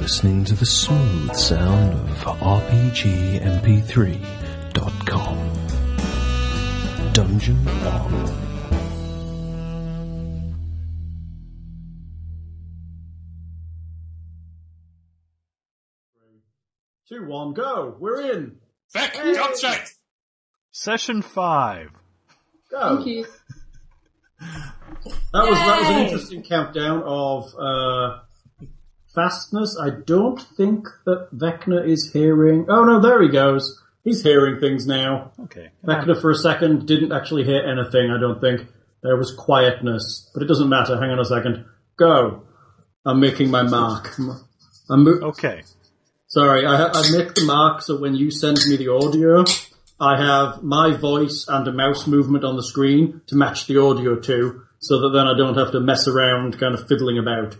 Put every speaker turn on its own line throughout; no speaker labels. listening to the smooth sound of RPGMP3.com. Dungeon On.
Two, one, go. We're in.
Vic, job check.
Session five.
Go.
Thank you.
That was that was an
Yay.
interesting countdown of uh, fastness. I don't think that Vecna is hearing. Oh no, there he goes. He's hearing things now.
Okay.
Vecna for a second didn't actually hear anything. I don't think there was quietness, but it doesn't matter. Hang on a second. Go. I'm making my mark. I'm mo-
Okay.
Sorry, I, I make the mark so when you send me the audio, I have my voice and a mouse movement on the screen to match the audio to, so that then I don't have to mess around kind of fiddling about.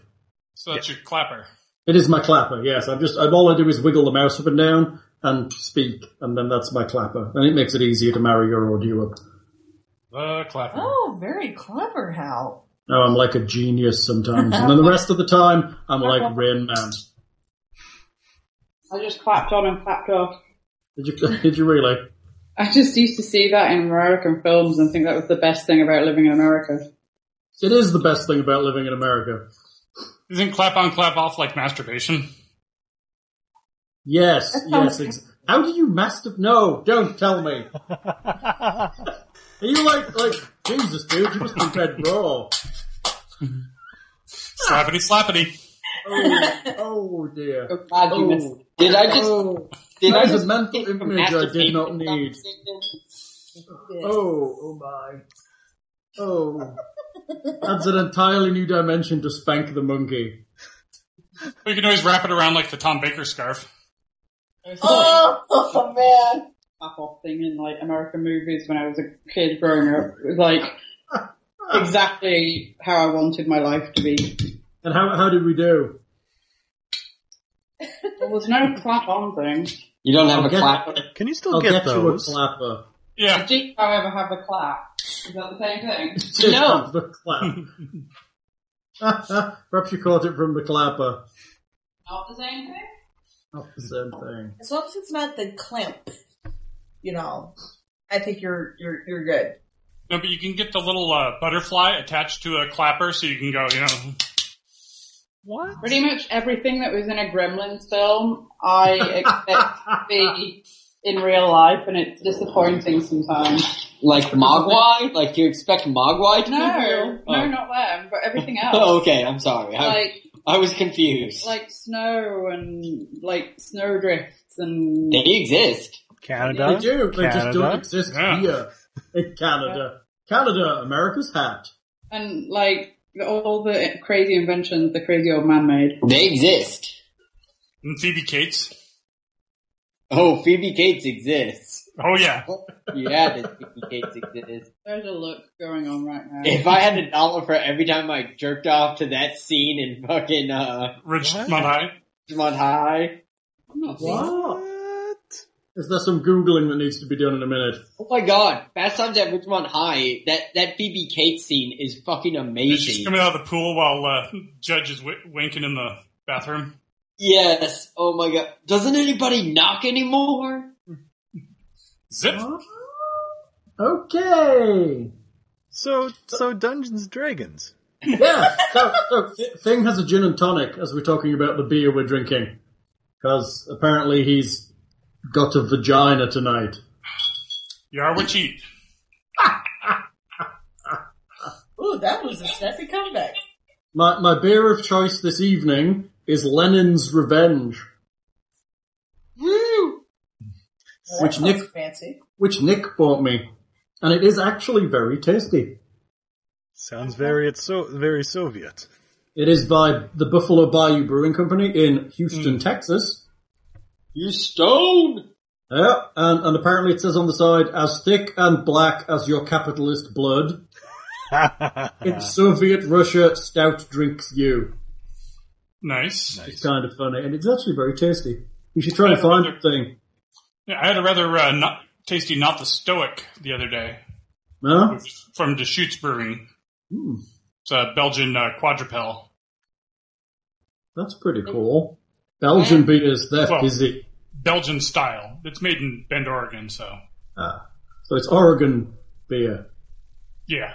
So that's your clapper.
It is my clapper, yes. I'm just, I'm, all I do is wiggle the mouse up and down and speak, and then that's my clapper. And it makes it easier to marry your audio up.
The clapper.
Oh, very clever, Hal.
Now I'm like a genius sometimes, and then the rest of the time, I'm like Rain Man.
I just clapped on and clapped off.
Did you, did you really?
I just used to see that in American films and think that was the best thing about living in America.
It is the best thing about living in America.
Isn't clap on, clap off like masturbation?
Yes,
That
yes.
sounds-
Ex- How do you masturbate? No, don't tell me. Are you like, like, Jesus, dude, you must be dead raw.
Slappity slappity.
Oh, oh dear.
So glad you
Oh.
missed. it.
Did I just? Oh
Oh,
Did I
that is a
just?
mental
get
image I did
masturbated
not
without
need.
thinking?
Oh, oh my. Oh. That's an entirely new dimension to spank the monkey.
We can always wrap it around like the Tom Baker scarf.
Oh, oh, man!
Clap off thing in like American movies when I was a kid growing up. It was like exactly how I wanted my life to be.
And how, how did we do?
There was no clap on thing.
You don't have
I'll
a
get-
clap.
Can you still
I'll
get,
get you a
those?
clapper.
Yeah.
Did however have a clap? Is that the same thing?
No.
The clap. Perhaps you caught it from the clapper.
Not the same thing?
Not the same thing.
As long as it's not the clamp, you know, I think you're you're you're good.
No, but you can get the little uh, butterfly attached to a clapper so you can go, you know.
What?
Pretty much everything that was in a Gremlins film, I expect to be in real life, and it's disappointing sometimes.
Like Mogwai? Like you expect Mogwai to be
No,
real?
no,
Oh.
not them, but everything
Oh,
else.
okay. I'm sorry. I,
Like,
I was confused.
like snow and like snowdrifts and
they exist.
Canada?
They do. They just
Canada?
don't exist
Yeah.
here in Canada. Canada, America's hat.
and like all the crazy inventions the crazy old man made.
They exist.
And Phoebe Cates.
Oh, Phoebe Cates exists.
Oh yeah.
Yeah, that Phoebe Cates exists.
There's a look going on right now.
If I had a dollar for every time I jerked off to that scene in fucking uh
Rich
What?
Monai.
Mud High.
I'm not seeing-
What?
Is there some googling that needs to be done in a minute?
Oh my god, Fast Times at Richmond High, that, that Phoebe Cates scene is fucking
She's
amazing.
coming out of the pool while uh, Judge is w- winking in the bathroom.
Yes. Oh my god. Doesn't anybody knock anymore?
Zip.
Uh-huh.
Okay.
So, so Dungeons and Dragons.
Yeah. So, so Th- Thing has a gin and tonic as we're talking about the beer we're drinking. Because apparently he's got a vagina tonight.
You are what you eat.
Ooh, that was a snappy comeback.
My, my beer of choice this evening is Lenin's Revenge,
Well,
Which
that sounds
Nick-
fancy?
which Nick bought me. And it is actually very tasty.
Sounds very it's so very Soviet.
It is by the Buffalo Bayou Brewing Company in
Mm.
Houston, Texas.
You stone?
Yeah, and, and apparently it says on the side, as thick and black as your capitalist blood, it's Soviet Russia stout drinks you.
Nice.
It's kind of funny, and it's actually very tasty. You should try and find that thing.
Yeah, I had a rather uh, not tasty not the stoic the other day
Huh?
from Deschutes Brewing. It's a Belgian uh, quadrupel.
That's pretty cool. Belgian beers, they're
Well-
fizzy.
Belgian style. It's made in Bend, Oregon, so
Ah. So it's Oregon beer.
yeah.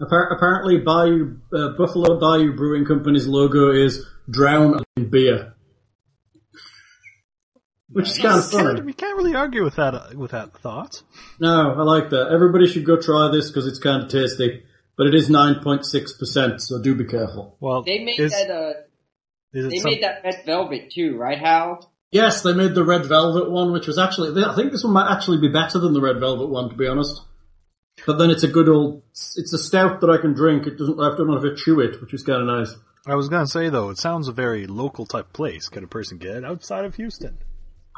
Appar- apparently, Bayou, uh, Buffalo Bayou Brewing Company's logo is drown in beer, which is kind of funny.
Can't, we can't really argue with that uh, with that thought.
No, I like that. Everybody should go try this because it's kind of tasty, but it is nine point six percent, so do be careful.
Well,
They made
is,
that. Uh,
is it
they
some-
made that red velvet too, right, Hal?
Yes, they made the red velvet one, which was actually I think this one might actually be better than the red velvet one, to be honest. But then it's a good old it's a stout that I can drink. It doesn't I don't have to chew it, which is kind of nice.
I was gonna say though, it sounds a very local type place. Could a person get it outside of Houston?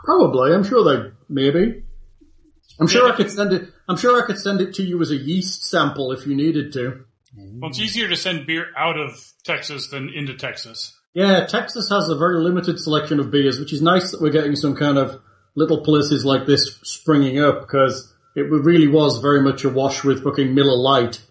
Probably. I'm sure they maybe. I'm sure I could send it. I'm sure I could send it to you as a yeast sample if you needed to.
Well, it's easier to send beer out of Texas than into Texas.
Yeah, Texas has a very limited selection of beers, which is nice that we're getting some kind of little places like this springing up because it really was very much a wash with fucking Miller Lite.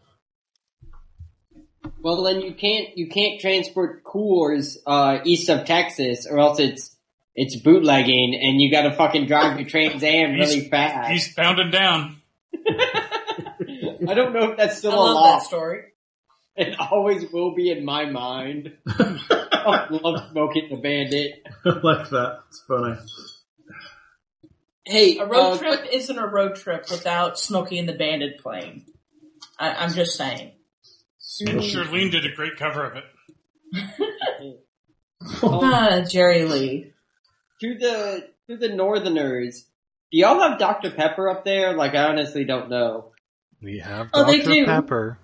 Well, then you can't you can't transport Coors uh, east of Texas, or else it's it's bootlegging, and you got to fucking drive to Trans Am really fast.
He's bound and down.
I don't know if that's still
I
a
love
law.
that story.
It always will be in my mind. I love smoking the bandit.
I like that. It's funny.
Hey,
A
uh,
road trip isn't a road trip without Smokey and the Bandit playing. I, I'm just saying.
And Charlene did a great cover of it.
Ah, Jerry Lee.
to the to the Northerners. Do y'all have Dr Pepper up there? Like, I honestly don't know.
We have
Oh, they
Dr.
do.
Pepper.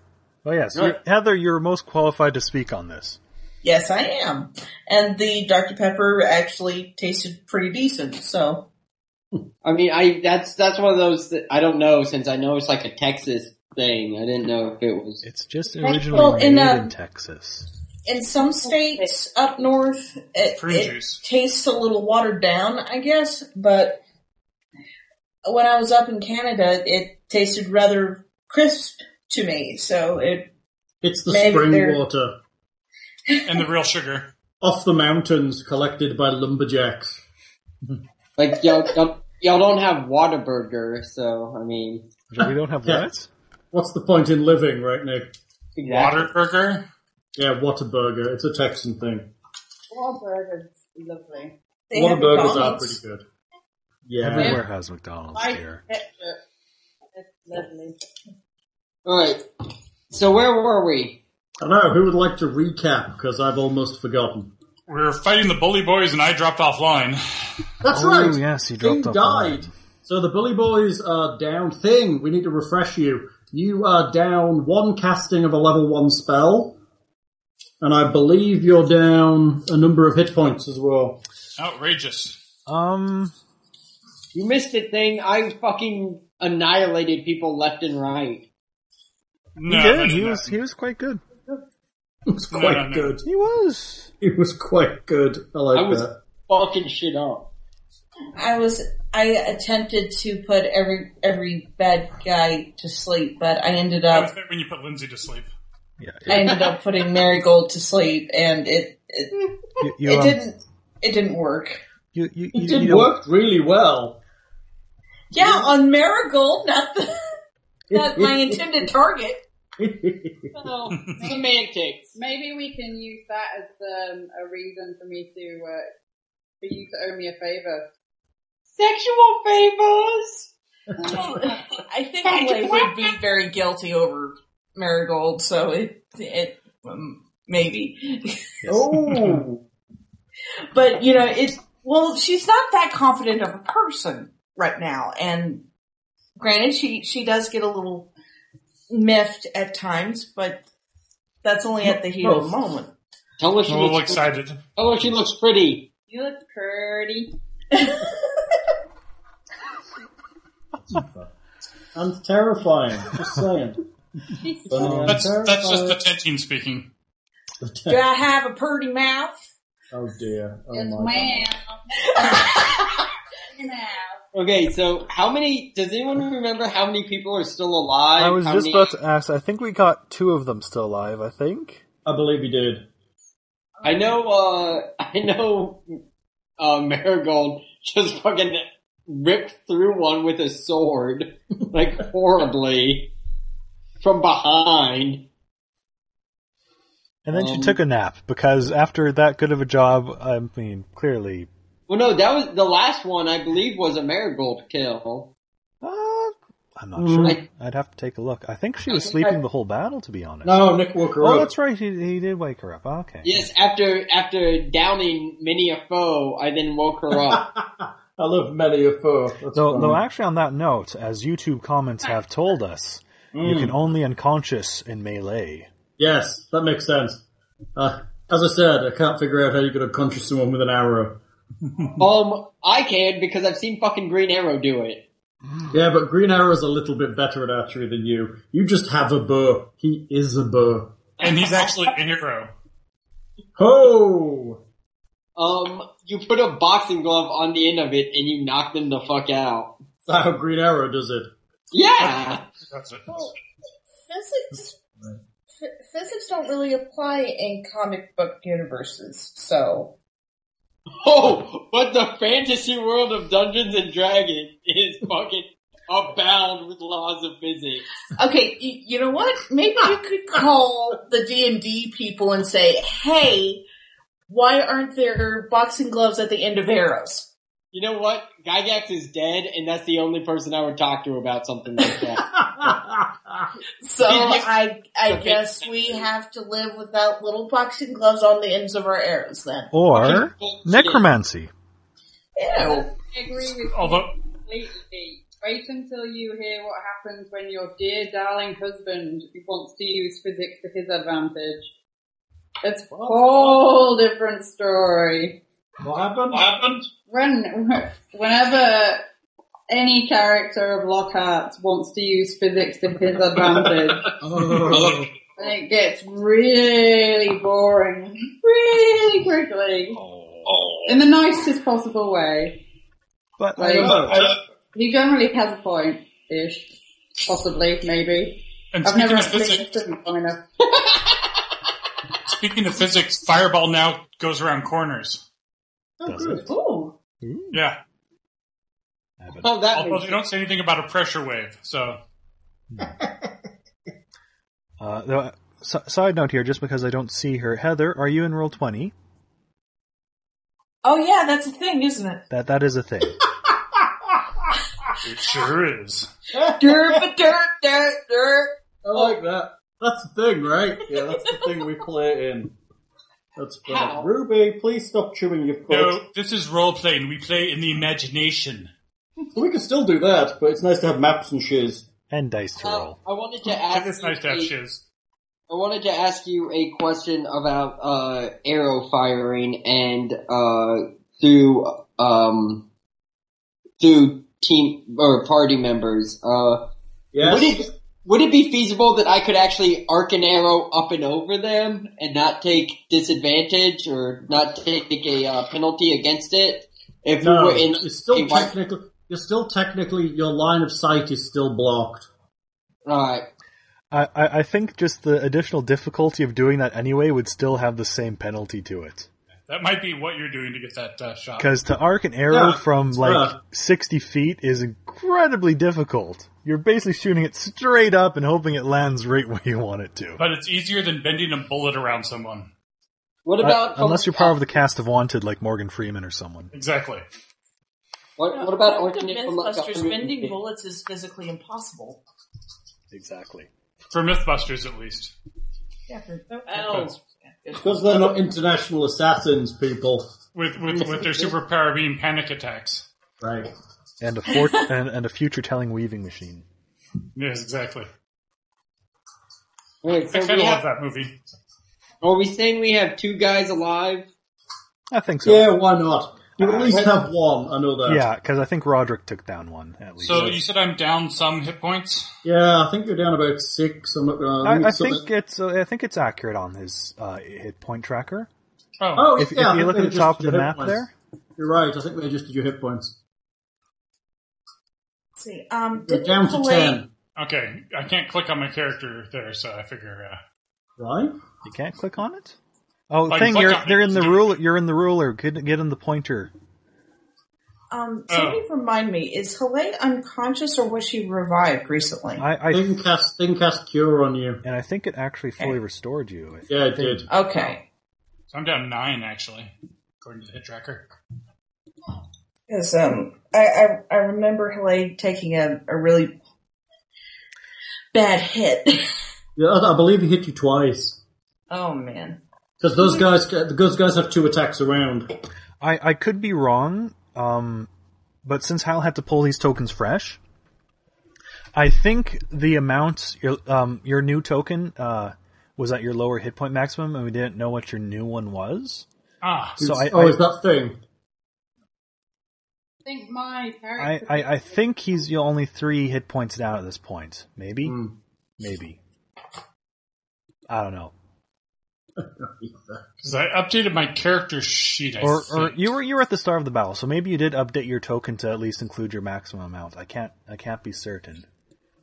Oh yes,
Right.
You're- Heather, you're most qualified to speak on this.
Yes, I am. And the Dr. Pepper actually tasted pretty decent, so.
I mean, I that's that's one of those that I don't know since I know it's like a Texas thing. I didn't know if it was.
It's just
Well,
originally
in,
made
um,
in Texas.
In some states up north, it,
Prune
it
juice.
tastes a little watered down, I guess, but when I was up in Canada, it tasted rather crisp to me, so it,
It's the
Maybe
spring
they're-
water
And the real sugar.
off the mountains collected by lumberjacks.
Like y'all, y'all, y'all don't have Whataburger, so I mean,
We don't have
Yeah.
what?
What's the point in living, right, Nick?
exactly.
Water burger.
Yeah, Whataburger. It's a Texan thing.
Waterburger is lovely.
they have
Whataburgers are pretty
McDonald's.
good. Yeah.
Everywhere has McDonald's here.
Lovely.
All right. So where were we?
I know. Who would like to recap? Because I've almost forgotten.
We were fighting the bully boys, and I dropped offline.
That's
Oh,
right.
yes, you
Thing
dropped off
died.
line.
So the bully boys are down. Thing, we need to refresh you. You are down one casting of a level one spell, and I believe you're down a number of hit points as well.
Outrageous.
Um,
You missed it, thing. I fucking annihilated people left and right.
No,
he
that
did.
didn't
He was
happen.
he was quite good.
It was
No,
quite
no, no.
good.
He was.
It was quite good. I like
I was
that.
fucking shit up.
I was I attempted to put every every bad guy to sleep, but I ended
That was
up
when you put Lindsay to sleep.
Yeah.
I ended up putting Marigold to sleep, and it it,
You, you,
it
um,
didn't it didn't work.
You, you,
It
you-
did
you know-
work really well.
Yeah, on Marigold, not the not my intended target.
Well,
Semantics.
maybe we can use that as um, a reason for me to uh, for you to owe me a favor.
Sexual favors.
I think Leif would be very guilty over Marigold, so it it um, maybe.
Oh.
But you know, it well, she's not that confident of a person right now, and granted, she she does get a little miffed at times, but that's only at the heat of the moment.
Tell her she
I'm a little
looks
excited.
Tell her she looks pretty.
You look pretty.
I'm terrifying. Just saying. Um,
That's that's just the
terrifying.
Tentine speaking.
Do I have a purty mouth?
Oh dear. Oh
Yes,
my god.
ma'am.
Okay, so how many? Does anyone remember how many people are still alive?
I was
How
just
many-
about to ask. I think we got two of them still alive. I think.
I believe he did.
I know. uh I know. uh, Marigold just fucking ripped through one with a sword, like horribly, from behind.
And then she
Um,
took a nap because after that good of a job, I mean, clearly,
Well, no, that was the last one. I believe was a Marigold kill.
uh, I'm not
Mm.
sure. I'd have to take a look. I think she was sleeping the whole battle, to be honest.
No, Nick woke her
Oh,
up.
that's right. He, he did wake her up. Okay.
Yes, after after downing many a foe, I then woke her up.
I love Melly of Foe. That's
Though,
funny.
though, actually, on that note, as YouTube comments have told us, you can only unconscious in melee.
Yes, that makes sense. Uh, as I said, I can't figure out how you could unconscious someone with an arrow.
um, I can because I've seen fucking Green Arrow do it.
Yeah, but Green Arrow's a little bit better at archery than you. You just have a bow. He is a bow.
And he's actually a hero.
Ho!
Um, you put a boxing glove on the end of it and you knock them the fuck out.
That's how Green Arrow does it.
Yeah.
That's it.
Oh.
Well, physics ph- physics don't really apply in comic book universes, so
Oh, but the fantasy world of Dungeons and Dragons is fucking abound with laws of physics.
okay, y- you know what? Maybe you could call the D and D people and say, "Hey, why aren't there boxing gloves at the end of arrows?"
You know what? Gygax is dead, and that's the only person I would talk to about something like that.
So I I
Okay.
guess we have to live without little boxing gloves on the ends of our arrows then.
Or
Fucking
necromancy.
Ew.
I agree with
Although,
you completely. Wait until you hear what happens when your dear darling husband wants to use physics to his advantage. It's a whole different story.
What happened?
When, whenever any character of Lockhart's wants to use physics to his advantage,
Oh.
and it gets really boring really quickly. In the nicest possible way.
But
Like,
Oh.
he generally has a point, ish. Possibly, maybe.
and
I've
speaking
never
of
experienced
physics,
this long enough.
speaking of physics, Fireball now goes around corners.
does it?
Ooh.
Ooh,
Yeah.
Oh, that
Although
makes
they don't say anything about a pressure wave, so
Uh, though, si- side note here, just because I don't see her, Heather, are you in roll twenty?
Oh yeah, that's a thing, isn't it?
That that is a thing.
it sure is.
Derp, derp, derp, derp.
I like that. That's the thing, right? Yeah, that's the thing we play in. That's
How?
fun. Ruby, please stop chewing your foot.
No, this is role playing. We play in the imagination.
So we can still do that, but it's nice to have maps and shiz.
and dice to
Uh,
roll.
I wanted to
It
ask.
is nice to have
you a,
shiz.
I wanted to ask you a question about uh, arrow firing and uh, through um, through team or party members. Uh, Would
Yes?
it would it be feasible that I could actually arc an arrow up and over them and not take disadvantage or not take a uh, penalty against it? If
No,
we were in
it's
a
still
white,
technically, you're still technically, your line of sight is still blocked.
right?
I, I I think just the additional difficulty of doing that anyway would still have the same penalty to it.
That might be what you're doing to get that uh, shot.
Because to arc an arrow
Yeah,
from
it's
like
rough.
60 feet is incredibly difficult. You're basically shooting it straight up and hoping it lands right where you want it to.
But it's easier than bending a bullet around someone.
What
Uh,
about
unless you're part of the cast of Wanted, like Morgan Freeman or someone.
Exactly.
What, what about
According to
alternate from like
Mythbusters,
government-
bending bullets is physically impossible.
Exactly.
For Mythbusters, at least.
Yeah, for, Oh.
Ow.
Because they're not international assassins, people.
With,
Mm-hmm.
with, with their superpower being panic attacks.
Right.
And a fort and, and a future telling weaving machine.
Yes, exactly.
Wait, so
I kind
we
of love
have,
that movie.
are we saying we have two guys alive?
I think so.
Yeah, why not? You at least have one, I know that.
because I think Roderick took down one at least.
So you said I'm down some hit points?
Yeah, I think you're down about six. I'm not gonna.
I, I
something-
think it's uh, I think it's accurate on his uh, hit point tracker.
Oh,
Oh,
um, If,
yeah, I
if you
think
look
they
at the top of
adjusted
the
your hit
map
points.
there,
You're right, I think they adjusted your hit points.
Let's see, um,
You're
didn't
down to
Pele-
ten.
okay. I can't click on my character there, so I figure. Uh,
Right?
you can't click on it. Oh,
Like,
thing
click
you're
on it.
they're in the ruler. You're in the ruler. Get, get in the pointer
Um,
Oh.
somebody remind me, is Halle unconscious or was she revived recently?
I, I
They can cast, they can cast cure on you.
and I think it actually fully restored you. I
Yeah, it
think.
did.
okay.
So I'm down nine actually, according to the hit tracker.
Because um, I, I, I remember Halle taking a, a really bad hit.
Yeah, I, I believe he hit you twice.
oh, man.
Because those guys, uh, those guys have two attacks around.
I, I could be wrong, um, but since Hal had to pull these tokens fresh, I think the amount your um, your new token uh, was at your lower hit point maximum, and we didn't know what your new one was.
Ah,
So I
oh,
I,
is that thing?
I think my
I,
character.
I I think he's you're only three hit points down at this point. Maybe,
Mm.
maybe. I don't know.
because I updated my character sheet. I
Or, or
think.
you were you were at the start of the battle, so maybe you did update your token to at least include your maximum amount. I can't I can't be certain.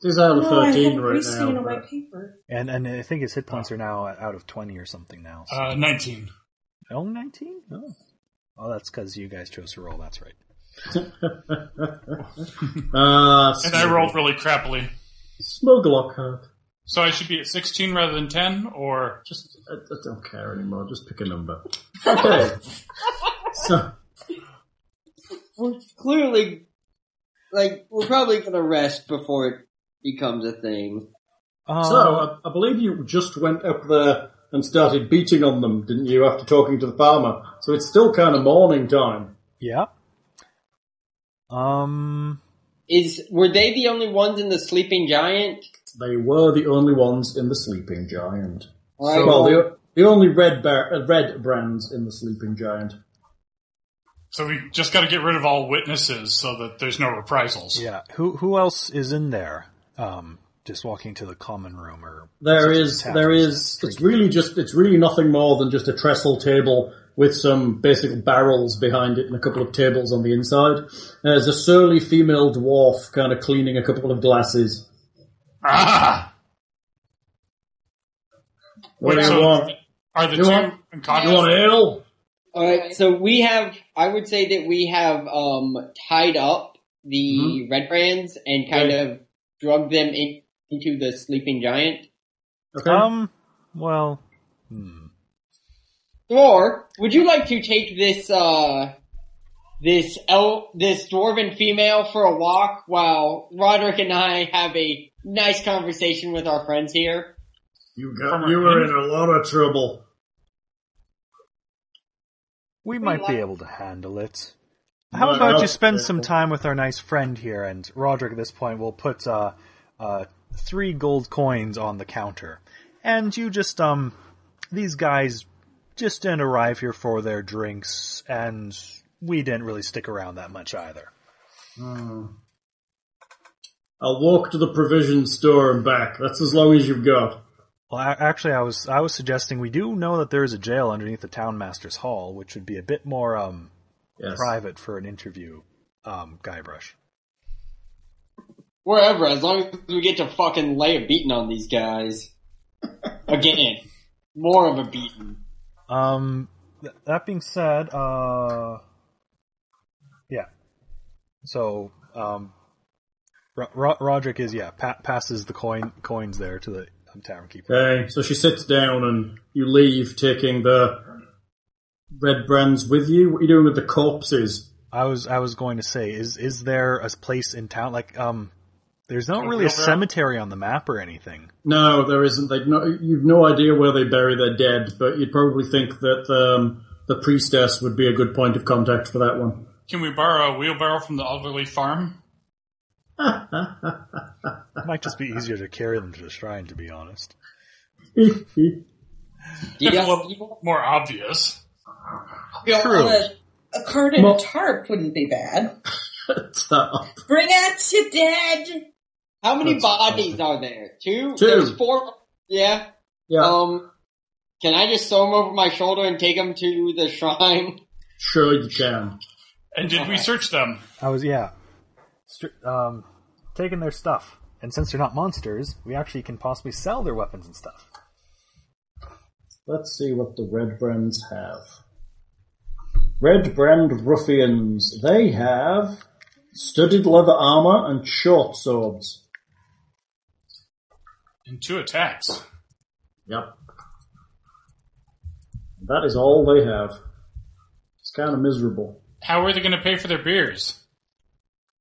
This is out of
No, I
thirteen
haven't
right
re-seen
now.
on my
but-
paper.
And and I think his hit points are now out of twenty or something now. So.
uh, nineteen.
Only nineteen? Oh. Oh, that's because you guys chose to roll. That's right.
Ah,
And I rolled really crappily.
smuggler card.
So I should be at 16 rather than 10, or
Just, I, I don't care anymore. Just pick a number. Okay. so,
We're clearly, like, we're probably gonna rest before it becomes a thing.
Um,
so uh, I, I believe you just went up there and started beating on them, didn't you? After talking to the farmer, so it's still kind of morning time.
yeah. Um.
Is were they the only ones in the sleeping giant?
They were the only ones in the sleeping giant.
All right,
well,
well,
the, the only red bear, uh, red brands in the sleeping giant.
so we just got to get rid of all witnesses so that there's no reprisals.
Yeah. Who who else is in there? Um. Just walking to the common room, or
There is,
tavern
there
is
is. It's really just, it's really nothing more than just a trestle table with some basic barrels behind it and a couple of tables on the inside. Uh, There's a surly female dwarf kind of cleaning a couple of glasses.
Ah!
What do
Wait,
you
so
want?
Are the
You
two
want- You
unconscious?
want ale?
all right. So we have, I would say that we have um tied up the red brands and kind of drugged them in, into the sleeping giant.
Okay.
um. Well,
Or would you like to take this uh this el this dwarven female for a walk while Roderick and I have a nice conversation with our friends here?
you got, you were in a lot of trouble.
we might be able to handle it. How
No,
about
no.
you spend some time with our nice friend here, and Roderick at this point will put uh, uh, three gold coins on the counter, and you just um, these guys just didn't arrive here for their drinks, and we didn't really stick around that much either.
I'll walk to the provision store and back. That's as long as you've got.
Well, a- actually, I was I was suggesting we do know that there is a jail underneath the town master's hall, which would be a bit more um,
Yes.
private for an interview, um, Guybrush.
Wherever, as long as we get to fucking lay a beating on these guys. Again. More of a beating.
Um, th- that being said, uh, yeah. So, um, Ro- Ro- Roderick is yeah pa- passes the coin coins there to the um, tavern keeper.
Okay, so she sits down and you leave taking the red brands with you. What are you doing with the corpses?
I was I was going to say is is there a place in town like um there's not
A
really a
wheelbarrow?
cemetery on the map or anything.
No, there isn't. They no, you've no idea where they bury their dead, but you'd probably think that um, the priestess would be a good point of contact for that one.
Can we borrow a wheelbarrow from the elderly farm?
It might just be easier to carry them to the shrine, to be honest.
Do you
That's a
guys-
little more obvious.
True.
uh, A card and
Well-
a tarp wouldn't be bad.
Two.
Bring out your dead!
how many
That's-
bodies are there? Two?
Two.
There's four Yeah.
Yeah,
Um can I just sew them over my shoulder and take them to the shrine?
sure you can.
And did we search them?
I was yeah, stri- um, taking their stuff, and since they're not monsters, we actually can possibly sell their weapons and stuff.
Let's see what the red brands have. Red brand ruffians. They have studded leather armor and short swords.
And two attacks.
Yep. That is all they have. It's kind of miserable.
How are they going to pay for their beers?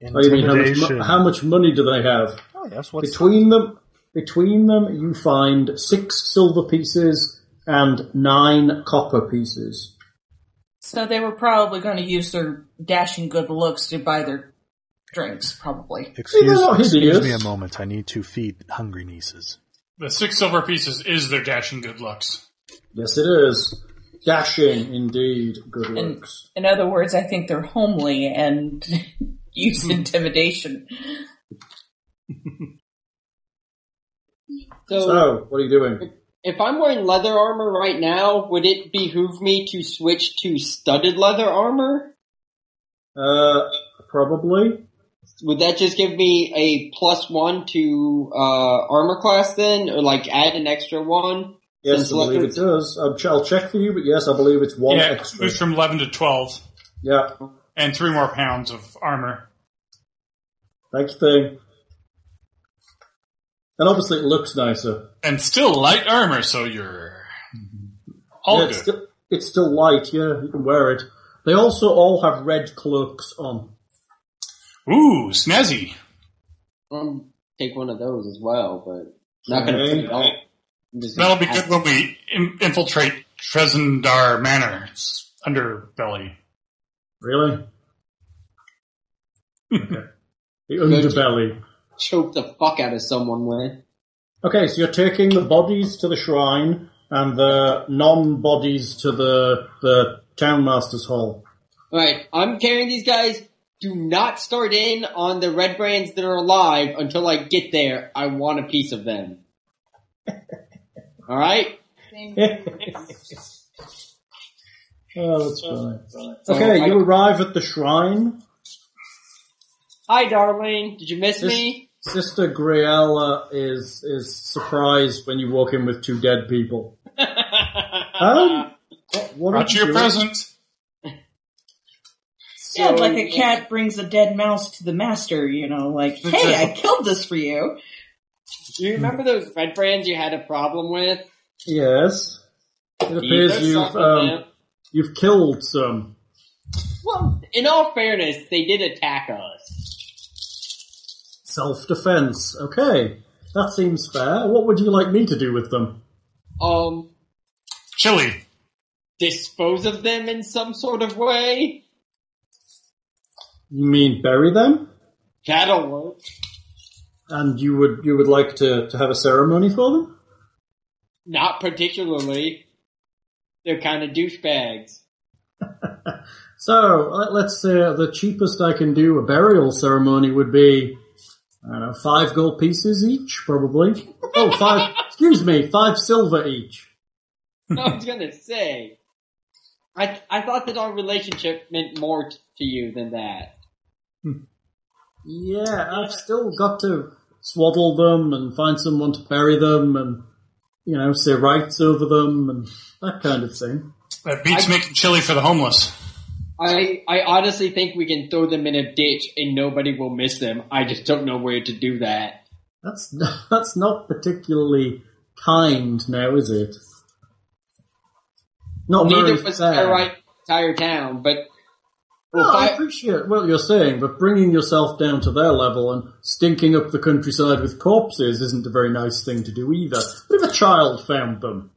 Oh, you mean how much, mo-
Intimidation.
how much money do they have?
Oh, yes, what's
Between them, between them, you find six silver pieces and nine copper pieces.
So they were probably going to use their dashing good looks to buy their drinks, probably.
They're
Excuse,
not
excuse
hideous.
me a moment. I need to feed hungry nieces.
The six silver pieces is their dashing good looks.
Yes, it is dashing indeed. Good
And-
looks.
In other words, I think they're homely and use intimidation.
So,
So, what are you doing?
if I'm wearing leather armor right now, would it behoove me to switch to studded leather armor?
Uh, probably.
Would that just give me a plus one to uh, armor class then, or like add an extra one?
Yes,
Since
I believe it
leopards-
does. I'll ch- I'll check for you, but yes, I believe it's one
yeah, it
extra.
moves from 11 to 12,
Yeah,
and three more pounds of armor.
next thing. And obviously, it looks nicer.
And still light armor, so you're all
Mm-hmm. yeah,
good.
it's still, it's still light. Yeah, you can wear it. They also all have red cloaks on.
Ooh, snazzy.
Um, take one of those as well, but not gonna put it all. I'm just gonna
That'll be good
add-
when we in- infiltrate Trezendar Manor, its underbelly.
Really? The underbelly.
Choke the fuck out of someone with.
Okay, so you're taking the bodies to the shrine and the non-bodies to the the townmaster's hall.
Alright, I'm carrying these guys. Do not start in on the red brands that are alive until I get there. I want a piece of them. Alright?
Same
Oh, that's funny.
So
Okay,
I-
you arrive at the shrine.
Hi, darling. Did you miss
This-
me?
Sister Griella is is surprised when you walk in with two dead people. um, what, what
Brought
are
you a
doing?
present.
Yeah, like a cat brings a dead mouse to the master, you know, like, hey, I killed this for you.
Do you remember those red brands you had a problem with?
Yes, it appears
These are
you've
some of
um,
them.
you've killed some.
Well, in all fairness, they did attack us.
Self defense. Okay, that seems fair. What would you like me to do with them?
Um,
Chili.
dispose of them in some sort of way?
You mean bury them?
That'll work.
And you would you would like to, to have a ceremony for them?
Not particularly. They're kind of douchebags.
So let, let's say the cheapest I can do a burial ceremony would be I don't know five gold pieces each, probably. Oh, five. excuse me, five silver each.
I was gonna say. I I thought that our relationship meant more t- to you than that.
Yeah, I've still got to swaddle them and find someone to bury them and you know say rights over them and that kind of thing.
That beats making chili for the homeless.
I I honestly think we can throw them in a ditch and nobody will miss them. I just don't know where to do that.
That's that's not particularly kind, now is it? Not
Neither
very
was
fair.
the right entire town, but
No,
well,
I
fi-
appreciate what you're saying, but bringing yourself down to their level and stinking up the countryside with corpses isn't a very nice thing to do either. What if a child found them?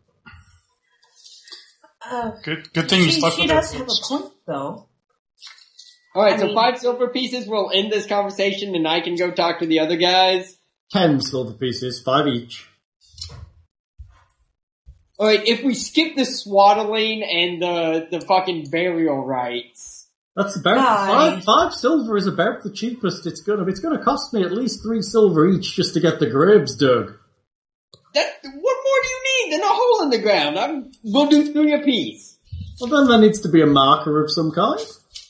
Good, good thing you
She,
stuck
she
with her.
does have a point, though.
all right.
I
so
mean-
five silver pieces. We'll end this conversation, and I can go talk to the other guys.
Ten silver pieces, five each.
All right. If we skip the swaddling and the the fucking burial rites,
That's about
Aye.
five, five silver is about the cheapest it's gonna. It's gonna cost me at least three silver each just to get the graves dug.
that what more do you need than a hole in the ground? I'm, we'll do three apiece.
Well, then there needs to be a marker of some kind.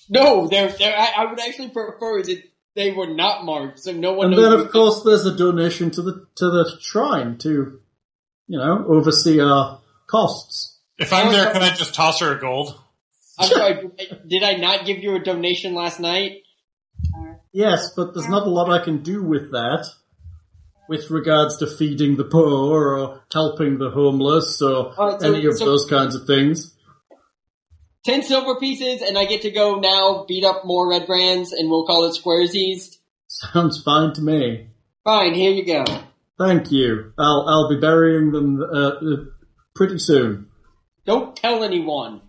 No, they're, they're, I, I would actually prefer that they were not marked, so no one
And
knows.
then,
who-
of course, there's a donation to the to the shrine to, you know, oversee our costs.
If I'm there, can I just toss her a gold?
I'm sorry, did I not give you a donation last night?
Yes, but there's not a lot I can do with that with regards to feeding the poor or helping the homeless or
Alright, so-
any of
so-
those kinds of things.
Ten silver pieces, and I get to go now beat up more red brands, and we'll call it Squaresies.
Sounds fine to me.
Fine, here you go.
Thank you. I'll I'll be burying them uh, uh, pretty soon.
Don't tell anyone.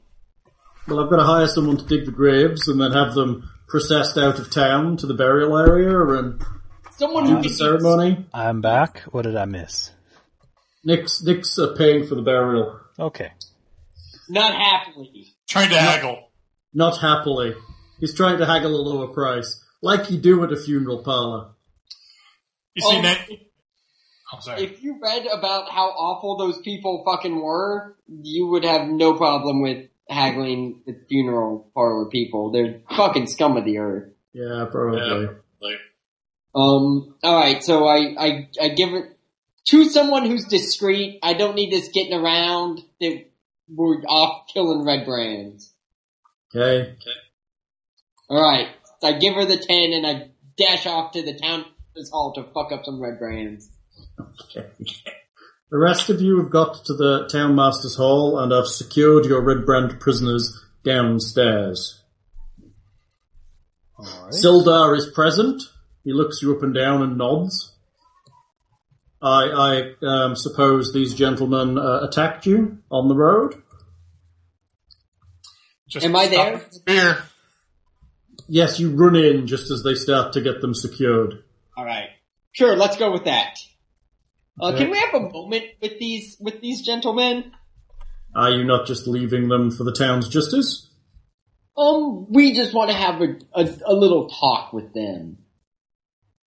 Well, I've got to hire someone to dig the graves and then have them processed out of town to the burial area and
Someone
do
who
the
can
ceremony.
I'm back. What did I miss?
Nick's Nick's uh, paying for the burial,
Okay.
not happily.
Trying to haggle.
not happily. He's trying to haggle a lower price, like you do at a funeral parlor.
You see
Oh.
that? Oh, sorry.
If you read about how awful those people fucking were, you would have no problem with haggling with funeral parlor people. They're fucking scum of the earth.
Yeah, probably.
Like,
Um, alright, so I, I, I give it, choose someone who's discreet. I don't need this getting around that we're off killing red brands.
Okay.
Alright, I give her the 10 and I dash off to the town hall to fuck up some red brands.
The rest of you have got to the town master's hall and I've secured your red brand prisoners downstairs. Sildar is present. He looks you up and down and nods. I, I um, suppose these gentlemen uh, attacked you on the road.
just
Am I
stop
there?
with the Beer.
Yes, you run in just as they start to get them secured.
All right. Sure, let's go with that. Uh, can we have a moment with these with these gentlemen?
Are you not just leaving them for the town's justice?
Um, we just want to have a, a, a little talk with them.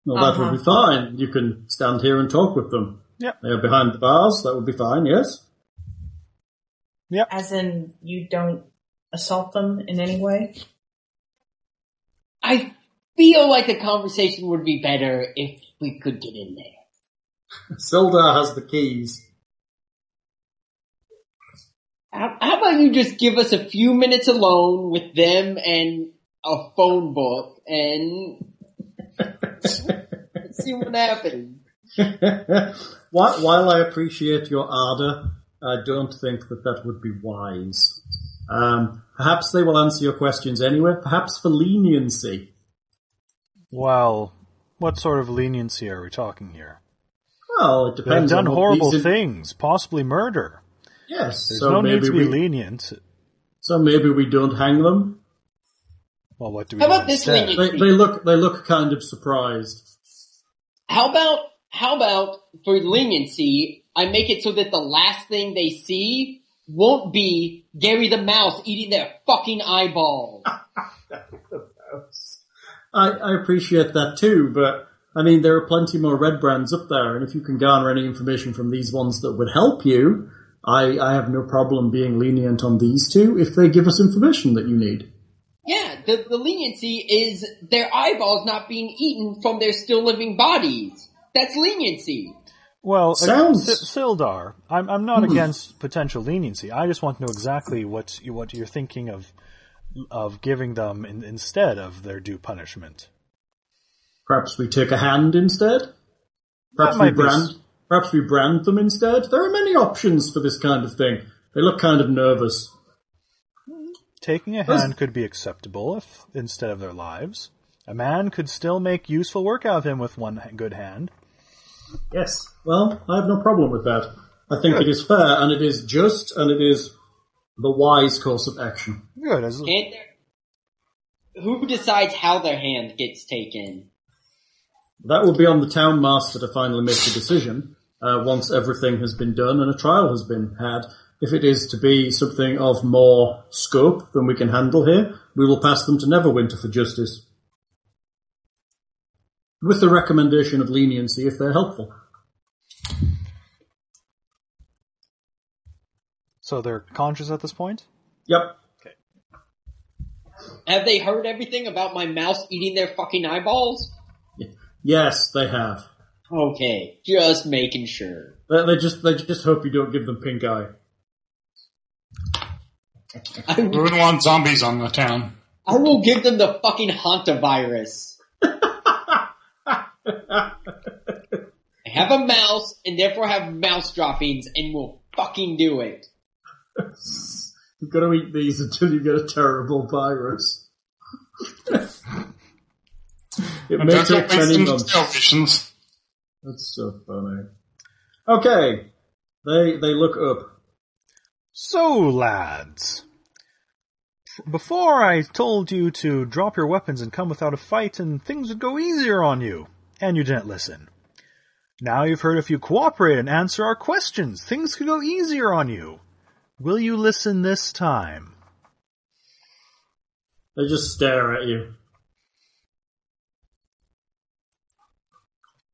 Well, that would be fine. You can stand here and talk with them.
Yep.
They are behind the bars. That would be fine. Yes.
As in, you don't assault them in any way?
I feel like the conversation would be better if we could get in there.
Sildar has the keys.
How, how about you just give us a few minutes alone with them and a phone book and see what happens.
while, while I appreciate your ardor, I don't think that that would be wise. Um, perhaps they will answer your questions anyway, perhaps for leniency.
Well, what sort of leniency are we talking here?
Well, it
They've
depends
done
on what
horrible
these in-
things, possibly murder.
Yes,
There's
so
no
maybe
need to be
we
lenient.
so maybe we don't hang them.
Well, what do we
How
do
about this
instead?
lenient-
They, they look they look kind of surprised.
How about how about for leniency, I make it so that the last thing they see won't be Gary the Mouse eating their fucking eyeball.
I, I appreciate that too, but I mean there are plenty more red brands up there, and if you can garner any information from these ones that would help you, I, I have no problem being lenient on these two if they give us information that you need.
yeah, the, the leniency is their eyeballs not being eaten from their still living bodies. That's leniency.
Well, uh,
Sounds-
S- Sildar, I'm I'm not against potential leniency. I just want to know exactly what you, what you're thinking of of giving them in, instead of their due punishment.
Perhaps we take a hand instead. Perhaps
That
we
might be
brand.
s-
Perhaps we brand them instead. There are many options for this kind of thing. They look kind of nervous.
Taking a hand could be acceptable if instead of their lives, a man could still make useful work out of him with one h- good hand.
Yes. Well, I have no problem with that. I think it is fair and it is just and it is the wise course of action.
Good. As,
Can't there- who decides how their hand gets taken?
That will be on the town master to finally make the decision uh, once everything has been done and a trial has been had. If it is to be something of more scope than we can handle here, we will pass them to Neverwinter for justice. With the recommendation of leniency if they're helpful.
so they're conscious at this point.
Yep.
Have they heard everything about my mouse eating their fucking eyeballs?
Yes, they have.
Okay, just making sure.
They, they just they just hope you don't give them pink eye.
We wouldn't want zombies on the town.
I will give them the fucking hantavirus. I have a mouse and therefore have mouse droppings and will fucking do it.
You've got to eat these until you get a terrible virus. it may
That's
take
what makes
many
them
months.
salvations.
That's so funny. Okay, they they look up.
So, lads, before I told you to drop your weapons and come without a fight, and things would go easier on you, and you didn't listen. Now you've heard if you cooperate and answer our questions, things could go easier on you. Will you listen this time?
They just stare at you.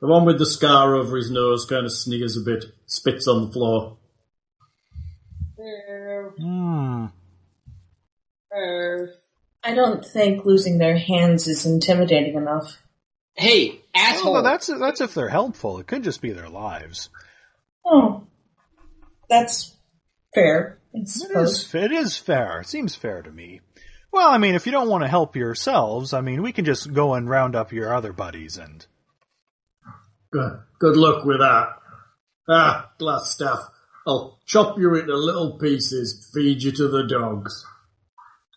The one with the scar over his nose kind of sneers a bit, spits on the floor.
Oh,
Hmm.
oh.
I don't think losing their hands is intimidating enough.
Hey, asshole.
Well, Oh, that's that's if they're helpful. It could just be their lives.
Oh, that's fair. I
It
suppose.
is, it is fair. It seems fair to me. Well, I mean, if you don't want to help yourselves, I mean, we can just go and round up your other buddies and.
Good, good luck with that. Ah, glass staff. I'll chop you into little pieces, feed you to the dogs.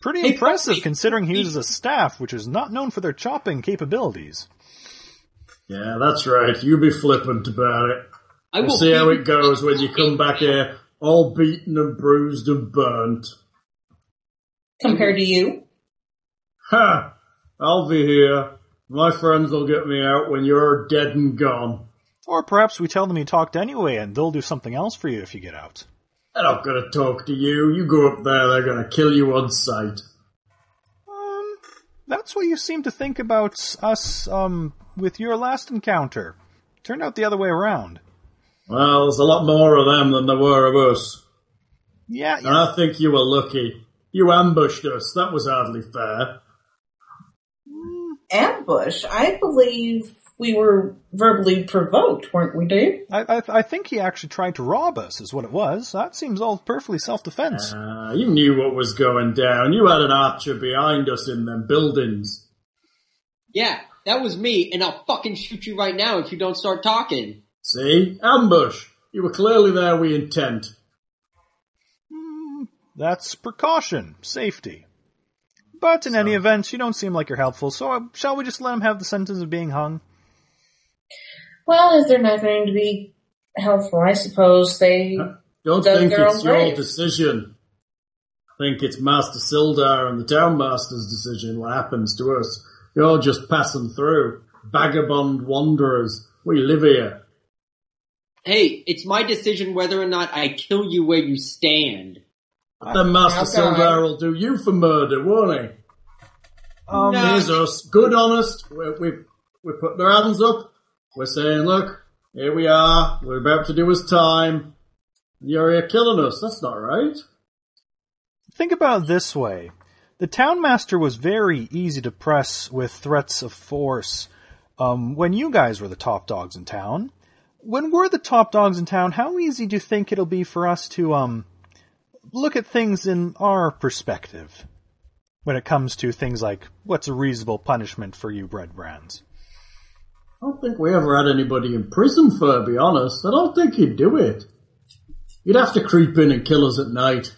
Pretty
Hey,
impressive
Buffy.
considering he uses a staff, which is not known for their chopping capabilities.
Yeah, that's right. You be flippant about it.
I
We'll see how
feed-
it goes when you come back here, all beaten and bruised and burnt.
Compared to you,
Ha! I'll be here. My friends will get me out when you're dead and gone.
Or perhaps we tell them you talked anyway and they'll do something else for you if you get out.
They're not gonna talk to you. You go up there, they're gonna kill you on sight.
Um, that's what you seem to think about us, um, with your last encounter. Turned out the other way around.
Well, there's a lot more of them than there were of us.
Yeah,
And I think you were lucky. You ambushed us. That was hardly fair.
ambush. I believe we were verbally provoked, weren't we, dude?
I, I, I think he actually tried to rob us, is what it was. That seems all perfectly self-defense.
Uh, you knew what was going down. You had an archer behind us in them buildings.
yeah, that was me, and I'll fucking shoot you right now if you don't start talking.
See? Ambush. You were clearly there with intent.
Hmm, That's precaution, safety. But in any event, you don't seem like you're helpful, so uh, shall we just let him have the sentence of being hung?
Well, if they're not going to be helpful, I suppose they.
Don't
Does
think
their
it's
own
your
grave.
decision. Think it's Master Sildar and the Town Master's decision what happens to us. You're just passing through. Vagabond wanderers. We live here.
Hey, it's my decision whether or not I kill you where you stand.
Then Master
Now, guy.
Sildar will do you for murder, won't he?
Um,
Here's us. Good, honest. We're, we're, we're putting our hands up. We're saying, look, here we are. We're about to do his time. You're here killing us. That's not right.
Think about it this way. The townmaster was very easy to press with threats of force um, when you guys were the top dogs in town. When we're the top dogs in town, how easy do you think it'll be for us to um, look at things in our perspective when it comes to things like what's a reasonable punishment for you bread brands?
I don't think we ever had anybody in prison for, to be honest. I don't think he'd do it. He'd have to creep in and kill us at night.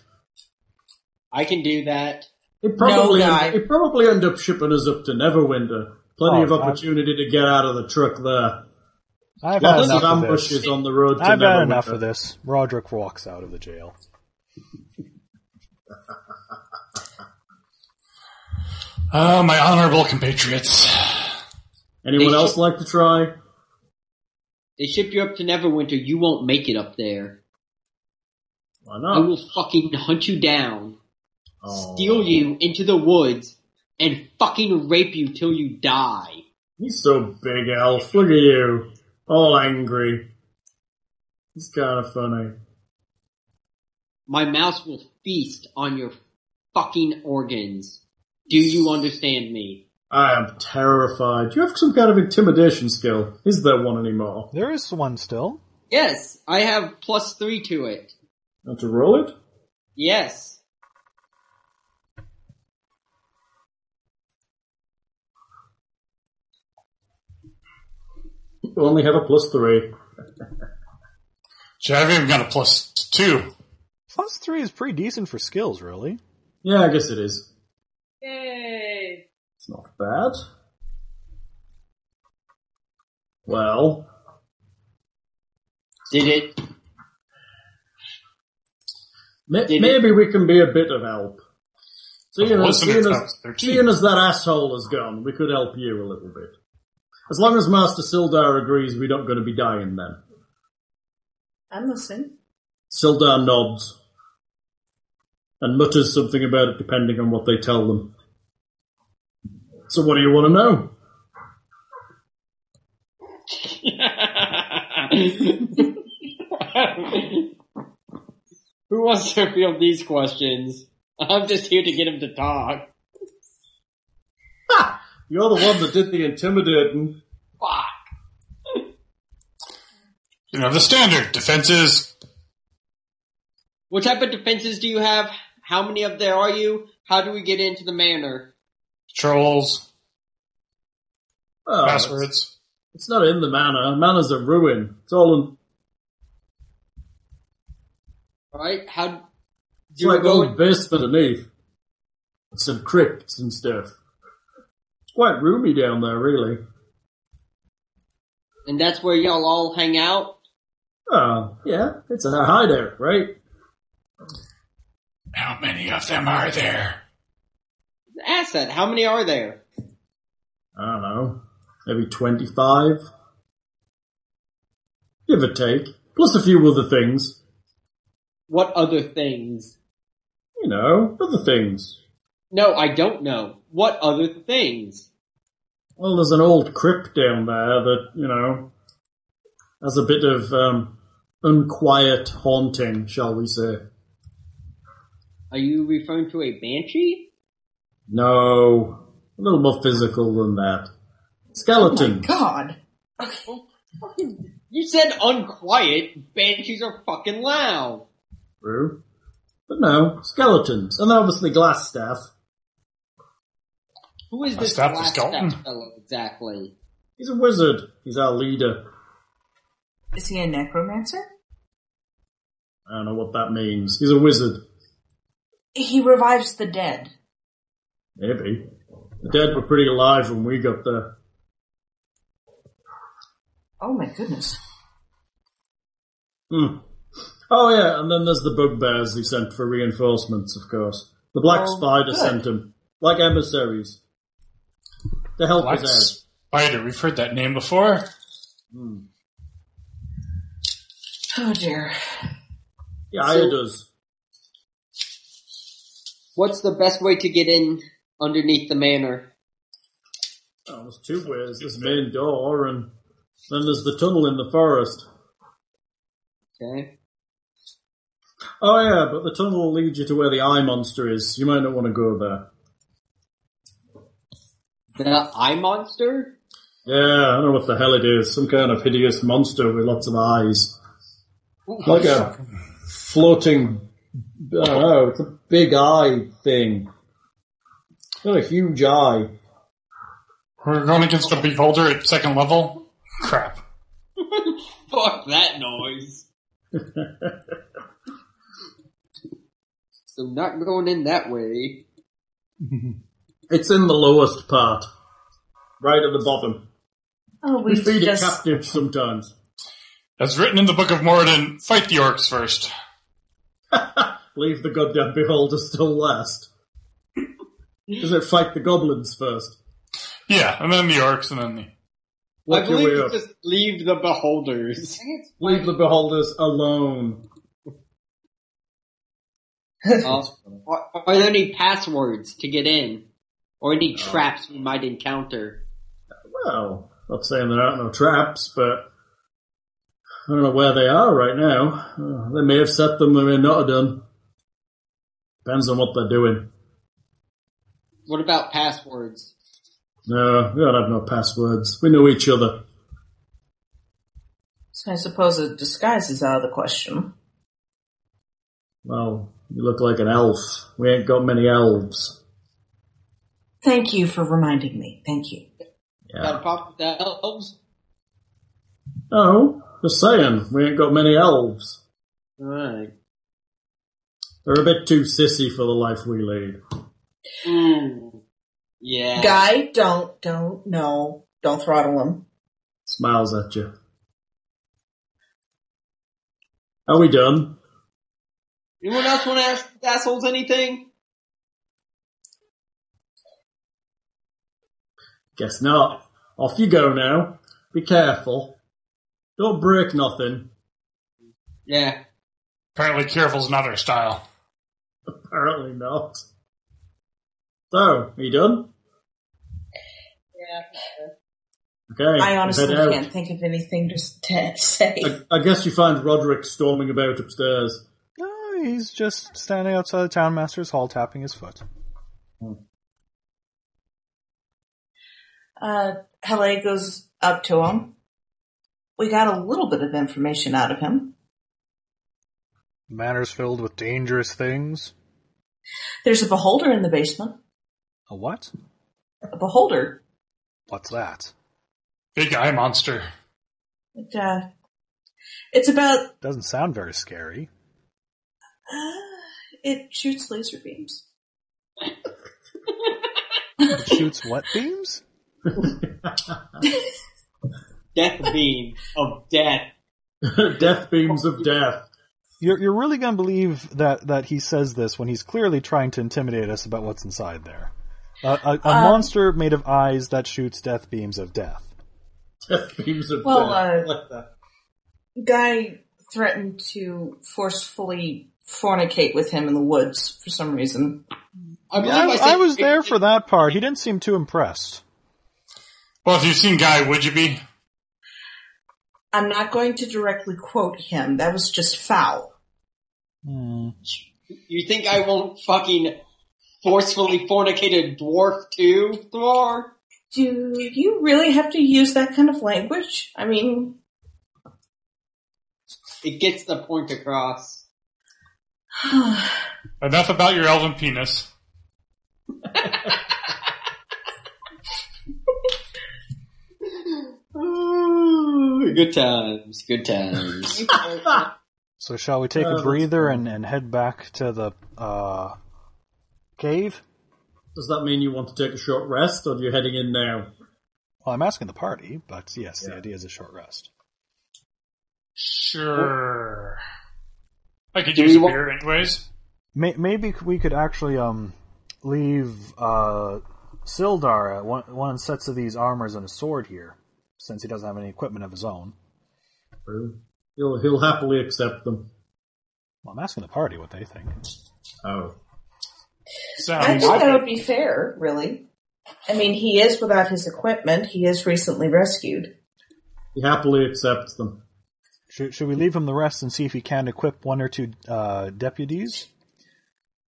I can do that.
He'd probably,
No, guy.
he'd probably end up shipping us up to Neverwinter. Plenty
Oh,
of
God.
opportunity to get out of the truck there.
I've had
Lots of
enough of
ambushes
this.
on the road to
I've
Neverwinter.
had enough of this. Roderick walks out of the jail.
Oh, my honorable compatriots.
Anyone
They
else
should-
like to try?
They ship you up to Neverwinter, you won't make it up there.
Why
I
not?
will fucking hunt you down,
Oh.
steal you into the woods, and fucking rape you till you die.
He's so big, Elf. Look at you. All angry. It's kind of funny.
My mouse will feast on your fucking organs. Do you understand me?
I am terrified. Do you have some kind of intimidation skill? Is there one anymore?
There is one still.
Yes, I have plus three to it.
Want to roll it?
Yes.
You only have a plus three.
Shit, I've even got a plus two.
Plus three is pretty decent for skills, really.
Yeah, I guess it is.
Yay!
It's not bad. Well,
Did it?
ma-
Did it-
maybe we can be a bit of help. Seeing
Well,
as,
listen,
seeing,
it's
as,
not 13.
seeing as that asshole is gone, we could help you a little bit. As long as Master Sildar agrees we're not going to be dying then.
I'm listening.
Sildar nods and mutters something about it depending on what they tell them. So what do you want to know?
Who wants to field these questions? I'm just here to get him to talk.
You're the one that did the intimidating.
Fuck.
You know, the standard defenses.
What type of defenses do you have? How many of there are you? How do we get into the manor?
Trolls,
Oh, it's,
passwords.
it's not in the manor. Manor's a ruin. It's all in,
Alright, how
it's
do we
like
go
old
in,
basement underneath. Some crypts and stuff. It's quite roomy down there, really.
and that's where y'all all hang out?
Oh, yeah, it's a hideout, right?
How many of them are there?
Asset, how many are there?
I don't know, maybe 25? Give or take. Plus a few other things.
What other things?
You know, other things.
No, I don't know. What other things?
Well, there's an old crypt down there that, you know, has a bit of um, unquiet haunting, shall we say.
Are you referring to a banshee?
No, a little more physical than that. Skeleton.
Oh God.
You said unquiet. Banshees are fucking loud.
True. But no, skeletons. And obviously glass staff.
Who is
I
this
stopped the
last
skeleton.
step fellow exactly?
He's a wizard. He's our leader.
Is he a necromancer?
I don't know what that means. He's a wizard.
He revives the dead.
Maybe. The dead were pretty alive when we got there.
Oh my goodness.
Hmm. Oh yeah, and then there's the bugbears he sent for reinforcements, of course. The black
Oh,
spider
good.
sent him. Black emissaries. To help
Black
us out.
Spider. We've heard that name before.
Oh dear.
Yeah,
So-
does.
What's the best way to get in underneath the manor?
Oh, there's two ways. There's the main door, and then there's the tunnel in the forest.
Okay.
Oh yeah, but the tunnel will lead you to where the eye monster is. You might not want to go there.
The eye monster?
Yeah, I don't know what the hell it is. Some kind of hideous monster with lots of eyes. Like a floating, I don't know, it's a big eye thing. Got a huge eye.
We're going against a beholder at second level. Crap.
Fuck that noise. so not going in that way.
It's in the lowest part. Right at the bottom.
Oh,
We
we've
feed it
just
captive sometimes.
As written in the Book of Moradin, fight the orcs first.
Leave the goddamn beholders till last. Does it fight the goblins first?
Yeah, and then the orcs, and then the.
Work
I
your
believe
way
you
up.
just leave the beholders.
Leave the beholders alone.
Uh, are, are there any passwords to get in? Or any traps we might encounter?
Well, not saying there aren't no traps, but I don't know where they are right now. Uh, they may have set them, they may not have done. Depends on what they're doing.
What about passwords?
No, we don't have no passwords. We know each other.
So I suppose a disguise is out of the question.
Well, you look like an elf. We ain't got many elves.
Thank you for reminding me. Thank you.
Um, Got a problem with the elves?
Oh, just saying, we ain't got many elves.
Right.
They're a bit too sissy for the life we lead.
Mm. Yeah.
Guy, don't, don't, no, don't throttle him.
Smiles at you. Are we done?
Anyone else want to ask assholes anything?
Guess not. Off you go now. Be careful. Don't break nothing.
Yeah.
Apparently, careful's not our style.
Apparently not. So, are you done?
Yeah.
Okay.
I honestly
head out.
can't think of anything to s- to say.
I, I guess you find Roderick storming about upstairs.
No, he's just standing outside the town master's hall tapping his foot.
Uh, Hele goes up to him. We got a little bit of information out of him.
The manor's filled with dangerous things.
There's a beholder in the basement.
A what?
A beholder.
What's that?
Big eye monster.
It, uh, it's about,
Doesn't sound very scary.
uh, it shoots laser beams.
It shoots what beams?
Death beam of death.
death beams of death.
You're, you're really going to believe that, that he says this when he's clearly trying to intimidate us about what's inside there. Uh, a a
Um,
monster made of eyes that shoots death beams of death.
Death beams of
Well,
death.
uh,
like that.
Guy threatened to forcefully fornicate with him in the woods for some reason.
I believe I,
I,
said
I was there for that part. He didn't seem too impressed.
Well, if you've seen Guy, would you be?
I'm not going to directly quote him. That was just foul.
You think I won't fucking forcefully fornicate a dwarf too, Thor?
Do you really have to use that kind of language? I mean,
It gets the point across.
Enough about your elven penis.
Ooh, good times, good times.
So shall we take
Uh,
a breather and, and head back to the uh, cave?
Does that mean you want to take a short rest, or are you heading in now?
Well, I'm asking the party, but yes, the
Yeah.
idea is a short rest.
Sure. I could
Do
use
we
a
wa-
beer anyways.
May- maybe we could actually um, leave uh, Sildar at one, one sets of these armors and a sword here, since he doesn't have any equipment of his own.
He'll he'll happily accept them.
Well, I'm asking the party what they think.
Oh,
Um,
I
Sounds
think that would be fair, really. I mean, he is without his equipment. He is recently rescued.
he happily accepts them.
Should, should we leave him the rest and see if he can equip one or two uh, deputies?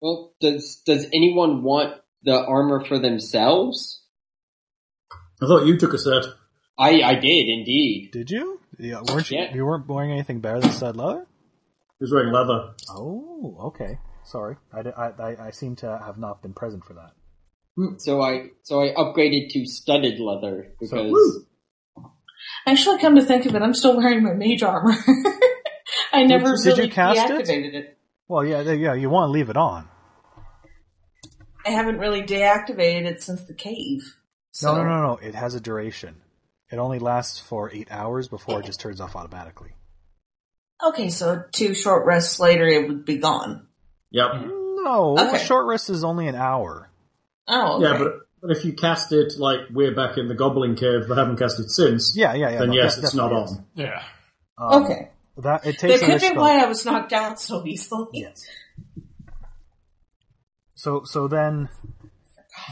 well, does does anyone want the armor for themselves?
I thought you took a set.
I I did indeed.
Did you? Yeah, weren't you,
Yeah.
you weren't wearing anything better than said leather?
He's wearing leather.
Oh, okay. Sorry, I, di- I, I, I seem to have not been present for that.
Hmm.
So I so I upgraded to studded leather because
woo.
Actually, come to think of it, I'm still wearing my mage armor. I never
you- did you
really
cast it?
deactivated it?
Well, yeah, th- yeah. You want to leave it on?
I haven't really deactivated it since the cave.
No,
So-
no, no, no. It has a duration. It only lasts for eight hours before it just turns off automatically.
Okay, so two short rests later, it would be gone.
Yep.
No,
Okay.
a short rest is only an hour.
Oh, okay.
Yeah, but but if you cast it like we're back in the Goblin Cave, but haven't cast it since,
Yeah, yeah, yeah.
then
no,
yes,
def-
it's not
definitely
on.
yeah.
is. Um,
okay.
That it
That
takes.
could
another
be
spell.
why I was knocked out so easily.
Yes. So so then,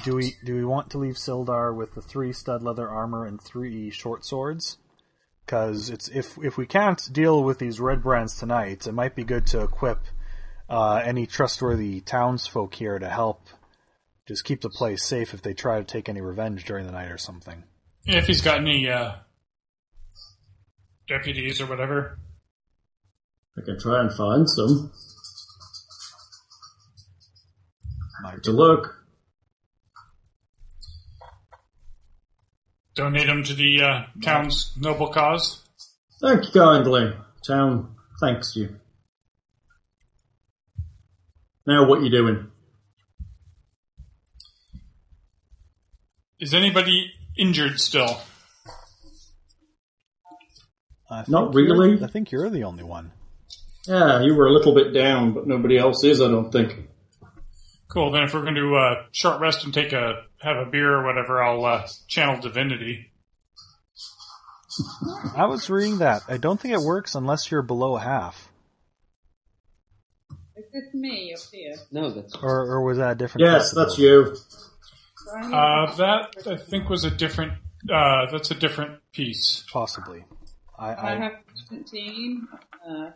do we do we want to leave Sildar with the three stud leather armor and three short swords? Because it's if if we can't deal with these red brands tonight, it might be good to equip uh, any trustworthy townsfolk here to help. Just keep the place safe if they try to take any revenge during the night or something.
If he's got any uh, deputies or whatever.
I can try and find some
Might-
to look.
Donate them to the uh, town's noble cause.
Thank you kindly. Town thanks you. Now what you doing?
Is anybody injured still?
I
Not
think you're-
really.
I think you're the only one.
Yeah, you were a little bit down, but nobody else is, I don't think.
Cool. Then if we're going to uh, short rest and take a have a beer or whatever, I'll uh, channel divinity.
I was reading that. I don't think it works unless you're below half.
Is this me up here?
No, that's
Or, or was that a different?
Yes,
festival?
that's you.
Uh, that I think was a different. Uh, that's a different piece.
Possibly. I,
I
I,
have 17. Uh,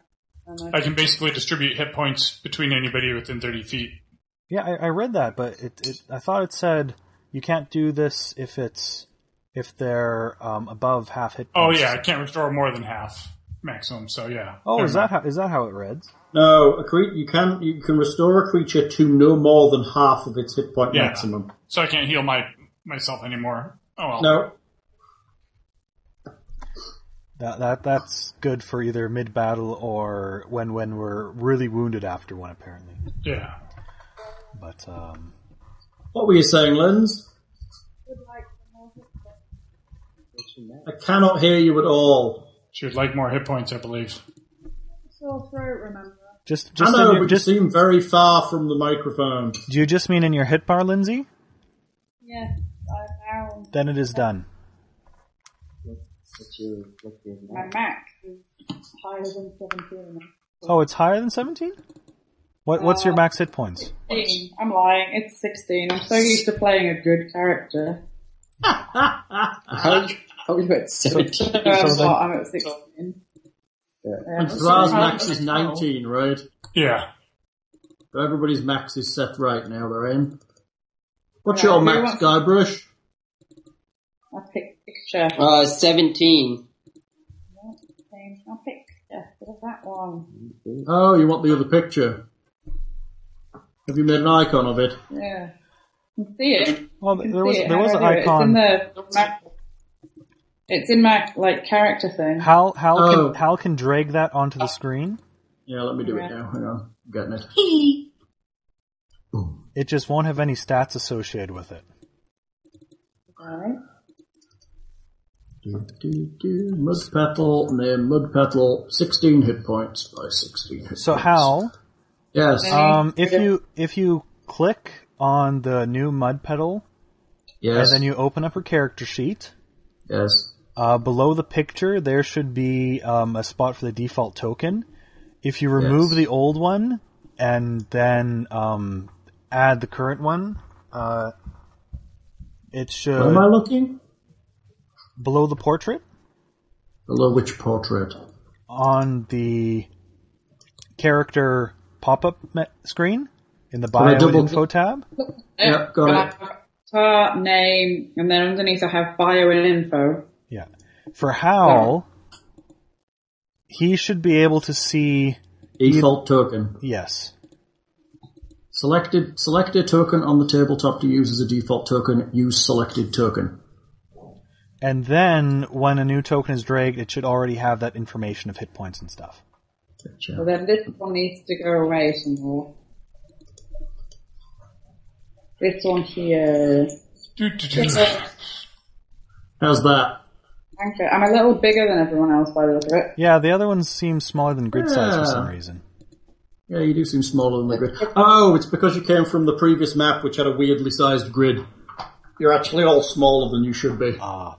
and
I can basically distribute hit points between anybody within thirty feet.
yeah, I, I read that, but it, it, I thought it said you can't do this if it's if they're um, above half hit.
Oh
points.
yeah, I can't restore more than half maximum. So yeah.
Oh,
Never
is that
mind.
how is that how it reads?
No, a cre- you can you can restore a creature to no more than half of its hit point
Yeah.
maximum.
So I can't heal my myself anymore. Oh well.
No,
That that that's good for either mid battle or when when we're really wounded after one apparently.
Yeah.
But um,
What were you saying, Linz? I cannot hear you at all.
She would like more hit points, I believe.
sore throat, remember?
just just
I know,
in
but
your, just
you seem very far from the microphone.
do you just mean in your hit bar, Lindsay?
Yes, I found
Then it is done.
that's your, that's your
my max is higher than 17.
Oh, it's higher than seventeen. What what's
Uh,
your max hit points?
16. I'm lying. It's 16. I'm so used to playing a good character.
How are you, how are you at seventeen?
No, I'm
So then-
not. I'm at 16.
Yeah.
And
Um,
Thraz max is 19, right?
Yeah.
So everybody's max is set right now, they're in. What's
Yeah,
your
we
max,
want-
Guybrush?
I pick picture.
Uh, seventeen.
I'll pick picture. What is that one?
Oh, you want the other picture. Have you made an icon of it?
Yeah. You can see it.
Well,
You can
there was
see it.
there
How
was
do
an
I do it?
icon.
uh, It's in the my, it's in my like character thing.
Hal Hal
Oh.
can Hal can drag that onto the screen.
Yeah, let me do
Yeah.
it now. Hang on. I'm getting it.
It just won't have any stats associated with it.
Right.
Do, do, do. Mud petal, name mud petal, 16 hit points by 16 hit
So
points.
Hal,
Yes.
Okay.
um, if
Okay.
you if you click on the new mud pedal
yes.
And then you open up her character sheet.
yes.
Uh, below the picture, there should be um, a spot for the default token. If you remove
Yes.
the old one and then um, add the current one, uh, it
Where am I
should
looking?
below the portrait
Below which portrait?
on the character pop-up me- screen in the
I
bio and
double-
info tab.
Yep, got it.
Part, name, and then underneath I have bio and info.
Yeah. For Hal, he should be able to see
Default token.
yes.
Selected select a token on the tabletop to use as a default token. Use selected token.
And then when a new token is dragged, it should already have that information of hit points and stuff.
Gotcha.
So then this one needs to go away somewhere. This one here.
Do, do, do.
Thank
How's that?
you. I'm a little bigger than everyone else by the look of it.
Yeah, the other ones seem smaller than grid size for some
Yeah.
reason.
Yeah, you do seem smaller than the grid. Oh, it's because you came from the previous map, which had a weirdly sized grid. You're actually all smaller than you should be.
Ah,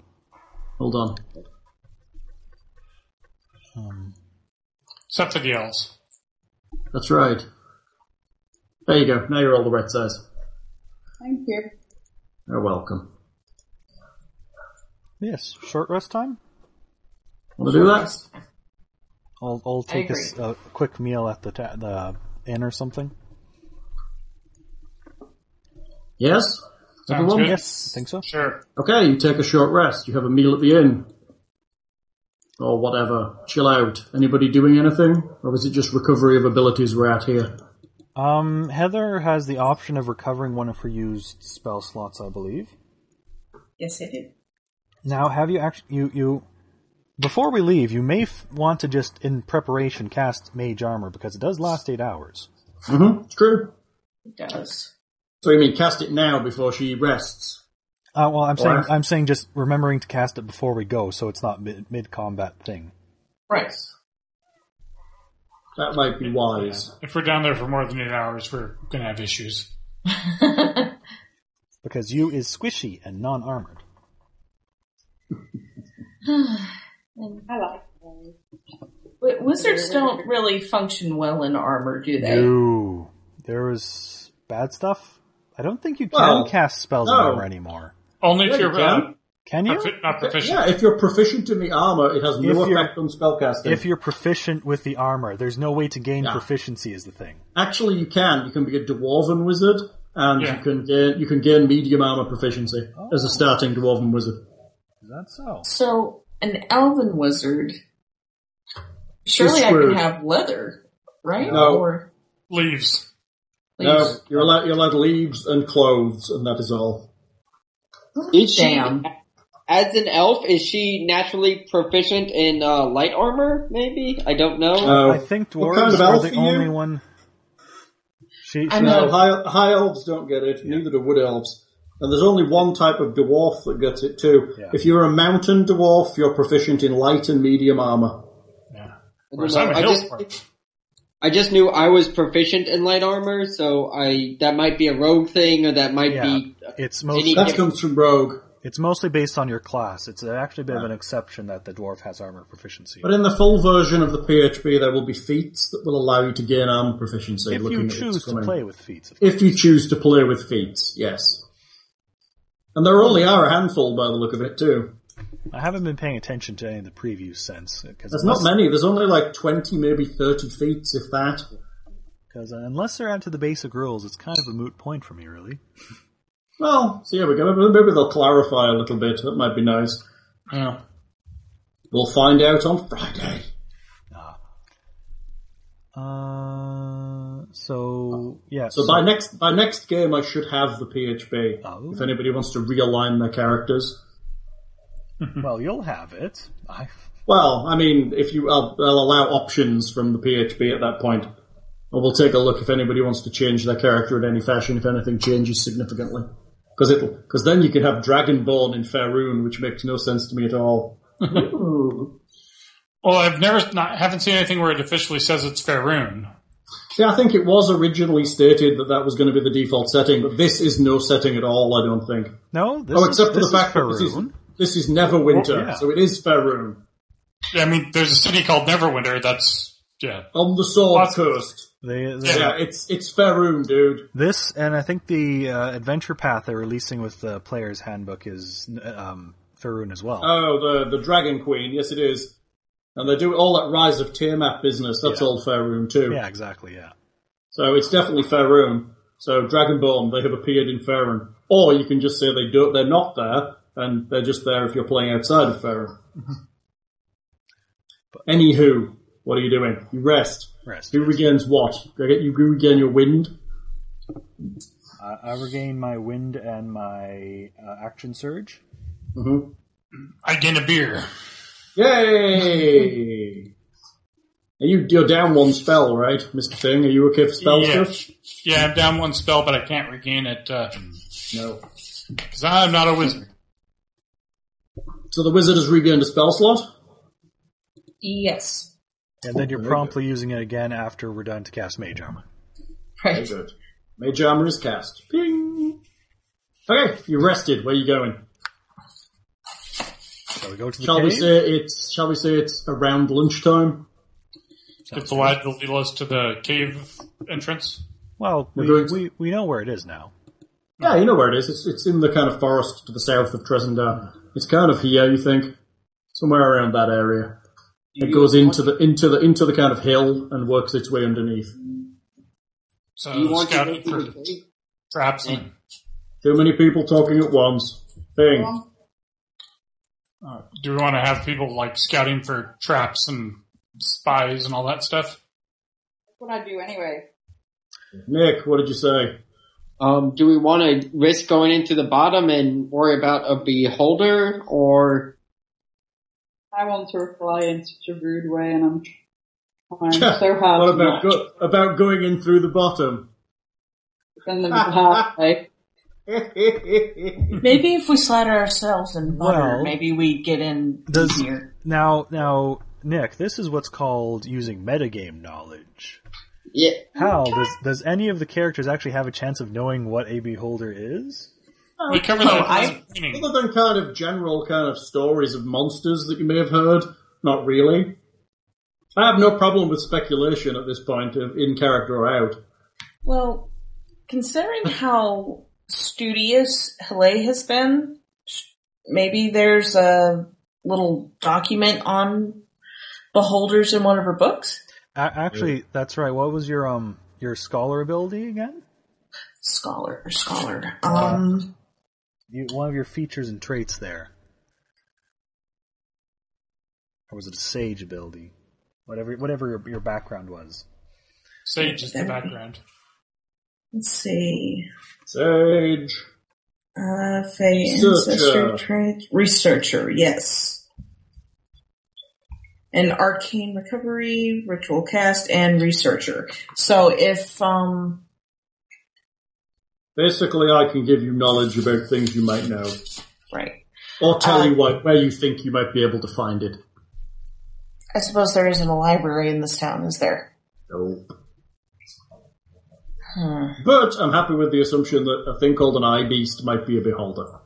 Hold on.
Except for the elves.
That's right. There you go. Now you're all the right size.
Thank you.
You're welcome.
yes, short rest time.
Want to do that?
I'll, I'll take a, s- a quick meal at the ta- the inn or something.
Yes.
Sounds
Everyone?
good.
Yes, I think so.
Sure.
Okay, you take a short rest. You have a meal at the inn. Or Oh, whatever. Chill out. Anybody doing anything? Or is it just recovery of abilities we're at here?
Um, Heather has the option of recovering one of her used spell slots, I believe.
Yes, I did.
Now, have you actually you you Before we leave, you may f- want to just, in preparation, cast Mage Armor because it does last eight hours.
Mm-hmm. It's true.
It does.
So you mean cast it now before she rests?
Uh, well, I'm saying
Alright.
I'm saying just remembering to cast it before we go, so it's not mid mid combat thing.
Right.
That might be wise.
If we're down there for more than eight hours, we're gonna have issues.
because you is squishy and non-armored.
I like those.
But wizards don't really function well in armor, do they?
No, there was bad stuff. I don't think you can
Well,
cast spells in
no.
armor anymore.
Only
Yeah,
if
you
you're uh,
can.
Can you?
profi- not proficient.
Yeah, if you're proficient in the armor, it has no
If you're-
effect on spellcasting.
If you're proficient with the armor, there's no way to gain
Yeah.
proficiency. Is the thing.
Actually, you can. You can be a dwarven wizard, and
Yeah.
you can gain you can gain medium armor proficiency
Oh.
as a starting dwarven wizard.
Is that so?
So an elven wizard. Surely I can
screwed.
have leather, right?
No.
Or
Leaves.
No,
leaves.
you're allowed you're allowed leaves and clothes, and that is all.
Is she,
Damn.
as an elf, is she naturally proficient in uh, light armor? Maybe I don't know.
No.
I think
What
dwarves
kind of
are
elf
the
are you?
only one. She,
I'm
she-
No,
Yeah.
high, high elves don't get it. Neither do wood elves. And there's only one type of dwarf that gets it too.
Yeah.
If you're a mountain dwarf, you're proficient in light and medium armor.
Yeah.
I,
Whereas
don't know.
I'm a
I
hill
just I just knew I was proficient in light armor, so I that might be a rogue thing, or that might
yeah,
be
it's mostly
Any-
That
Yeah.
comes from rogue.
it's mostly based on your class. It's actually a bit of an exception that the dwarf has armor proficiency.
But in the full version of the PHP, there will be feats that will allow you to gain armor proficiency.
if
looking
you
at what's
choose to
coming.
play with feats, of
If you choose to play with feats, yes. And there only are a handful by the look of it too.
I haven't been paying attention to any of the previews since because
There's not many. There's only like 20, maybe 30 feats, if that.
Because unless they're out to the basic rules, it's kind of a moot point for me, really.
Well, so here we go. Maybe maybe they'll clarify a little bit. That might be nice.
Yeah.
We'll find out on Friday.
Ah. Uh, so yeah.
So by next by next game, I should have the PHP.
Oh.
If anybody wants to realign their characters,
well, you'll have it. I
well, I mean, if you, I'll, I'll allow options from the PHP at that point, and we'll take a look if anybody wants to change their character in any fashion. If anything changes significantly, because it'll because then you can have Dragonborn in Faerun, which makes no sense to me at all.
Well, I've never not haven't seen anything where it officially says it's Faerun.
Yeah, I think it was originally stated that that was going to be the default setting, but this is no setting at all. I don't think.
no. This
Oh,
is,
except for
this
the fact that
is
this is,
Faerun.
this is never winter,
Well, yeah.
so it is Faerun.
I mean, there's a city called Neverwinter. That's yeah.
On the Sword
Lots of-
Coast.
They- they-
Yeah, it's it's Faerun, dude.
This and I think the uh, adventure path they're releasing with the player's handbook is um, Faerun as well.
Oh, the the Dragon Queen. Yes, it is. And they do all that Rise of Tiamat business. That's
Yeah.
all Faerun too.
yeah, exactly. Yeah.
So it's definitely Faerun. So Dragonborn, they have appeared in Faerun. Or you can just say they do they're not there, and they're just there if you're playing outside of Faerun. Anywho, what are you doing? You rest.
Rest.
Who regains what? You get- you regain your wind.
I, I regain my wind and my uh, action surge.
hmm
I gain a beer.
Yay! Are you, you're down one spell, right, Mr. Thing? Are you okay for spell
yeah.
stuff?
Yeah, I'm down one spell, but I can't regain it because
No.
I'm not a wizard.
So the wizard has regained a spell slot?
Yes.
And then you're
very
promptly using it again after we're done to cast Mage Armor.
Right.
good. Mage armor is cast. Ping! Okay, you rested. Where are you going?
Shall we go to the
Shall we
cave?
say it's, shall we say it's around lunchtime?
It's allowed to lead us to the cave entrance.
Well,
We're
we,
going to-
we, we know where it is now.
Yeah, you know where it is. It's, it's in the kind of forest to the south of Tresendar. It's kind of here, you think? Somewhere around that area. It goes into the, into the, into the kind of hill and works its way underneath.
So
Do you want to go
scouting for
through the cave?
traps and
Too many people talking at once. Thing.
uh, do we want to have people like scouting for traps and spies and all that stuff?
That's what I do anyway.
Nick, what did you say?
Um, do we want to risk going into the bottom and worry about a beholder, or
I want to reply in such a rude way, and I'm trying so hard
what
to
about
not.
go- about going in through the bottom?
Send them halfway.
Maybe if we slather ourselves in butter,
Well-
maybe we get in
Does-
easier.
Now, now, Nick, this is what's called using metagame knowledge.
Yeah.
How does does any of the characters actually have a chance of knowing what a beholder is?
We cover that
Oh, I-
at the beginning.
Other than kind of general kind of stories of monsters that you may have heard, not really. I have no problem with speculation at this point, of in character or out.
Well, considering how studious Hele has been, maybe there's a little document on beholders in one of her books.
A- actually, that's right. What was your um your scholar ability again?
Scholar, scholar. Um,
You, one of your features and traits there, or was it a sage ability? Whatever, whatever your, your background was.
Sage is the background.
let's see.
Sage.
Uh, Faye
Researcher.
ancestor trait researcher. Yes. An arcane recovery, ritual cast, and researcher. So if um,
Basically, I can give you knowledge about things you might know,
right.
or tell
Uh,
you what, where you think you might be able to find it.
I suppose there isn't a library in this town, is there?
Nope.
Hmm.
But I'm happy with the assumption that a thing called an eye beast might be a beholder.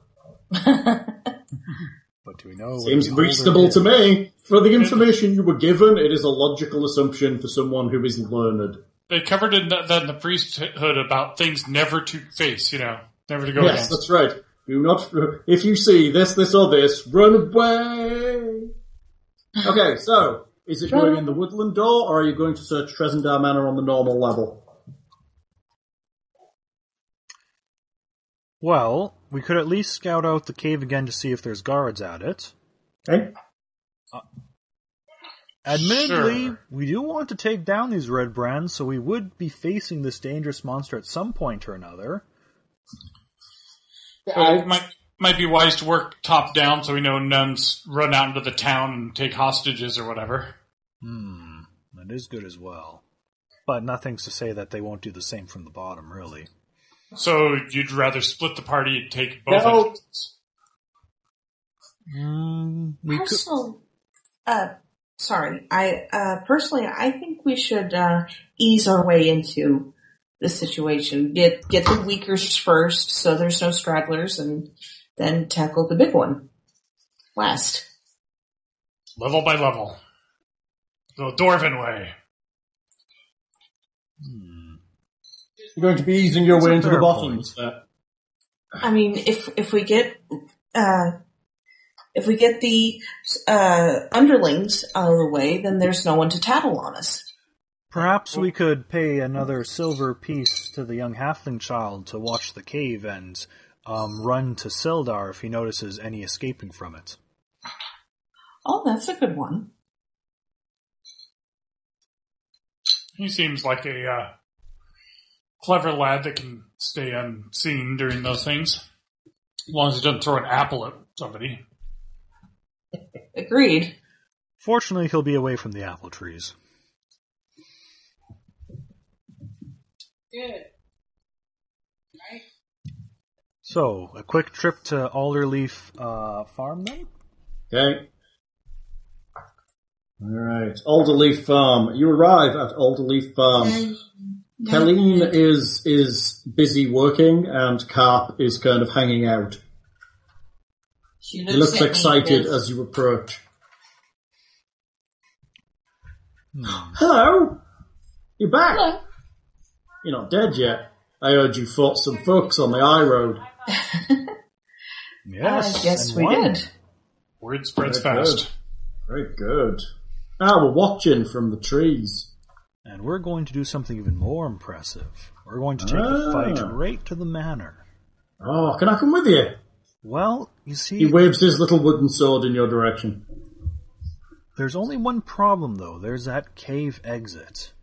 But do we know? what a
Seems
beholder
reasonable
is?
to me. For the information you were given, it is a logical assumption for someone who is learned.
They covered in that, that in the priesthood about things never to face, you know, never to go
yes,
against.
that's right. Do not. If you see this, this, or this, run away. Okay, so is it going in the woodland door, or are you going to search Tresendar Manor on the normal level?
Well, we could at least scout out the cave again to see if there's guards at it.
Okay.
Admittedly,
Sure.
we do want to take down these red brands, so we would be facing this dangerous monster at some point or another.
But it might might be wise to work top down so we know nuns run out into the town and take hostages or whatever.
Hmm, that is good as well. But nothing's to say that they won't do the same from the bottom, really.
So you'd rather split the party and take both.
No.
entrances.
Mm, we could,
Also, uh, sorry. I uh, personally, I think we should uh, ease our way into the situation. Get get the weakers first, so there's no stragglers, and then tackle the big one last.
level by level. The Dwarven way.
You're going to be easing your
That's
way
a
into the
fair
bottom.
point.
is that-
I mean, if if we get uh, if we get the uh, underlings out of the way, then there's no one to tattle on us.
perhaps we could pay another silver piece to the young halfling child to watch the cave and um, run to Sildar if he notices any escaping from it.
Oh, that's a good one.
He seems like a uh, clever lad that can stay unseen during those things. As long as he doesn't throw an apple at somebody.
Agreed.
Fortunately, he'll be away from the apple trees.
Good.
So, a quick trip to Alderleaf uh, Farm, then?
Okay. All right. Alderleaf Farm. You arrive at Alderleaf Farm. Helene is is busy working, and Carp is kind of hanging out.
She
He looks
at me
excited
with-
as you approach. Hmm. Hello! You're back!
Hello.
You're not dead yet. I heard you fought some folks on the high road.
Yes.
I guess
and
Uh, we
one.
did.
Word spreads
Very good.
fast.
Very good. Ah, we're watching from the trees.
And we're going to do something even more impressive. We're going to take the
Ah.
fight right to the manor.
Oh, can I come with you?
Well, you
He
see,
waves his little wooden sword in your direction.
there's only one problem, though. There's that cave exit.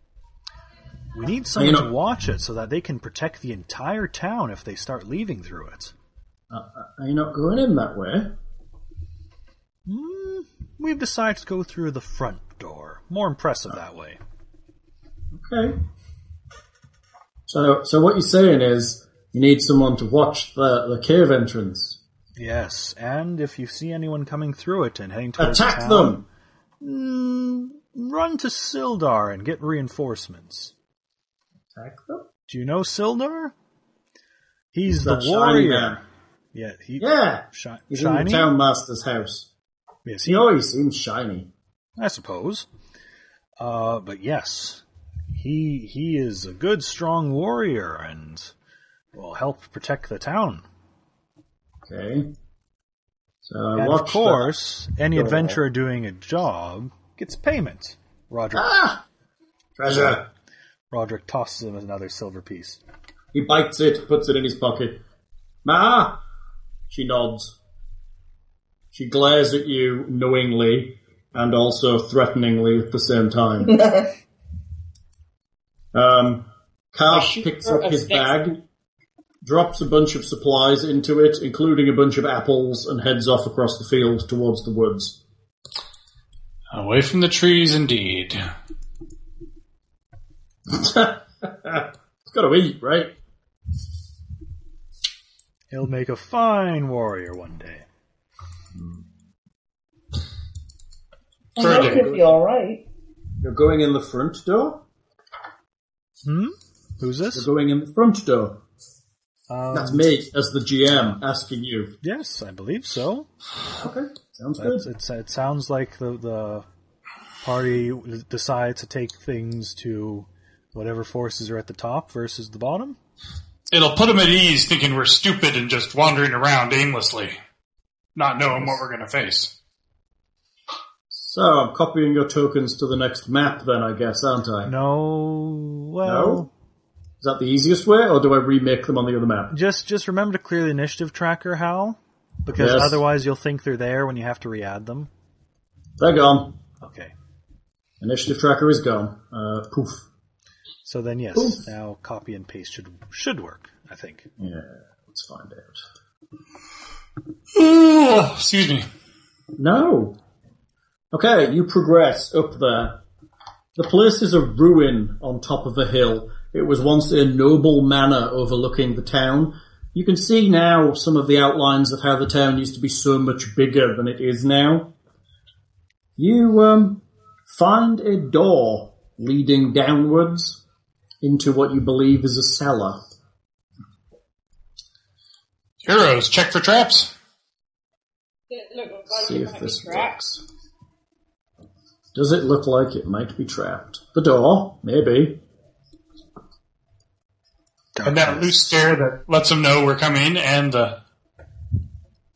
We need
Are you
someone to
not-
watch it so that they can protect the entire town if they start leaving
Uh,
through it.
Are you not going in that way?
Hmm, we've decided to go through the front door. More impressive that way.
Okay. So, so what you're saying is you need someone to watch the, the cave entrance.
Yes, and if you see anyone coming through it and heading towards
Attack
town,
them!
Mm, run to Sildar and get reinforcements.
Attack them?
Do you know Sildar? He's, the
That shiny man.
warrior. Yeah, he,
Yeah!
shi-
He's in
shiny.
the town master's house.
Yes,
He
he,
always seems shiny.
I suppose. Uh, but yes, he he is a good, strong warrior and will help protect the town.
Okay. So
and
watch
of
the-
course, any
Go ahead.
adventurer doing a job gets payment. Roderick
Ah! Treasure!
Roderick tosses him another silver piece.
He bites it, puts it in his pocket. Ma! She nods. She glares at you knowingly and also threateningly at the same time. um,
I
Carl
shoot
picks
her
up
a
his
stick.
bag, drops a bunch of supplies into it, including a bunch of apples, and heads off across the field towards the woods.
Away from the trees, indeed.
it's gotta eat, right?
He'll make a fine warrior one day.
Third
That
day.
could be alright.
You're going in the front door?
Hmm? Who's
You're
this?
going in the front door.
Um,
That's me, as the GM, asking you.
Yes, I believe so.
Okay, sounds
That's,
good.
it's, it sounds like the, the party decides to take things to whatever forces are at the top versus the bottom.
It'll put them at ease thinking we're stupid and just wandering around aimlessly, not knowing what we're going to face.
So I'm copying your tokens to the next map, then I guess, aren't I?
No, well,
No? Is that the easiest way, or do I remake them on the other map?
just just remember to clear the initiative tracker, Hal, because
Yes.
otherwise you'll think they're there when you have to re-add them.
They're gone.
Okay,
Initiative tracker is gone. Uh, poof.
so then yes,
Oof.
now copy and paste should should work. I think.
Yeah, let's find out.
Ugh, Excuse me.
No. Okay, you progress up there. The place is a ruin on top of a hill. It was once a noble manor overlooking the town. You can see now some of the outlines of how the town used to be so much bigger than it is now. You um, find a door leading downwards into what you believe is a cellar.
Heroes, check for traps.
It looked like
See
it
if
might
this
be trapped.
works. Does it look like it might be trapped? The door, maybe.
And that loose stare that lets them know we're coming and uh,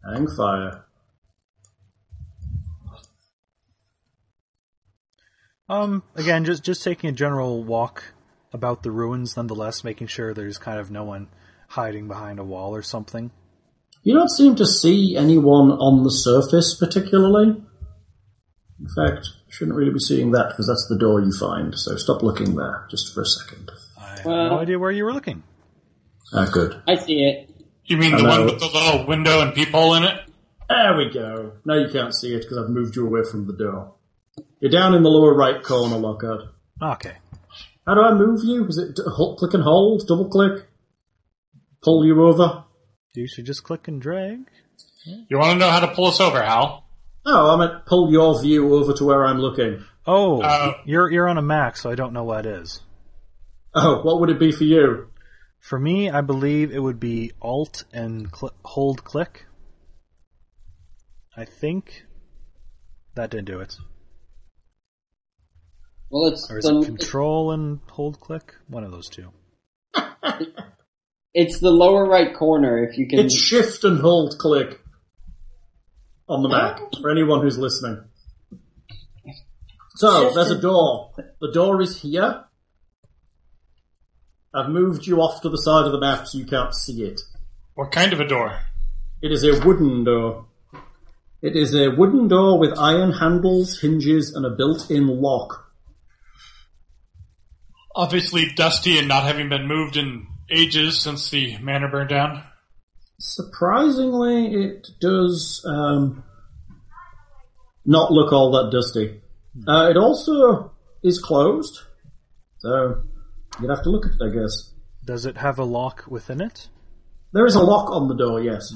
the
Hang fire.
Um, again, just just taking a general walk about the ruins, nonetheless, making sure there's kind of no one hiding behind a wall or something.
You don't seem to see anyone on the surface particularly. In fact, you shouldn't really be seeing that because that's the door you find. So stop looking there just for a second.
I have
Well-
no idea where you were looking.
Ah, good.
I see it.
you mean the
Hello.
one with the little window and peephole in it?
There we go. Now you can't see it because I've moved you away from the door. You're down in the lower right corner, Lockhart.
Ah, Okay.
How do I move you? Is it d- ho- click and hold? Double click? Pull you over?
You should just click and drag.
You want to know how to pull us over, Hal?
No, Oh, I meant pull your view over to where I'm looking.
Oh,
Uh,
you're you're on a Mac, so I don't know what is.
Oh, what would it be for you?
For me, I believe it would be Alt and cl- hold click. I think that didn't do it.
Well, it's
Or is it
the,
Control and hold click? One of those two.
it's the lower right corner. If you can,
It's shift and hold click on the Mac for anyone who's listening. So
Shift
there's a
and-
door. The door is here. I've moved you off to the side of the map so you can't see it.
What kind of a door?
It is a wooden door. It is a wooden door with iron handles, hinges, and a built-in lock.
Obviously dusty and not having been moved in ages since the manor burned down.
Surprisingly, it does um, not look all that dusty. Uh, it also is closed, so you'd have to look at it, I guess.
Does it have a lock within it?
There is a lock on the door, yes.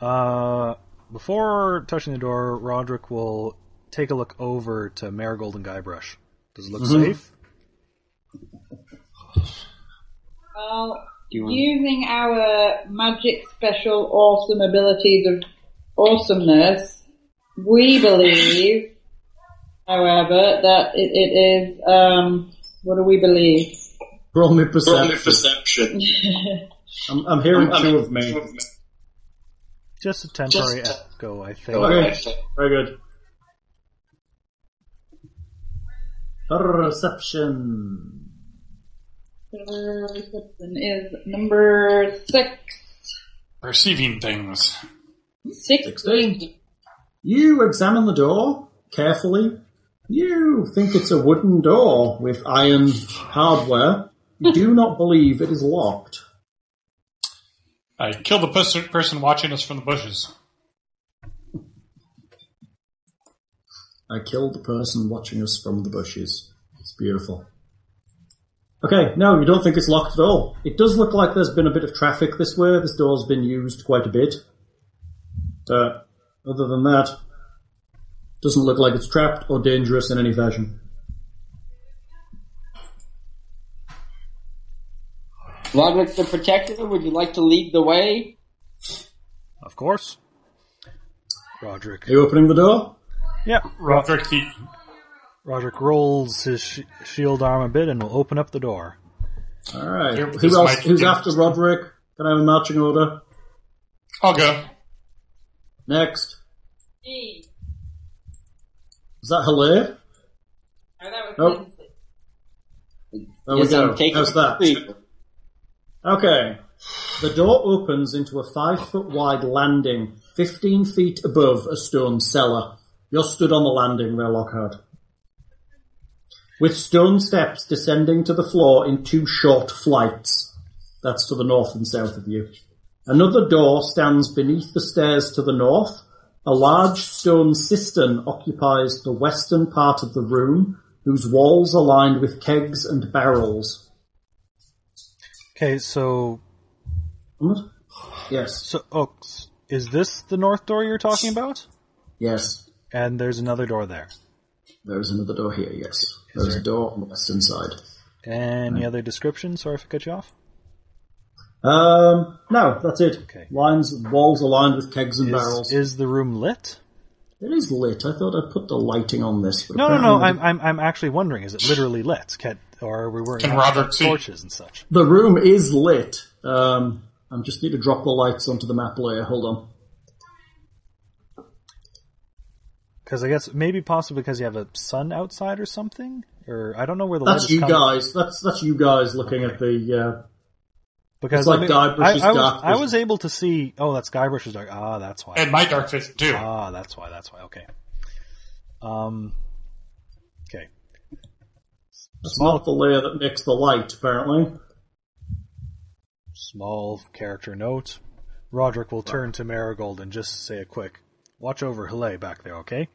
Uh, before touching the door, Roderick will take a look over to Marigold and Guybrush. Does it look
Mhm.
safe?
Well,
Do you want-
using our magic special awesome abilities of awesomeness, we believe, however, that it, it is, um, what do we believe?
Roll me
Roll me
perception.
perception.
I'm, I'm hearing two of me.
Just a temporary echo, I think.
Go ahead.
Very good. Perception.
Perception is number six.
Perceiving things.
Sixteen.
You examine the door carefully. You think it's a wooden door with iron hardware. You do not believe it is locked.
I kill the pers- person watching us from the bushes.
I killed the person watching us from the bushes. It's beautiful. Okay, no, you don't think it's locked at all. It does look like there's been a bit of traffic this way. This door's been used quite a bit. But other than that, doesn't look like it's trapped or dangerous in any fashion.
Roderick the Protector, would you like to lead the way?
Of course. Roderick.
Are you opening the door?
Yep.
Roderick the
Roderick rolls his sh- shield arm a bit and will open up the door.
All right.
Here,
Who
this
else?
might-
Who's after Roderick? Can I have a marching order?
I'll go.
Next.
E.
Is that Hilaire?
Oh, that was
Nope.
Lindsay.
There
Yes,
we
I'm
go.
taking
How's
the
that?
lead.
Okay. The door opens into a five foot wide landing, 15 feet above a stone cellar. You're stood on the landing there, Lockhart. With stone steps descending to the floor in two short flights. That's to the north and south of you. Another door stands beneath the stairs to the north. A large stone cistern occupies the western part of the room, whose walls are lined with kegs and barrels.
Okay, so
Hmm? Yes.
so oh, s- is this the north door you're talking about?
Yes.
And there's another door there.
There is another door here, yes. There is a door on the western side.
Any other description? Sorry if I cut you off.
Um, no, that's it.
Okay.
Lines, walls are lined with kegs and
Is,
barrels.
is the room lit?
it is lit. I thought I put the lighting on this. But
No, no, no.
apparently
I'm, I'm, I'm actually wondering: is it literally lit? Can, or are we worried
Can
about
Roderick see?
torches and such?
The room is lit. Um, I just need to drop the lights onto the map layer. Hold on.
Because I guess maybe possibly because you have a sun outside or something, or I don't know where the light
That's
is
you
coming.
guys. That's that's you guys looking at the. Uh,
Because
It's like
I, mean,
Guybrush's
I, I, was,
dark
I
vision.
was able to see. Oh, that's Guybrush's dark. Ah, that's why.
And my dark vision too.
Uh,
Ah, that's why. That's why. Okay. Um. Okay.
that's not the layer that makes the light, apparently.
Small character note. Roderick will turn to Marigold and just say a quick, "Watch over Hillay back there, okay?"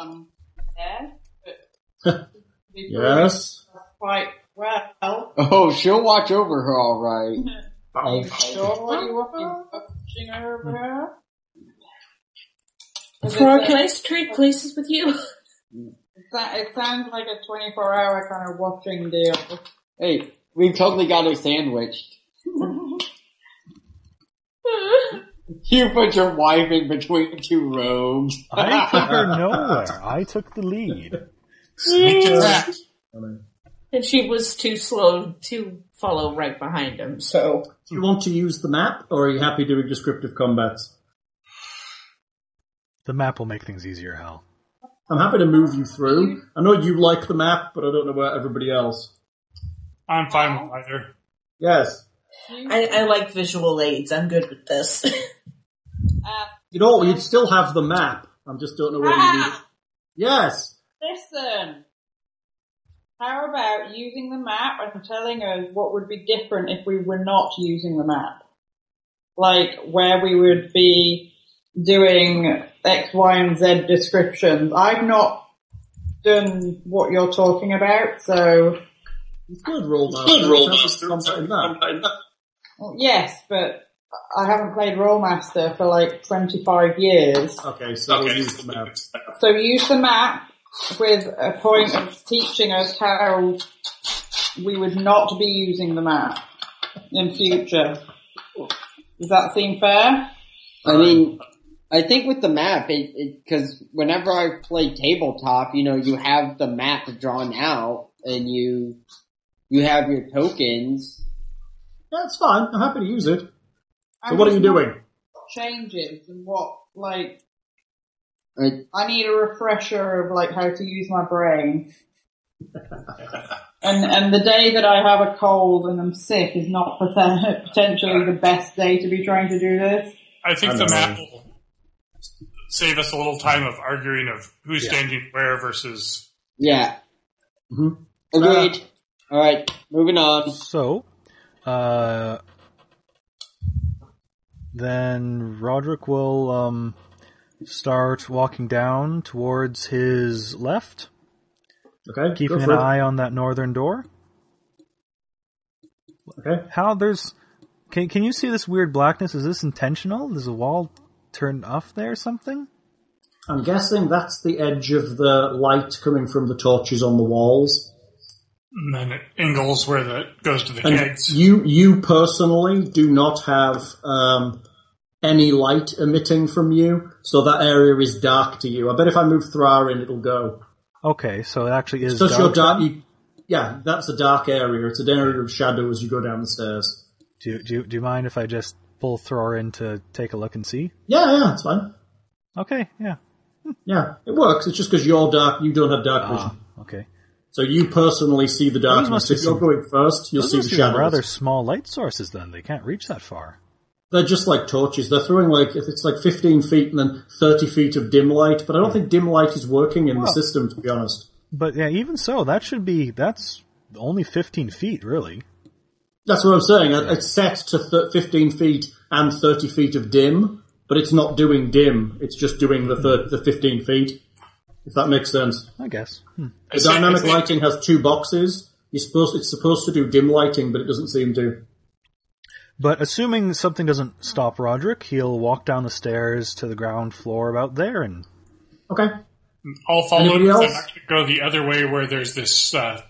Um, yes, but-
Yes.
Quite well.
Oh, she'll watch over her all right.
You sure you want me watching over her? Is it
Frog,
the-
can I trade places with you?
It sa- It sounds like a 24 hour kind of watching deal. Uh,
Hey, we totally got her sandwiched. You put your wife in between two robes.
I put her nowhere. I took the lead.
Sneak attack.
and she was too slow to follow right behind him, so.
Do you want to use the map, or are you happy doing descriptive combats?
The map will make things easier, Hal.
I'm happy to move you through. I know you like the map, but I don't know about everybody else.
I'm fine with either.
Yes.
I, I like visual aids. I'm good with this.
Uh,
You know, you'd still have the map. I just don't know where you need it.
ah,
Yes.
listen. How about using the map and telling us what would be different if we were not using the map? Like where we would be doing X, Y, and Z descriptions. I've not done what you're talking about, so
You could roll master.
Good roll,
That's
master.
something in that. Oh.
well, yes, but I haven't played Rollmaster for like 25 years.
Okay, so we'll
Okay.
use the map.
So use the map with a point of teaching us how we would not be using the map in future. Does that seem fair?
I mean, I think with the map, it because whenever I play tabletop, you know, you have the map drawn out, and you you have your tokens.
Yeah, it's fine. I'm happy to use it. So
I'm
what are you
just not-
doing?
Changes and what like
I,
I need a refresher of like how to use my brain. and and the day that I have a cold and I'm sick is not poten- potentially the best day to be trying to do this.
I think
I
the
know.
map will save us a little time of arguing of who's
Yeah.
standing where versus.
yeah.
Mhm.
Agreed. All right, moving on.
So, uh, then Roderick will um, start walking down towards his left,
Okay,
keeping
go
an
for it.
eye on that northern door.
Okay.
How there's can can you see this weird blackness? Is this intentional? There's a wall turned off there or something?
I'm guessing that's the edge of the light coming from the torches on the walls.
And then it angles where the goes to the
And
kegs.
you, you personally do not have um, any light emitting from you, so that area is dark to you. I bet if I move Thrar in, it'll go.
Okay, so it actually is
So
dark.
you're dark. You, yeah, that's a dark area. It's an area of shadow as you go down the stairs.
Do, you- do you- do you mind if I just pull Thor in to take a look and see?
Yeah, yeah, it's fine.
Okay, yeah.
Yeah, it works. It's just because you're dark, you don't have dark vision.
Ah, okay.
So you personally see the darkness.
must be
If you're
some-
going first, you'll
Those
see the
must be some
shadows.
rather small light sources then. They can't reach that far.
They're just like torches. They're throwing like it's like 15 feet and then 30 feet of dim light. But I don't think dim light is working in the
Well-
system, to be honest.
But yeah, even so, that should be that's only 15 feet, really.
That's what I'm saying. It- It's set to th- 15 feet and 30 feet of dim, but it's not doing dim. It's just doing the thir- the 15 feet. If that makes sense.
I guess.
The dynamic lighting has two boxes. You're supposed it's supposed to do dim lighting, but it doesn't seem to.
But assuming something doesn't stop Roderick, he'll walk down the stairs to the ground floor about there and
Okay.
I'll follow
Anybody
it. I'm
else?
actually go the other way where there's this uh,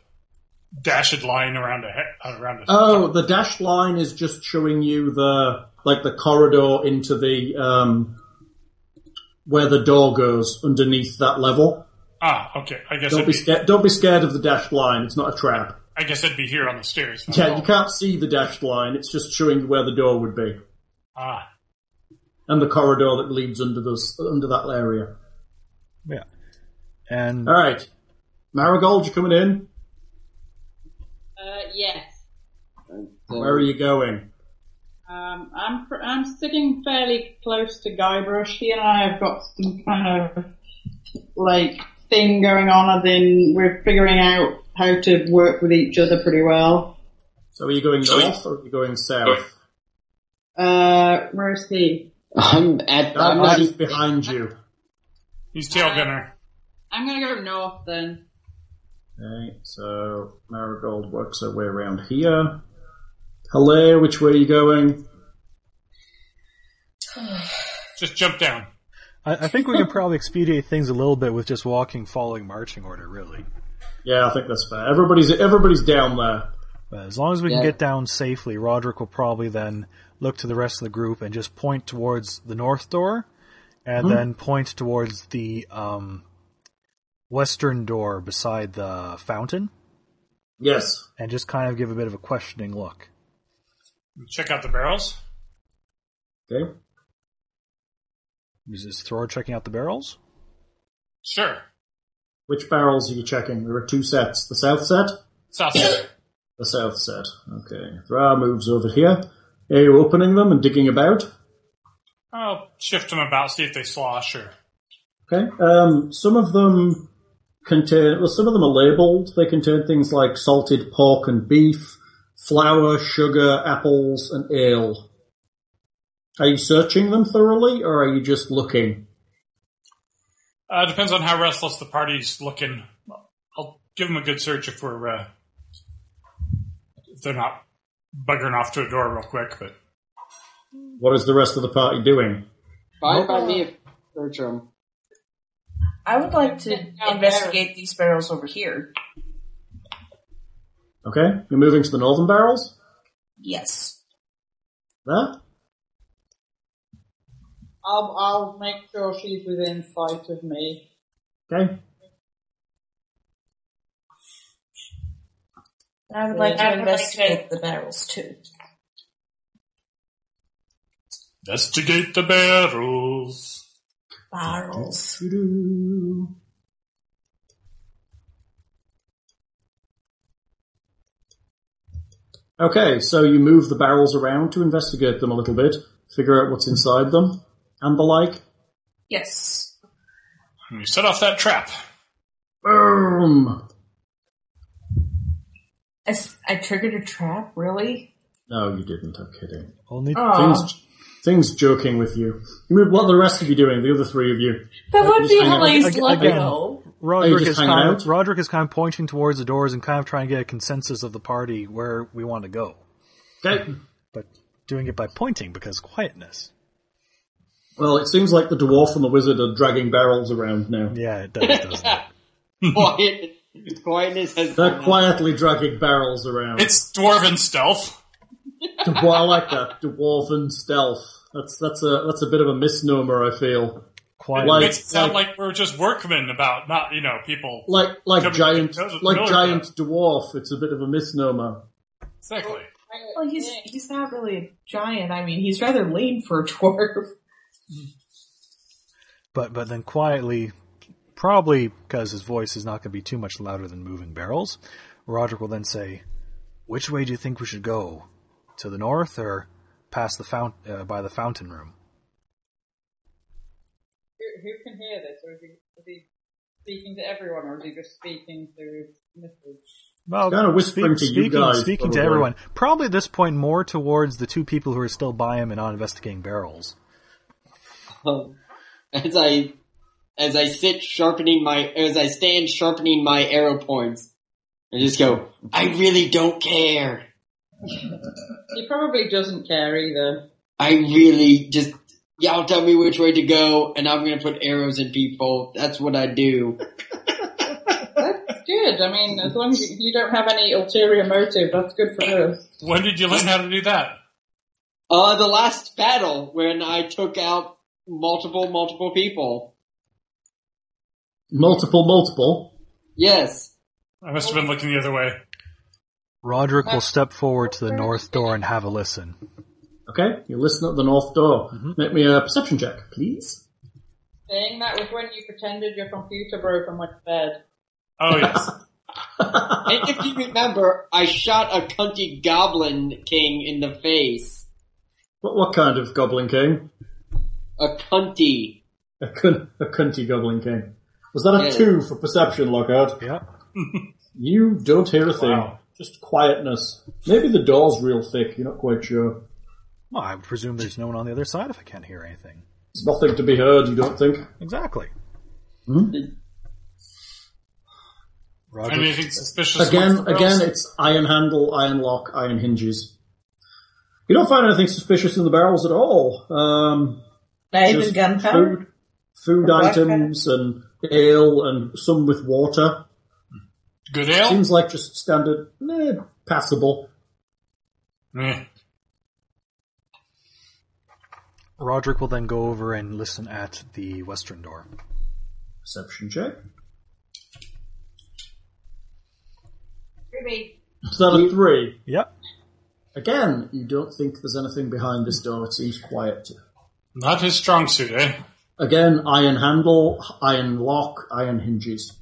dashed line around a he- around a.
Oh, the dashed line is just showing you the like the corridor into the um where the door goes underneath that level.
ah, okay. I guess
Don't
it'd
be
be,
scared. Don't be scared of the dashed line. It's not a trap.
I guess it'd be here on the stairs.
Yeah, you can't see the dashed line. It's just showing you where the door would be
Ah,
and the corridor that leads under this under that area.
yeah. And
All right, Marigold, you coming in?
Uh, yes.
Where are you going?
Um, I'm pr- I'm sitting fairly close to Guybrush. He and I have got some kind of like thing going on, as in we're figuring out how to work with each other pretty well.
So are you going
So-
north or are you going south?
Uh, where's he?
I'm at.
That
I'm not.
is behind you.
he's tail gunner.
I'm gonna go north then.
Okay, so Marigold works her way around here. Hello, which way are you going?
Just jump down.
I, I think we can probably expedite things a little bit with just walking, following marching order, really.
Yeah, I think that's fair. Everybody's everybody's down there.
But as long as we can
Yeah.
get down safely, Roderick will probably then look to the rest of the group and just point towards the north door, and
Hmm.
then point towards the um, western door beside the fountain,
Yes.
and just kind of give a bit of a questioning look.
Check out the barrels.
Okay.
Is this Thor checking out the barrels?
Sure.
Which barrels are you checking? There are two sets. The south set,
South side.
the south set. Okay. Thra moves over here. Are you opening them and digging about?
I'll shift them about, see if they slosh or.
Okay. Um, some of them contain, well, some of them are labeled. They contain things like salted pork and beef, flour, sugar, apples, and ale. Are you searching them thoroughly, or are you just looking?
Uh, depends on how restless the party's looking. I'll give them a good search if we're uh, if they're not buggering off to a door real quick. But
What is the rest of the party doing?
Fine by me if Bertram.
I would like to investigate these barrels over here.
Okay, you're moving to the northern barrels.
Yes.
There.
I'll, I'll make sure she's within sight of me.
Okay.
I would like to
Yeah. I would like
investigate the barrels too.
investigate the barrels.
Barrels.
Okay, so you move the barrels around to investigate them a little bit, figure out what's inside them, and the like.
Yes.
And we set off that trap.
Boom!
I, s- I triggered a trap, really?
No, you didn't. I'm kidding.
Only
Oh,
Aw.
Things, things joking with you. You move- What are the rest of you doing? The other three of you.
That would be
I know.
Helene's
Again-
luck,
again.
though.
Are you
Roderick
Oh, just
is
hanging
kind
out?
of Roderick is kind of pointing towards the doors and kind of trying to get a consensus of the party where we want to go,
Okay.
but doing it by pointing because quietness.
Well, it seems like the dwarf and the wizard are dragging barrels around now.
Yeah, it does, doesn't it?
Quiet, quietness has
They're quietly dragging barrels around.
It's dwarven stealth.
Dwar- I like that. Dwarven stealth. That's that's a that's a bit of a misnomer. I feel
Quiet.
Like-
Makes it sound like we're just workmen about not, you know, people.
like like
Coming
giant
to terms with
like
Miller,
giant dwarf. It's a bit of a misnomer.
Exactly.
Well, he's he's not really a giant. I mean, he's rather lean for a dwarf.
but but then quietly, probably because his voice is not going to be too much louder than moving barrels, Roderick will then say, "Which way do you think we should go? To the north or past the fount uh, by the fountain room?"
Who, who can hear this? Or is he, is he speaking to everyone, or is he just speaking to Mrs.?
Well,
Kinda whispering to you
speaking,
guys,
speaking to
probably.
everyone. Probably at this point, more towards the two people who are still by him and not investigating barrels.
Um, as I as I sit sharpening my as I stand sharpening my arrow points. I just go, I really don't care.
He probably doesn't care either.
I really just y'all tell me which way to go and I'm gonna put arrows in people. That's what I do.
That's good. I mean, as long as you, you don't have any ulterior motive, that's good for us.
When did you learn how to do that?
Uh the last battle when I took out multiple, multiple people.
Multiple, multiple.
Yes.
I must have been looking the other way.
Roderick will step forward to the north door and have a listen.
Okay, you listen at the north door. Make me a perception check, please.
Saying that was when you pretended your computer broke and went to bed.
Oh yes.
And if you remember, I shot a cunty goblin king in the face.
What what kind of goblin king?
A cunty.
A, cun- a cunty goblin king. Was that a
Yeah.
two for perception, Lockhart?
Yeah.
You don't hear a thing.
Wow.
Just quietness. Maybe the door's real thick. You're not quite sure.
Well, I presume there's no one on the other side if I can't hear anything.
It's nothing to be heard. You don't think?
Exactly. Roderick,
Anything suspicious?
Again,
amongst the girls?
again, it's iron handle, iron lock, iron hinges. You don't find anything suspicious in the barrels at all. Um,
Not even
just
gunpowder?
food, food
Or black
items, and ale, and some with water.
Good ale.
Seems like just standard, eh, passable.
Eh.
Roderick will then go over and listen at the western door.
Perception check.
Maybe.
Is that a three?
Yep.
Again, you don't think there's anything behind this door. It seems quiet.
Not his strong suit, eh?
Again, iron handle, iron lock, iron hinges.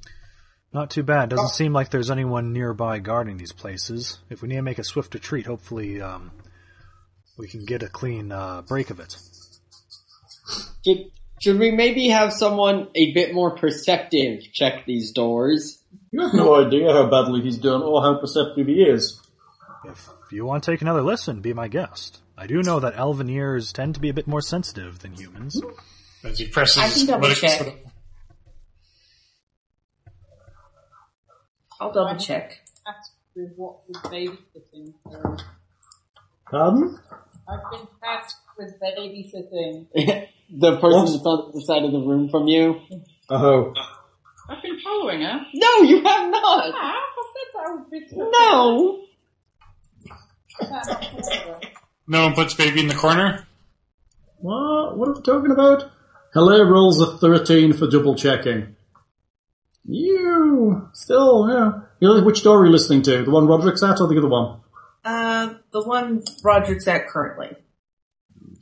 Not too bad. Doesn't seem like there's anyone nearby guarding these places. If we need to make a swift retreat, hopefully um, we can get a clean uh, break of it.
Should, should we maybe have someone a bit more perceptive check these doors?
You have no idea how badly he's done or how perceptive he is.
If you want to take another listen, be my guest. I do know that elven ears tend to be a bit more sensitive than humans.
As he presses,
I can double
but it's
check.
sort of-
I'll double check.
Asked with what was babysitting. So
Pardon?
I've been tasked with babysitting.
the person that's on the side of the room from you.
Oh.
I've been following her.
No, you have
Yeah,
not.
I said I would be.
No.
no one puts baby in the corner.
What? What are we talking about? Hello rolls a 13 for double checking. You! Still, yeah. You know, which door are you listening to? The one Roderick's at or the other one?
Uh, the one Roderick's at currently.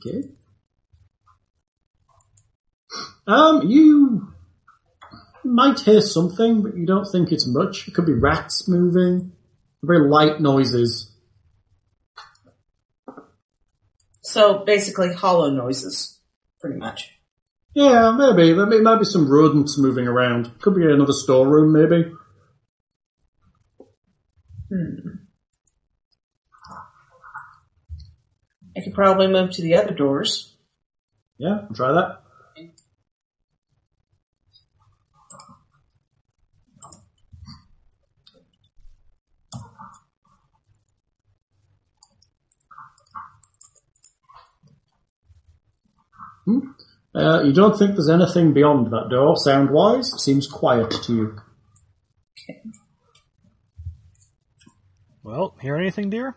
Okay. Um, you might hear something, but you don't think it's much. It could be rats moving. Very light noises.
So basically hollow noises, pretty much.
Yeah, maybe. There may, might be some rodents moving around. Could be another storeroom, maybe.
Hmm. I could probably move to the other doors.
Yeah, try that. Hmm. Uh, you don't think there's anything beyond that door, sound wise? Seems quiet to you.
Well, hear anything, dear?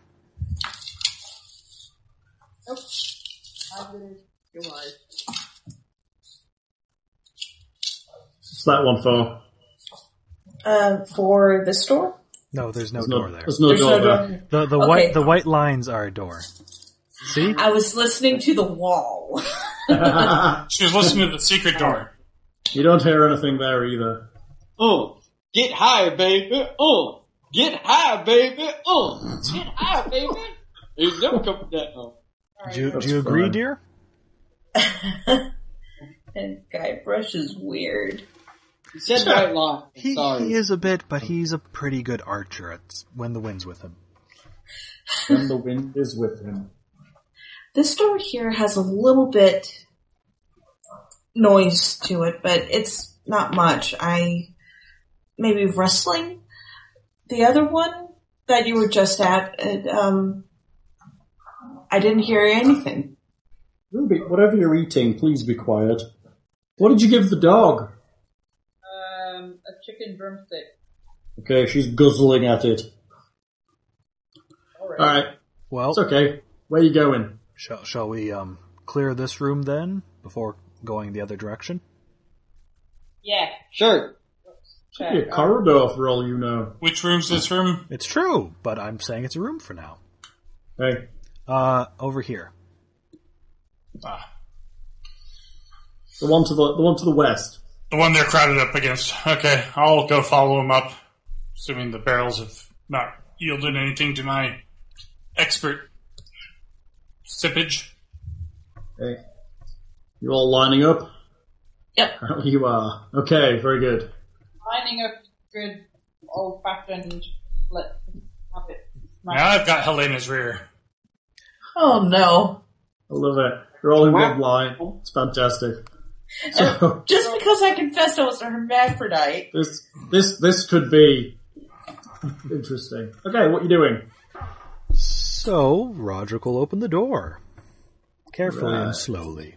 What's that one for?
Uh, for this door?
No, there's no
There's
door
no,
there.
there's no
There's no
door there.
door.
The the
Okay.
white the white lines are a door. See?
I was listening to the wall.
She was listening to the secret door.
You don't hear anything there either.
Oh, get high, baby. Oh, get high, baby. Oh, get high, baby. There's no coming down.
Do you,
That's
do you agree,
fine.
dear?
and Guybrush is weird.
You said white line.
He,
Sorry.
he is a bit, but he's a pretty good archer at, when the wind's with him.
When the wind is with him.
This door here has a little bit noise to it, but it's not much. I maybe rustling. The other one that you were just at, it, um, I didn't hear anything.
Ruby, whatever you're eating, please be quiet. What did you give the dog?
Um, a chicken drumstick.
Okay, she's guzzling at it.
Alright.
Alright,
Well,
it's okay. Where you going?
shall, shall we um, clear this room then before going the other direction?
Yeah.
Sure.
Check.
Uh,
Could be a corridor for all you know.
Which room's this room?
It's true, but I'm saying it's a room for now.
Hey,
Uh, over here.
the one to the, the one to the west.
The one they're crowded up against. Okay, I'll go follow him up, assuming the barrels have not yielded anything to my expert sippage.
Hey, you all lining up?
Yep.
Apparently you are. Okay, very good.
Lining up good old fashioned. Let's have it.
Now I've got Helena's rear.
Oh no.
I love it. You're all in
Wow.
one line. It's fantastic. So
Just because I confessed I was a hermaphrodite.
this this this could be interesting. Okay, what you doing?
So Roderick will open the door carefully
Right.
and slowly.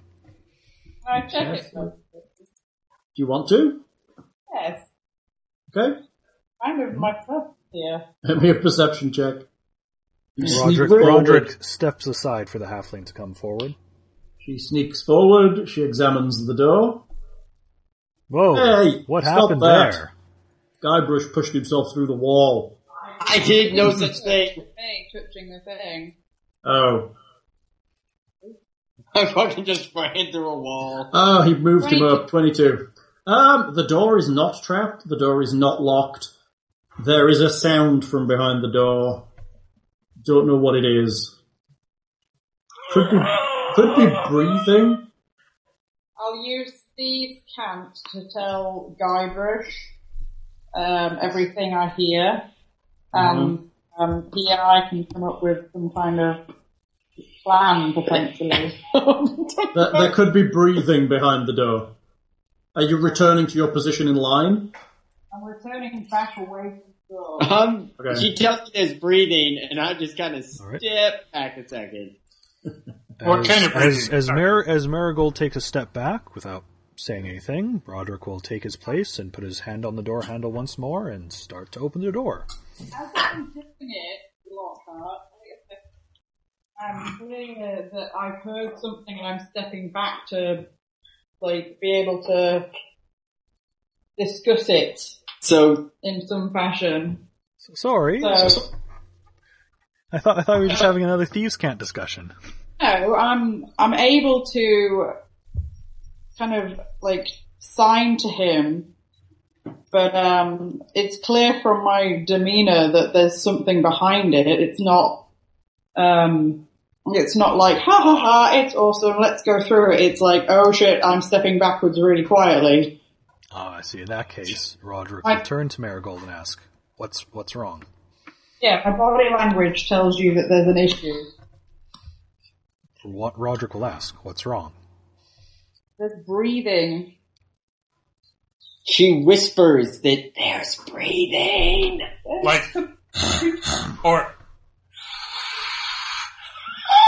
Can I check it? though?
Do you want to?
Yes.
Okay.
Kind of myself here.
Let me a perception check. You sneak
Roderick,
forward.
Roderick steps aside for the halfling to come forward.
She sneaks forward. She examines the door.
Whoa!
Hey,
what
stop
happened
that.
there?
Guybrush pushed himself through the wall.
I did no such thing.
Me touching the thing.
Oh.
I fucking just ran through a wall.
Oh, he moved him
Right.
up. 22. Um, the door is not trapped. The door is not locked. There is a sound from behind the door. Don't know what it is. Could be, could be breathing.
I'll use Steve Kant to tell Guybrush um, everything I
Mm-hmm.
hear, and um, he and I can come up with some kind of plan, potentially.
There, there could be breathing behind the door. Are you returning to your position in line?
I'm returning back away from the door.
Um,
Okay.
She tells me there's breathing, and I just kind of
All right.
step back a second.
What
as,
kind of
as,
breathing?
as, Mar- as Marigold takes a step back without saying anything, Roderick will take his place and put his hand on the door handle once more and start to open the door.
As I'm doing it, Lockhart, I'm clear that I've heard something and I'm stepping back to, like, be able to discuss it
So
in some fashion.
S- Sorry,
So,
I thought I thought we were just having another thieves' cant discussion.
no, I'm, I'm able to kind of, like, sign to him, but, um, it's clear from my demeanor that there's something behind it. It's not, um, it's not like, ha ha ha, it's awesome, let's go through it. It's like, oh shit, I'm stepping backwards really quietly.
Oh, I see. In that case, Roderick
I-
will turn to Marigold and ask, "What's what's wrong?"
Yeah, my body language tells you that there's an issue.
Ro- Roderick will ask, "What's wrong?"
There's breathing.
she whispers that there's breathing.
Like, or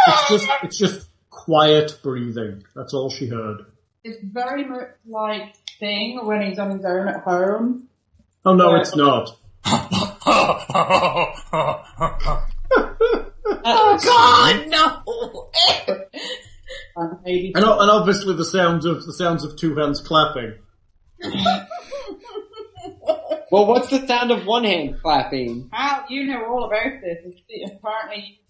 It's just it's just quiet breathing. That's all she heard.
It's very much like Thing when he's on his own at home.
Oh no, it's not.
Oh God, no!
And maybe
And, o- and obviously the sounds of the sounds of two hands clapping.
Well, what's the sound of one hand clapping?
Al, you know all about this. You see, Apparently,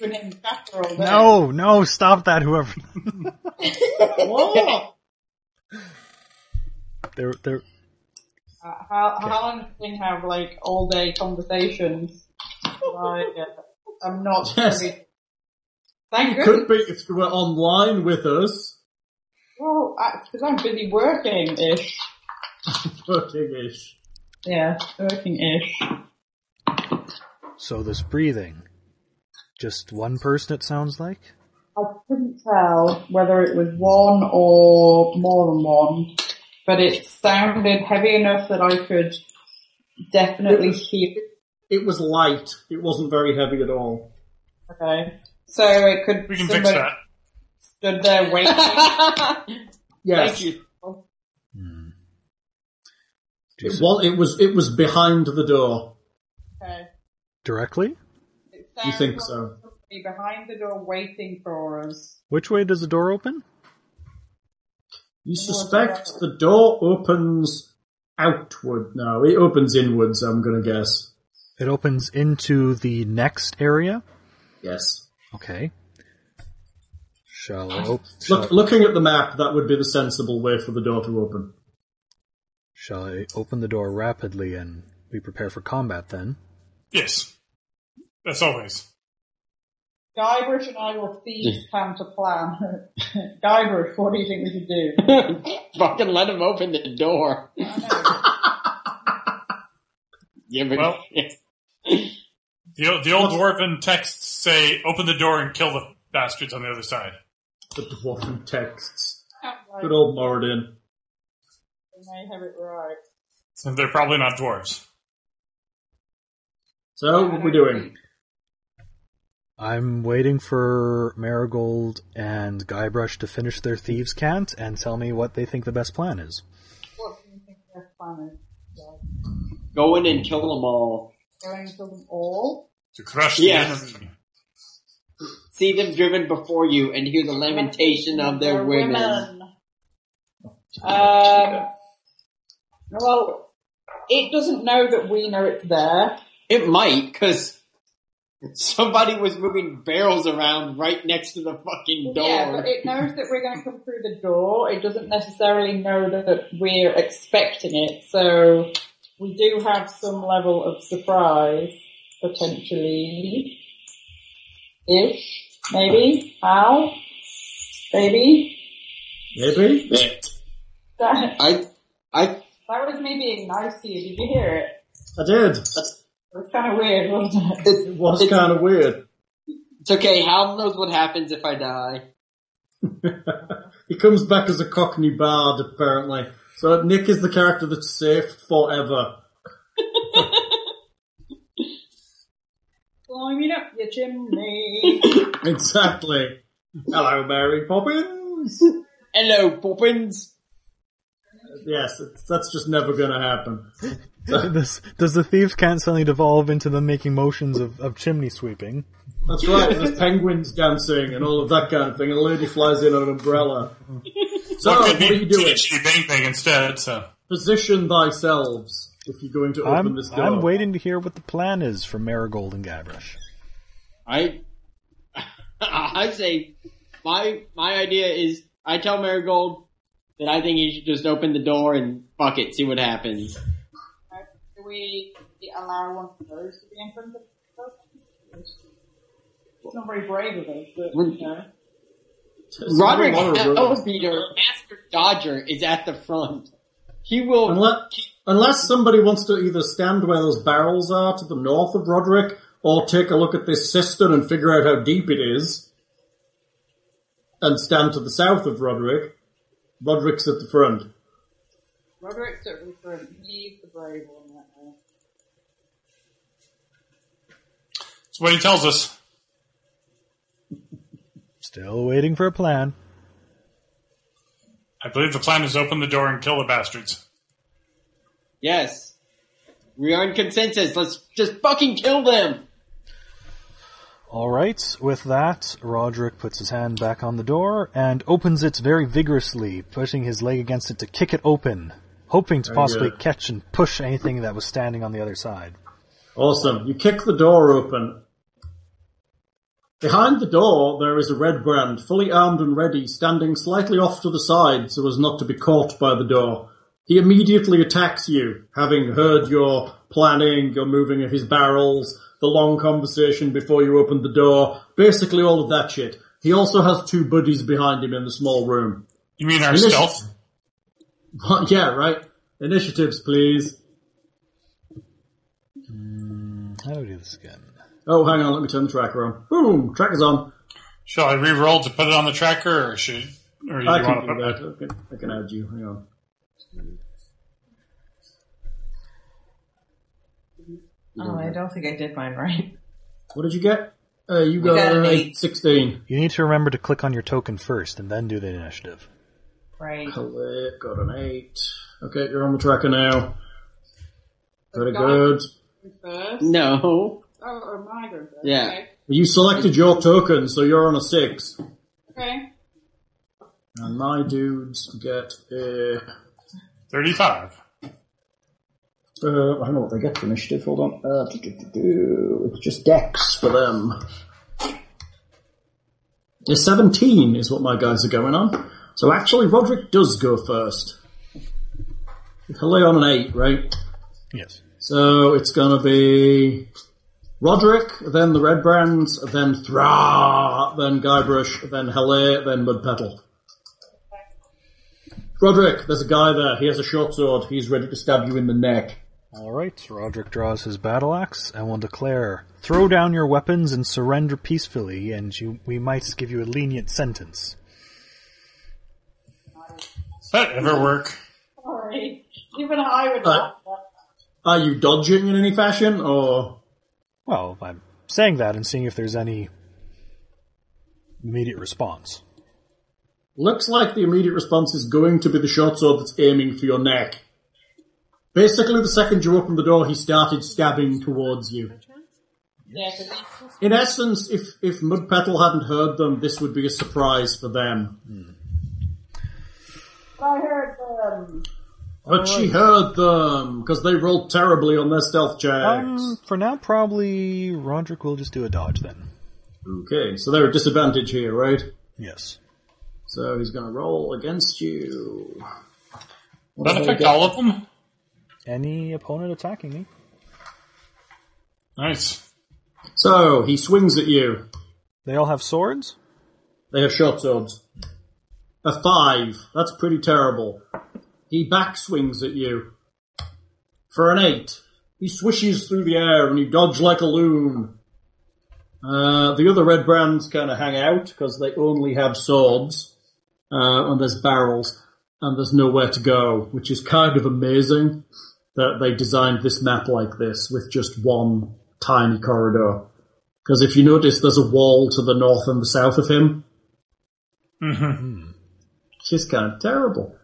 you've been hitting after all day.
No, no, stop that! Whoever
Whoa.
there, there.
Uh, how, how long does Thing have like all day conversations? like, uh, I'm not.
Yes.
Thank
Could
goodness.
be if you were online with us.
Well, because I'm busy working ish.
Fucking ish.
Yeah, working ish.
So this breathing, just one person. It sounds like.
I couldn't tell whether it was one or more than one, but it sounded heavy enough that I could definitely hear it.
It was light. It wasn't very heavy at all.
Okay. So it could
we can fix
somebody
that.
stood there waiting.
Yes.
Thank you.
Do you
It
say-
was, it was it was behind the door.
okay.
directly?
It
You
sounds
think
like
so?
somebody behind the door waiting for us.
Which way does the door open?
You suspect the door opens outward. No, it opens inwards. I'm gonna guess.
It opens into the next area.
Yes.
Okay. Shall I op-
Look,
shall,
looking at the map, that would be the sensible way for the door to open.
shall I open the door rapidly and we prepare for combat then?
Yes. That's always.
Guybrush and I will thieves come to plan. Guybrush, what do you think we should do?
Fucking let him open the door. Give it.
Well- The, o- the old dwarven texts say, open the door and kill the bastards on the other side.
The dwarven texts.
Sounds
Good
like
old Moradin.
we may have it right.
So they're probably not dwarves.
So, what are we doing?
I'm waiting for Marigold and Guybrush to finish their thieves' cant and tell me what they think the best plan is.
What do you think their plan is?
go in and kill them all.
Going to them all?
To crush
Yes.
the enemy.
See them driven before you and hear the lamentation of their
They're
women.
Um, well, it doesn't know that we know it's there.
It might, because somebody was moving barrels around right next to the fucking door.
Yeah, but it knows that we're going to come through the door. It doesn't necessarily know that we're expecting it, so we do have some level of surprise potentially. Ish, maybe. How? Maybe.
Maybe?
That,
I, I,
that was me being nice to you. Did you hear it?
I did.
It was kind of weird, wasn't it?
it,
It was
It's-
kind of weird.
It's okay. Hal knows what happens if I die.
He comes back as a Cockney bard, apparently. So Nick is the character that's safe forever.
Climbing up your chimney.
Exactly. Hello, Mary Poppins.
Hello, Poppins.
Yes, it's, that's just never going to happen.
This, does the thieves' cant suddenly devolve into them making motions of, of chimney sweeping?
That's right. There's penguins dancing and all of that kind of thing. And a lady flies in on an umbrella. So
Well, it
what
could be
are you doing?
THG Bang Bang instead, so.
Position thyselves if you're going to open
I'm,
this door.
I'm waiting to hear what the plan is for Marigold and Gavrish.
I I say my my idea is I tell Marigold that I think he should just open the door and fuck it, see what happens.
Right, Do we allow one of those to be in front of us? It's not very brave of us, but you know.
It's
Roderick uh, oh,
a lot of rules.
Elbeater, Master Dodger, is at the front. He will
Unless, unless somebody wants to either stand where those barrels are to the north of Roderick, or take a look at this cistern and figure out how deep it is, and stand to the south of Roderick, Roderick's at the front.
Roderick's at the front. He's the brave one right now.
That's what he tells us.
Still waiting for a plan.
I believe the plan is open the door and kill the bastards.
Yes. We are in consensus. Let's just fucking kill them.
All right, with that, Roderick puts his hand back on the door and opens it very vigorously, pushing his leg against it to kick it open, hoping to
Very
possibly
good.
catch and push anything that was standing on the other side.
Awesome. You kick the door open. Behind the door, there is a red brand, fully armed and ready, standing slightly off to the side so as not to be caught by the door. He immediately attacks you, having heard your planning, your moving of his barrels, the long conversation before you opened the door, basically all of that shit. He also has two buddies behind him in the small room.
You mean our
Initi-
stealth?
yeah, right. Initiatives, please.
How do we do this again?
Oh, hang on, let me turn the tracker on. Boom, tracker's on.
Shall I re-roll to put it on the tracker, or should, or you
I
want
can
to put
do that. I can, I can add you. Hang on.
Oh, I don't think I did mine right.
What did you get? Uh, you got,
got an
uh,
eight.
16.
You need to remember to click on your token first and then do the initiative.
Right.
Click, got an 8. Okay, you're on the tracker now. Very
Got it.
good.
First.
No.
Oh, or my going first?
Yeah.
Okay.
You selected your token, so you're on a 6.
okay.
And my dudes get a...
Thirty-five.
Uh, I don't know what they get for initiative, hold on. Uh, do, do, do, do. It's just dex for them. Yeah, 17 is what my guys are going on. So actually, Roderick does go first. He'll lay on an 8, right?
Yes.
So it's going to be Roderick, then the Red Brands, then Thra, then Guybrush, then Hele, then Mudpetal. Roderick, there's a guy there. He has a short sword. He's ready to stab you in the neck.
All right, Roderick draws his battle axe and will declare, "Throw down your weapons and surrender peacefully, and you, we might give you a lenient sentence."
Does that ever work?
Sorry. Even I would
Uh,
laugh at that.
Are you dodging in any fashion, or
Well, I'm saying that and seeing if there's any immediate response.
looks like the immediate response is going to be the short sword that's aiming for your neck? Basically, the second you opened the door, he started stabbing towards you.
Yeah, 'cause he-
In essence, if if Mudpetal hadn't heard them, this would be a surprise for them.
Hmm. I heard them.
But she heard them because they rolled terribly on their stealth checks.
Um, for now, probably Roderick will just do a dodge then.
okay, so they're at disadvantage here, right?
Yes.
So he's going to roll against you.
Does that affect all of them?
Any opponent attacking me?
Nice.
So he swings at you.
They all have swords.
They have short swords. A five. That's pretty terrible. He backswings at you for an eight. He swishes through the air and you dodge like a loon. Uh, the other red brands kind of hang out because they only have swords, uh, and there's barrels, and there's nowhere to go, which is kind of amazing that they designed this map like this with just one tiny corridor. Because if you notice, there's a wall to the north and the south of him.
Mhm.
It's just kind of terrible.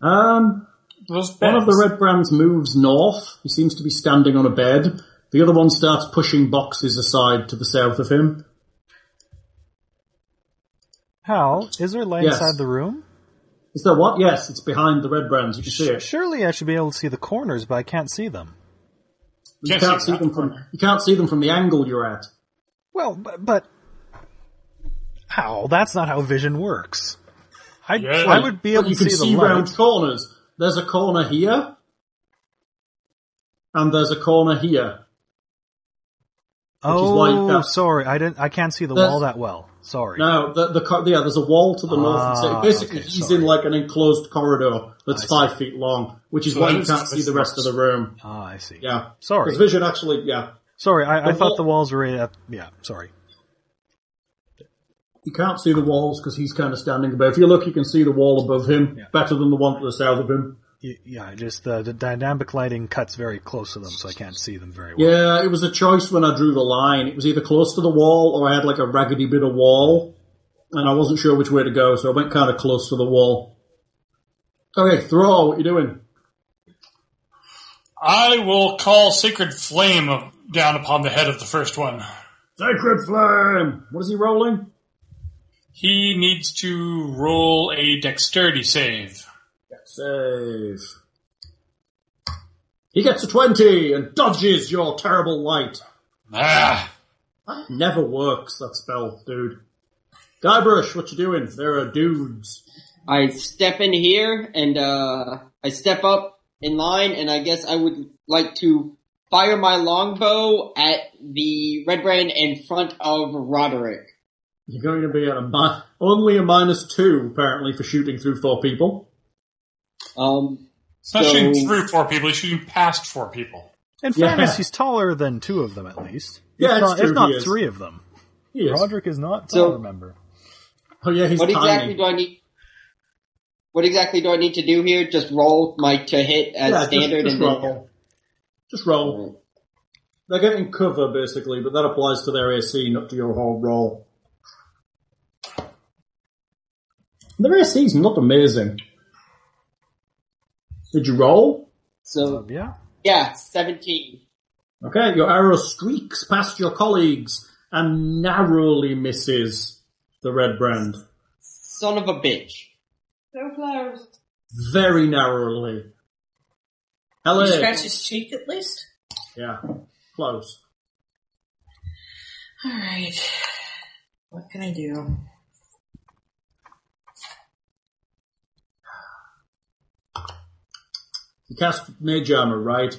Um,
Those
one of the
beds.
red brands moves north. He seems to be standing on a bed. The other one starts pushing boxes aside to the south of him.
Hal, is there light
Yes.
inside the room?
Is there what? Yes, it's behind the red brands. You can see it.
Surely I should be able to see the corners, but I can't see them.
You
Can't
can't
see
see them from you can't see them from the angle you're at.
Well, but, but Hal, that's not how vision works. I,
Yeah.
I would be
But
able
you
to
can
see,
see
the light.
round corners. There's a corner here, and there's a corner here. which is why you
Oh,
can't-
sorry, I didn't. I can't see the
There's-
wall that well. Sorry.
No, the, the cor- yeah, there's a wall to the north and
Ah,
south. Basically,
okay,
he's
sorry.
in like an enclosed corridor that's
I see.
five feet long, which is
So
why
that
you
is-
can't see the rest of the room.
Ah, I see.
Yeah,
Sorry.
Because vision actually, yeah,
Sorry, I, I
The
thought
wall-
the walls were. At, yeah, sorry.
you can't see the walls because he's kind of standing above. If you look, you can see the wall above him
Yeah.
better than the one to the south of him.
Y- Yeah, just the, the dynamic lighting cuts very close to them, so I can't see them very well.
Yeah, it was a choice when I drew the line. It was either close to the wall or I had like a raggedy bit of wall, and I wasn't sure which way to go, so I went kind of close to the wall. Okay, throw. What you doing?
I will call Sacred Flame of- down upon the head of the first one.
Sacred flame. What is he rolling?
He needs to roll a dexterity save.
Save. He gets a 20 and dodges your terrible light.
Ah,
That never works, that spell, dude. Guybrush, what you doing? There are dudes.
I step in here and uh, I step up in line, and I guess I would like to fire my longbow at the red brand in front of Roderick.
You're going to be at a mi- only a minus two, apparently, for shooting through four people.
Um,
it's not
So-
shooting through four people, he's shooting past four people.
In
Yeah.
fairness, he's taller than two of them at least.
Yeah,
if
it's
not,
true,
if not
he is.
three of them.
He is.
Roderick is not.
So-
I remember.
Oh yeah, he's
what
tiny.
exactly do I need? What exactly do I need to do here? Just roll my to hit
yeah,
as
just-
standard,
just,
and then
roll. Just roll. They're getting cover, basically, but that applies to their AC, not to your whole roll. Their AC's not amazing. Did you roll? uh,
so
Yeah.
yeah, seventeen.
Okay, your arrow streaks past your colleagues and narrowly misses the red brand.
Son of a bitch.
So close.
Very narrowly.
You
Hello.
scratch his cheek at least.
Yeah, close.
All right. What can I do?
You cast mage armor, right?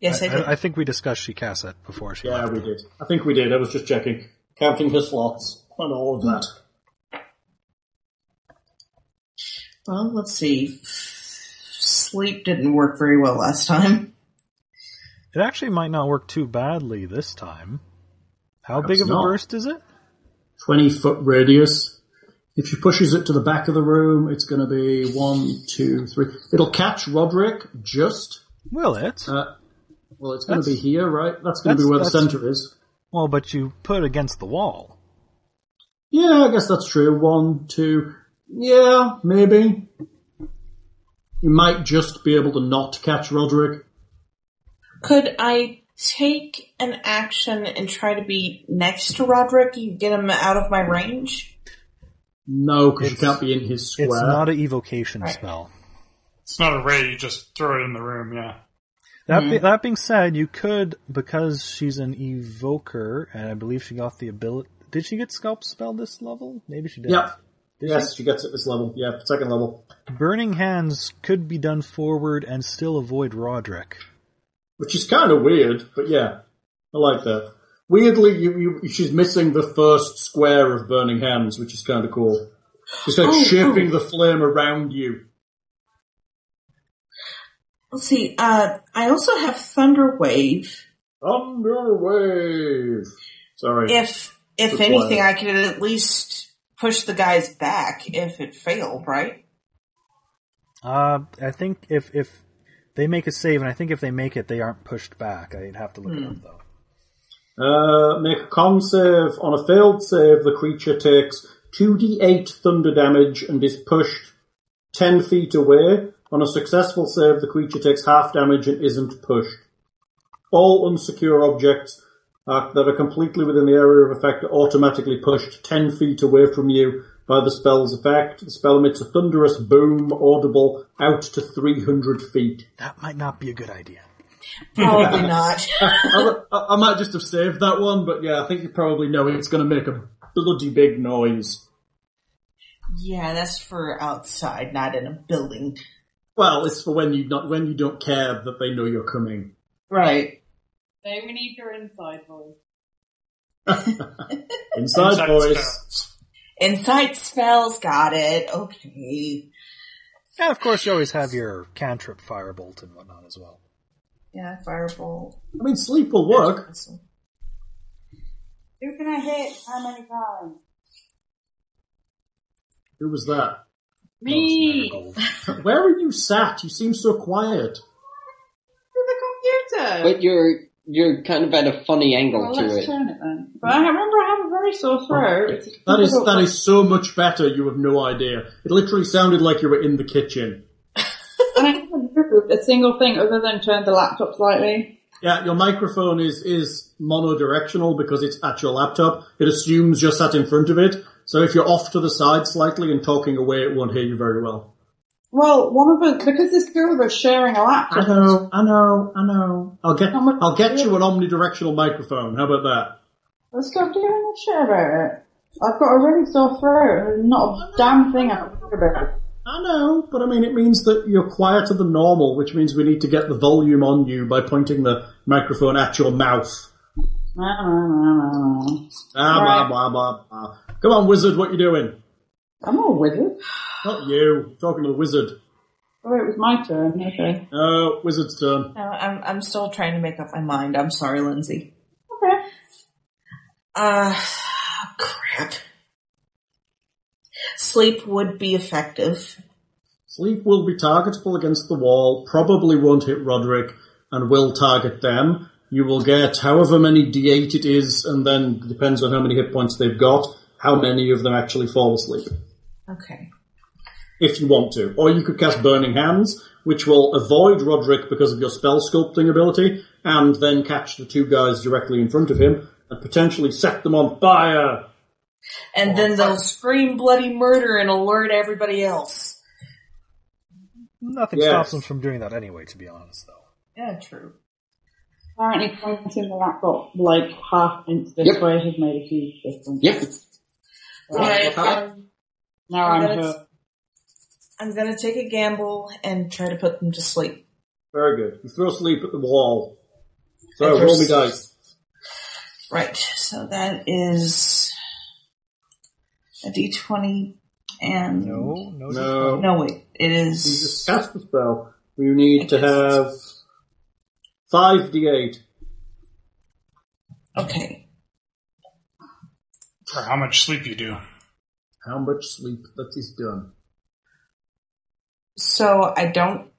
Yes, I,
I,
did.
I think we discussed she cast it before she.
Yeah,
left.
we did. I think we did. I was just checking, counting her slots and all of that.
well, let's see. Sleep didn't work very well last time.
It actually might not work too badly this time. How
Perhaps
big of
not.
a burst is it?
20 foot radius. If she pushes it to the back of the room, it's going to be one, two, three. It'll catch Roderick just.
Will it?
Uh, well, it's going to
That's-
be here, right? That's going to
that's-
be where the
that's-
center is.
well, but you put against the wall.
Yeah, I guess that's true. One, two. Yeah, maybe. You might just be able to not catch Roderick.
Could I take an action and try to be next to Roderick and get him out of my range?
No, because you
It's-
can't be in his square.
It's not an evocation
Right.
spell.
It's not a ray, you just throw it in the room, yeah.
That, be, that being said, you could because she's an evoker, and I believe she got the ability. Did she get sculpt spell this level? Maybe she did.
Yeah.
Did
Yes, she gets it this level. Yeah, second level.
she? Burning hands could be done forward and still avoid Roderick.
which is kind of weird, but yeah, I like that. Weirdly, you, you, she's missing the first square of burning hands, which is kind of cool. She's like
Oh,
shaping the flame around you.
Let's see. Uh, I also have Thunder Wave.
Thunder wave. Sorry.
If if
Good
anything,
plan.
I could at least push the guys back if it failed, right?
Uh, I think if if they make a save, and I think if they make it, they aren't pushed back. I'd have to look it up though.
Uh, make a con save. On a failed save, the creature takes 2d8 thunder damage and is pushed 10 feet away. On a successful save, the creature takes half damage and isn't pushed. All unsecure objects uh, that are completely within the area of effect are automatically pushed 10 feet away from you by the spell's effect. The spell emits a thunderous boom audible out to 300 feet.
That might not be a good idea.
Probably not.
I, would- I, I might just have saved that one, but yeah, I think you probably know it's going to make a bloody big noise.
Yeah, that's for outside, not in a building.
Well, it's for when you not when you don't care that they know you're coming.
Right.
They we need your inside voice.
Inside,
Inside
voice.
spells.
Insight spells, got it. Okay.
And of course, you always have your cantrip, firebolt, and whatnot as well.
Yeah, fireball.
I mean, sleep will work.
Who can I hit? How many times?
Who was that?
Me.
Gold.
Where are you sat? You seem so quiet.
To the computer.
But you're you're kind of at a funny angle
well,
to
let's
it. Oh,
turn it then. But I remember I have a very sore throat. It's
That is that is so much better. You have no idea. It literally sounded like you were in the kitchen.
And I haven't moved a single thing other than turn the laptop slightly.
Yeah, your microphone is is monodirectional because it's at your laptop. It assumes you're sat in front of it. So if you're off to the side slightly and talking away, it won't hear you very well.
Well, one of us, because this two of us sharing a laptop,
Uh-huh.
I know, I know, I know. I'll get
How much-
I'll get you an omnidirectional microphone. How about that?
let's stop doing that shit about it. I've got a really sore throat and not a damn thing I can do about it.
I know, but I mean it means that you're quieter than normal, which means we need to get the volume on you by pointing the microphone at your mouth.
Nah, nah, nah, nah, nah.
Ah, blah,
Right.
blah, blah, blah. Come on, wizard, what you doing?
I'm not a wizard.
Not you. talking to the wizard.
Oh, it was my turn. Okay.
No, wizard's turn.
No, I'm I'm still trying to make up my mind. I'm sorry, Lindsay.
Okay.
Uh, crap. Sleep would be effective.
Sleep will be targetable against the wall, probably won't hit Roderick, and will target them. You will get however many D8 it is, and then depends on how many hit points they've got, how many of them actually fall asleep,
Okay.
if you want to. Or you could cast Burning Hands, which will avoid Roderick because of your spell sculpting ability, and then catch the two guys directly in front of him, and potentially set them on fire.
And then they'll scream bloody murder and alert everybody else.
Nothing
Yes.
stops them from doing that anyway. To be honest, though,
Yeah, true.
Apparently pointing the laptop like half inch this
Yep.
way has made a huge difference.
Yep.
Alright, um,
Now I'm
That's-
hurt.
I'm gonna take a gamble and try to put them to sleep.
Very good. You throw sleep at the wall. So
I throw
roll me
sleep.
dice.
Right, so that is a d20 and...
no, no,
No.
No, wait, it
You
is...
just cast the spell. You need to have five d8.
Okay.
For how much sleep you do.
How much sleep that is done?
So I don't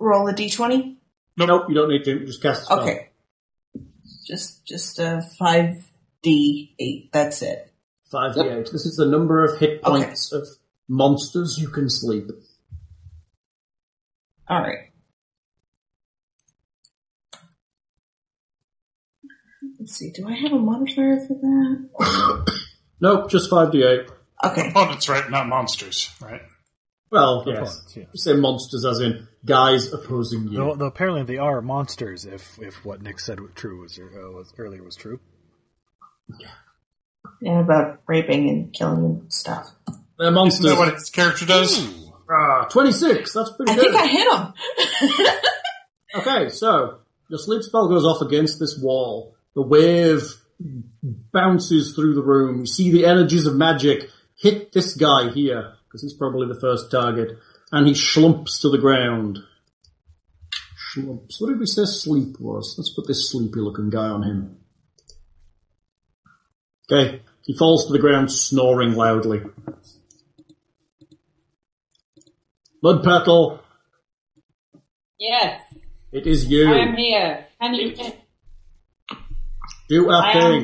roll a d20?
Nope. you don't need to. Just cast the spell.
Okay. Just just a five D eight. That's it.
Five
Yep.
d8. This is the number of hit
Okay.
points of monsters you can sleep.
All right. Let's see. Do I have a modifier for that?
Nope, just five d8.
Okay.
Opponents, right? Not monsters, right?
Well, yes.
Opponents, yes.
You say monsters as in guys opposing you.
Though, though apparently they are monsters. If if what Nick said was true was, uh, was earlier was true.
Yeah, about raping and killing and stuff.
They're
Isn't
monsters.
that what his character does?
Ah, 26. That's pretty
I
good.
think I hit him.
Okay, so your sleep spell goes off against this wall. The wave bounces through the room. You see the energies of magic hit this guy here, because he's probably the first target, and he slumps to the ground. Slumps. What did we say sleep was? Let's put this sleepy looking guy on him. Okay. He falls to the ground snoring loudly. Mudpetal,
Yes,
it is you.
I am here. Can you?
Do a
I
thing.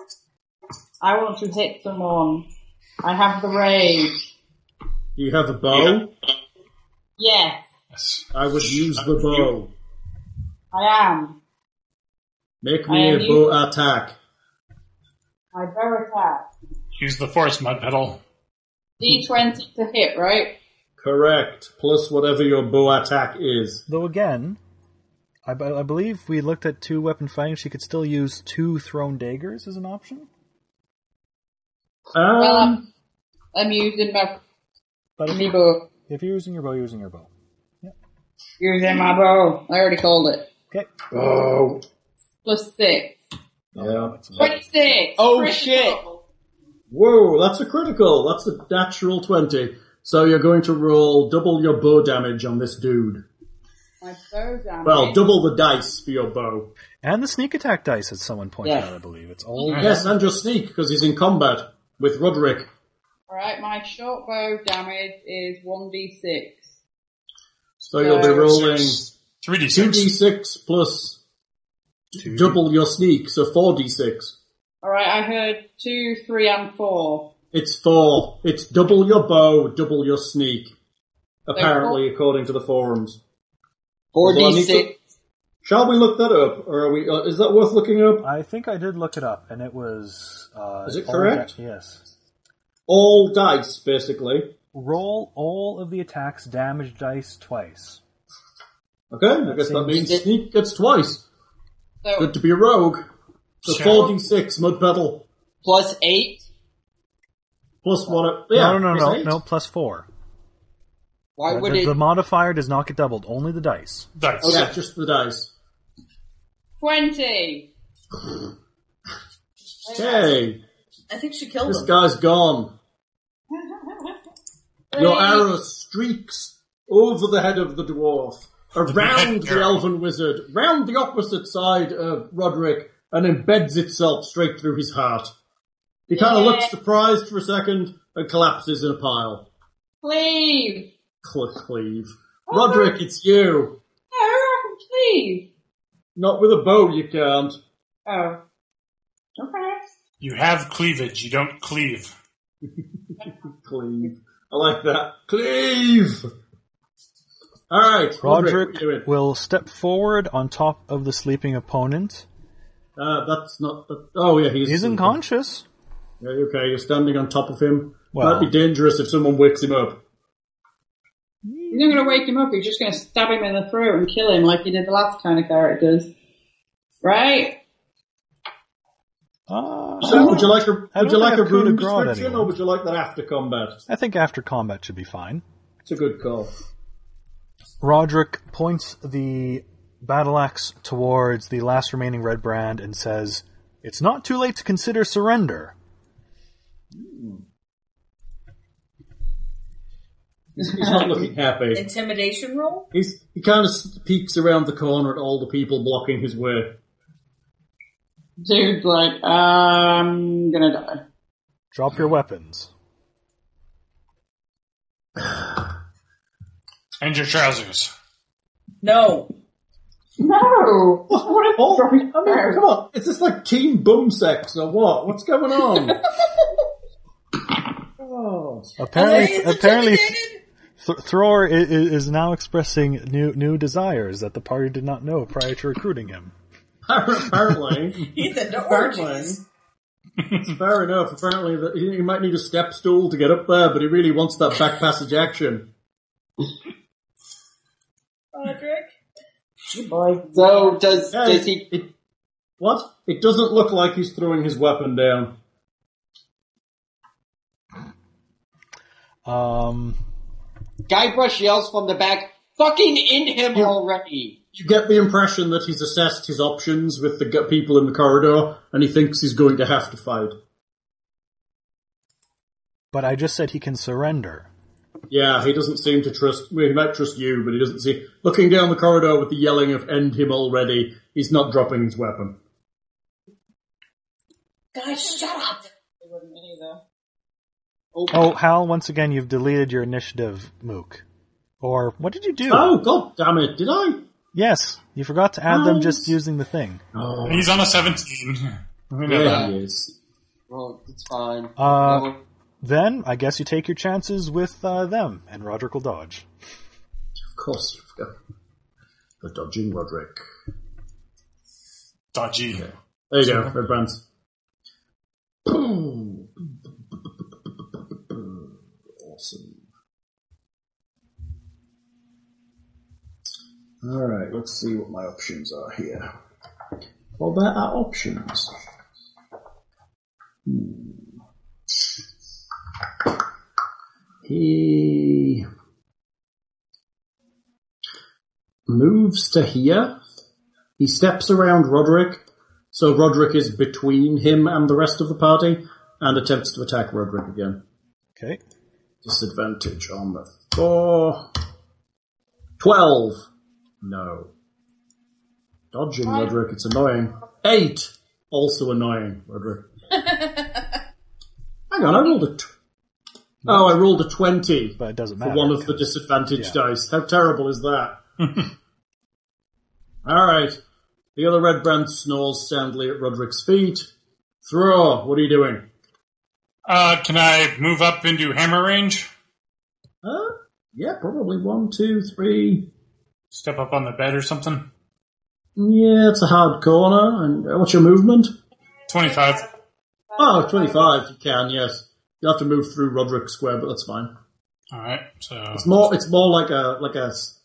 am- I want to hit someone. I have the rage.
You have a bow?
Yes,
Yes.
I would use the bow.
I am.
Make
I
me a
am
bow attack.
I bear attack.
Use the force, mud pedal.
D20 to hit, right?
Correct. Plus whatever your bow attack is.
Though again, I, be- I believe we looked at two weapon fighting. She could still use two thrown daggers as an option.
Well,
Um,
I'm, I'm using my,
But if,
my
you,
bow.
if you're using your bow, you're using your bow.
Using my bow. I already called it.
Okay.
oh.
Plus six.
Yeah.
26.
Oh,
Critical.
shit.
Whoa, that's a critical. That's a natural 20. So you're going to roll double your bow damage on this dude.
My bow damage.
Well, double the dice for your bow.
And the sneak attack dice, as someone pointed
Yes.
out, I believe. It's all.
Yes, and your sneak, because he's in combat with Roderick.
Alright, my short bow damage is 1d6.
So you'll be
So-
rolling
Three d six.
2d6 plus double your sneak, so 4d6.
Alright, I heard 2, 3 and 4.
It's four. It's double your bow, double your sneak. Apparently, according to the forums.
Four
Although I
D
need
six.
to- Shall we look that up, or are we? Uh, is that worth looking up?
I think I did look it up, and it was. Uh,
Is it
all
correct?
da- yes.
All dice, basically.
Roll all of the attack's damage dice twice.
Okay, I guess that
seems-
means sneak gets twice.
So,
Good to be a rogue. So
Sure.
four d six mud pedal
Plus eight.
plus one. Yeah,
no, no, no,
plus
no,
eight.
no. Plus four.
Why
The-
would
the,
it?
the modifier does not get doubled. Only the dice.
Dice.
Oh, Yeah, just the dice.
20.
Hey,
I think she killed
this
him.
guy's gone. Your arrow streaks over the head of the dwarf, around the
arrow.
elven wizard, round the opposite side of Roderick, and embeds itself straight through his heart. He kind of
Yeah.
looks surprised for a second and collapses in a pile.
Cleave.
Click cleave. Roderick, it's you.
No, I can cleave.
Not with a bow, you can't.
Oh. Okay.
You have cleavage. You don't cleave.
Cleave. I like that. Cleave! Alright, Roderick.
Roderick
what you doing?
will step forward on top of the sleeping opponent.
Uh, that's not. oh, yeah, he's.
He's unconscious.
Yeah, okay, you're standing on top of him.
Well-
Might be dangerous if someone wakes him up.
You're not going to wake him up. You're just going to stab him in the throat and kill him like you did the last kind of characters. Right?
Uh,
So, would you like a
I
would
don't
you like a
think I've coup de
room
grace
description,
anymore.
or would you like that after combat?
I think after combat should be fine.
It's a good call.
Roderick points the battle axe towards the last remaining red brand and says, It's not too late to consider surrender.
He's, he's not looking happy.
Intimidation roll?
He's, he kind of peeks around the corner at all the people blocking his way.
Dude's like, I'm going to die.
Drop
Hmm.
your weapons.
And your trousers.
No.
No! What a
Oh, I mean,
I
come on! Is this like team boom sex or what? What's going on? oh,
Apparently,
Elaine's
apparently,
intimidated.
Th- Thror is, is now expressing new new desires that the party did not know prior to recruiting him.
apparently,
He's into
apparently,
orgies.
fair enough. Apparently, that he, he might need a step stool to get up there, but he really wants that back passage action.
Roderick?
So does
Yeah,
does
it-
he?
it- what? It doesn't look like he's throwing his weapon down.
Um,
Guybrush yells from the back. Fucking in him already.
You get the impression that he's assessed his options with the g- people in the corridor, and he thinks he's going to have to fight.
but I just said he can surrender.
Yeah, he doesn't seem to trust. Well, he might trust you, but he doesn't see. Looking down the corridor with the yelling of "End him already," he's not dropping his weapon.
Guys, shut up!
It wouldn't either.
Oh, Hal, once again, you've deleted your initiative, Mook. Or, what did you do?
Oh, god damn it, did I?
Yes, you forgot to add them
Nice.
just using the thing.
Oh,
He's on a 17. We know that.
yeah, he is.
Oh,
Well, it's fine.
Uh,
Oh.
No.
Then, I guess you take your chances with uh, them, and Roderick will dodge.
Of course you've got the dodging Roderick.
Dodgy.
There you go, red brands. Boom. Awesome. Alright, let's see what my options are here. Well, there are options. Hmm. He moves to here. He steps around Roderick so Roderick is between him and the rest of the party and attempts to attack Roderick again.
Okay.
Disadvantage on the four. Twelve. No. Dodging Roderick, it's annoying. Eight. Also annoying, Roderick. Hang on, I rolled a. Tw- oh, I rolled a twenty
But it doesn't
for
matter.
one of the
'cause-
disadvantage dice. How terrible is that? All right. The other red brand snores soundly at Roderick's feet. Throw, what are you doing?
Uh, can I move up into hammer range?
Uh, yeah, probably one, two, three.
Step up on the bed or something?
Yeah, it's a hard corner. And uh, what's your movement?
25.
Oh, 25, you can, yes. You have to move through Roderick Square, but that's fine.
Alright, so.
It's more, it's more like a, like a, s-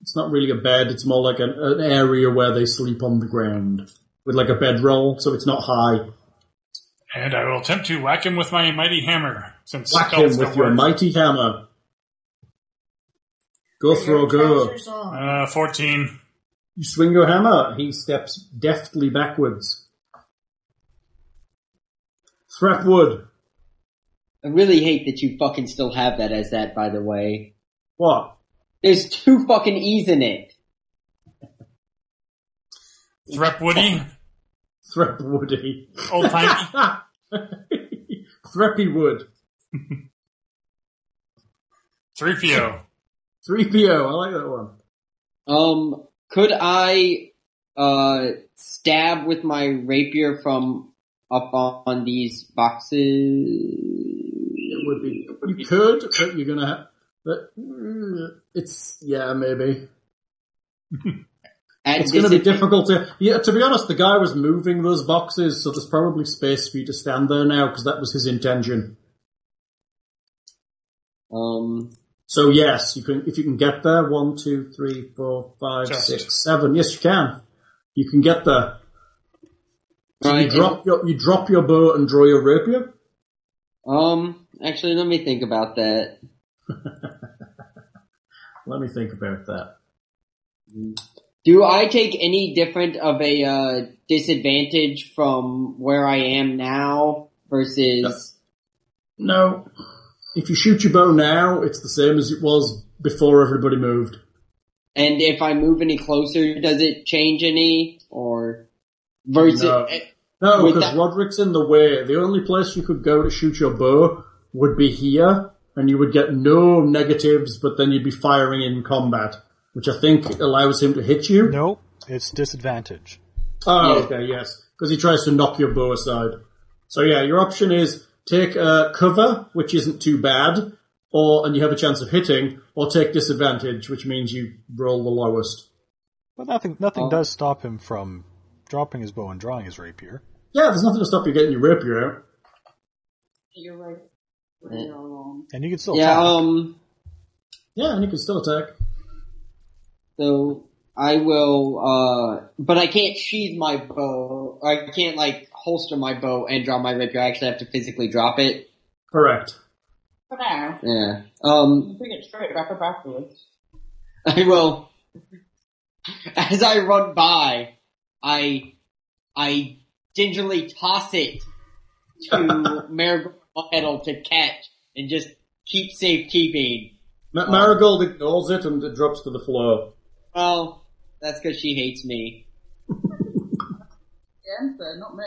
it's not really a bed, it's more like an, an area where they sleep on the ground. With like a bedroll, so it's not high.
And I will attempt to whack him with my mighty hammer. Since
Whack
stealth's
him
no
with your
word.
mighty hammer. Go throw,
Your
go.
trousers on.
Uh, 14.
You swing your hammer. He steps deftly backwards. Threatwood.
I really hate that you fucking still have that as that, by the way.
What?
There's two fucking E's in it.
Threp Woody.
Threatwoody.
Old timey.
Threppy Wood.
3PO.
3PO. I like that one.
Um, could I, uh, stab with my rapier from up on these boxes?
It would be. You could, but you're gonna have. But mm, it's yeah, maybe
At
it's going to be
disadvantage-
difficult to. Yeah, to be honest, the guy was moving those boxes, so there's probably space for you to stand there now because that was his intention.
Um,
So yes, you can if you can get there. One, two, three, four, five,
Just.
six, seven. Yes, you can. You can get there. You
right,
drop your you drop your bow and draw your rapier.
um, actually, let me think about that.
Let me think about that.
Do I take any different of a, uh, disadvantage from where I am now versus,
No, if you shoot your bow now, it's the same as it was before everybody moved.
and if I move any closer, does it change any, or versus,
No.
eh,
No,
With
because
that-
Roderick's in the way. The only place you could go to shoot your bow would be here, and you would get no negatives, but then you'd be firing in combat, which I think allows him to hit you.
Nope, it's disadvantage.
Oh,
Yeah.
okay, yes. Because he tries to knock your bow aside. So yeah, your option is take uh, cover, which isn't too bad, or and you have a chance of hitting, or take disadvantage, which means you roll the lowest.
But nothing, nothing
Oh.
does stop him from dropping his bow and drawing his rapier.
Yeah, there's nothing to stop you getting your rapier out.
You're right. You're all wrong.
And you can still
yeah,
attack.
um,
Yeah, and you can still attack.
So I will, uh, but I can't sheathe my bow. I can't like holster my bow and draw my rapier. I actually have to physically drop it.
Correct.
For now,
Yeah. Um,
you bring it straight back up afterwards.
I will. As I run by, I, I gingerly toss it to Marigold Muddle to catch and just keep safekeeping.
Ma- Marigold ignores it and it drops to the floor.
Well, that's because she hates me.
The answer, not me.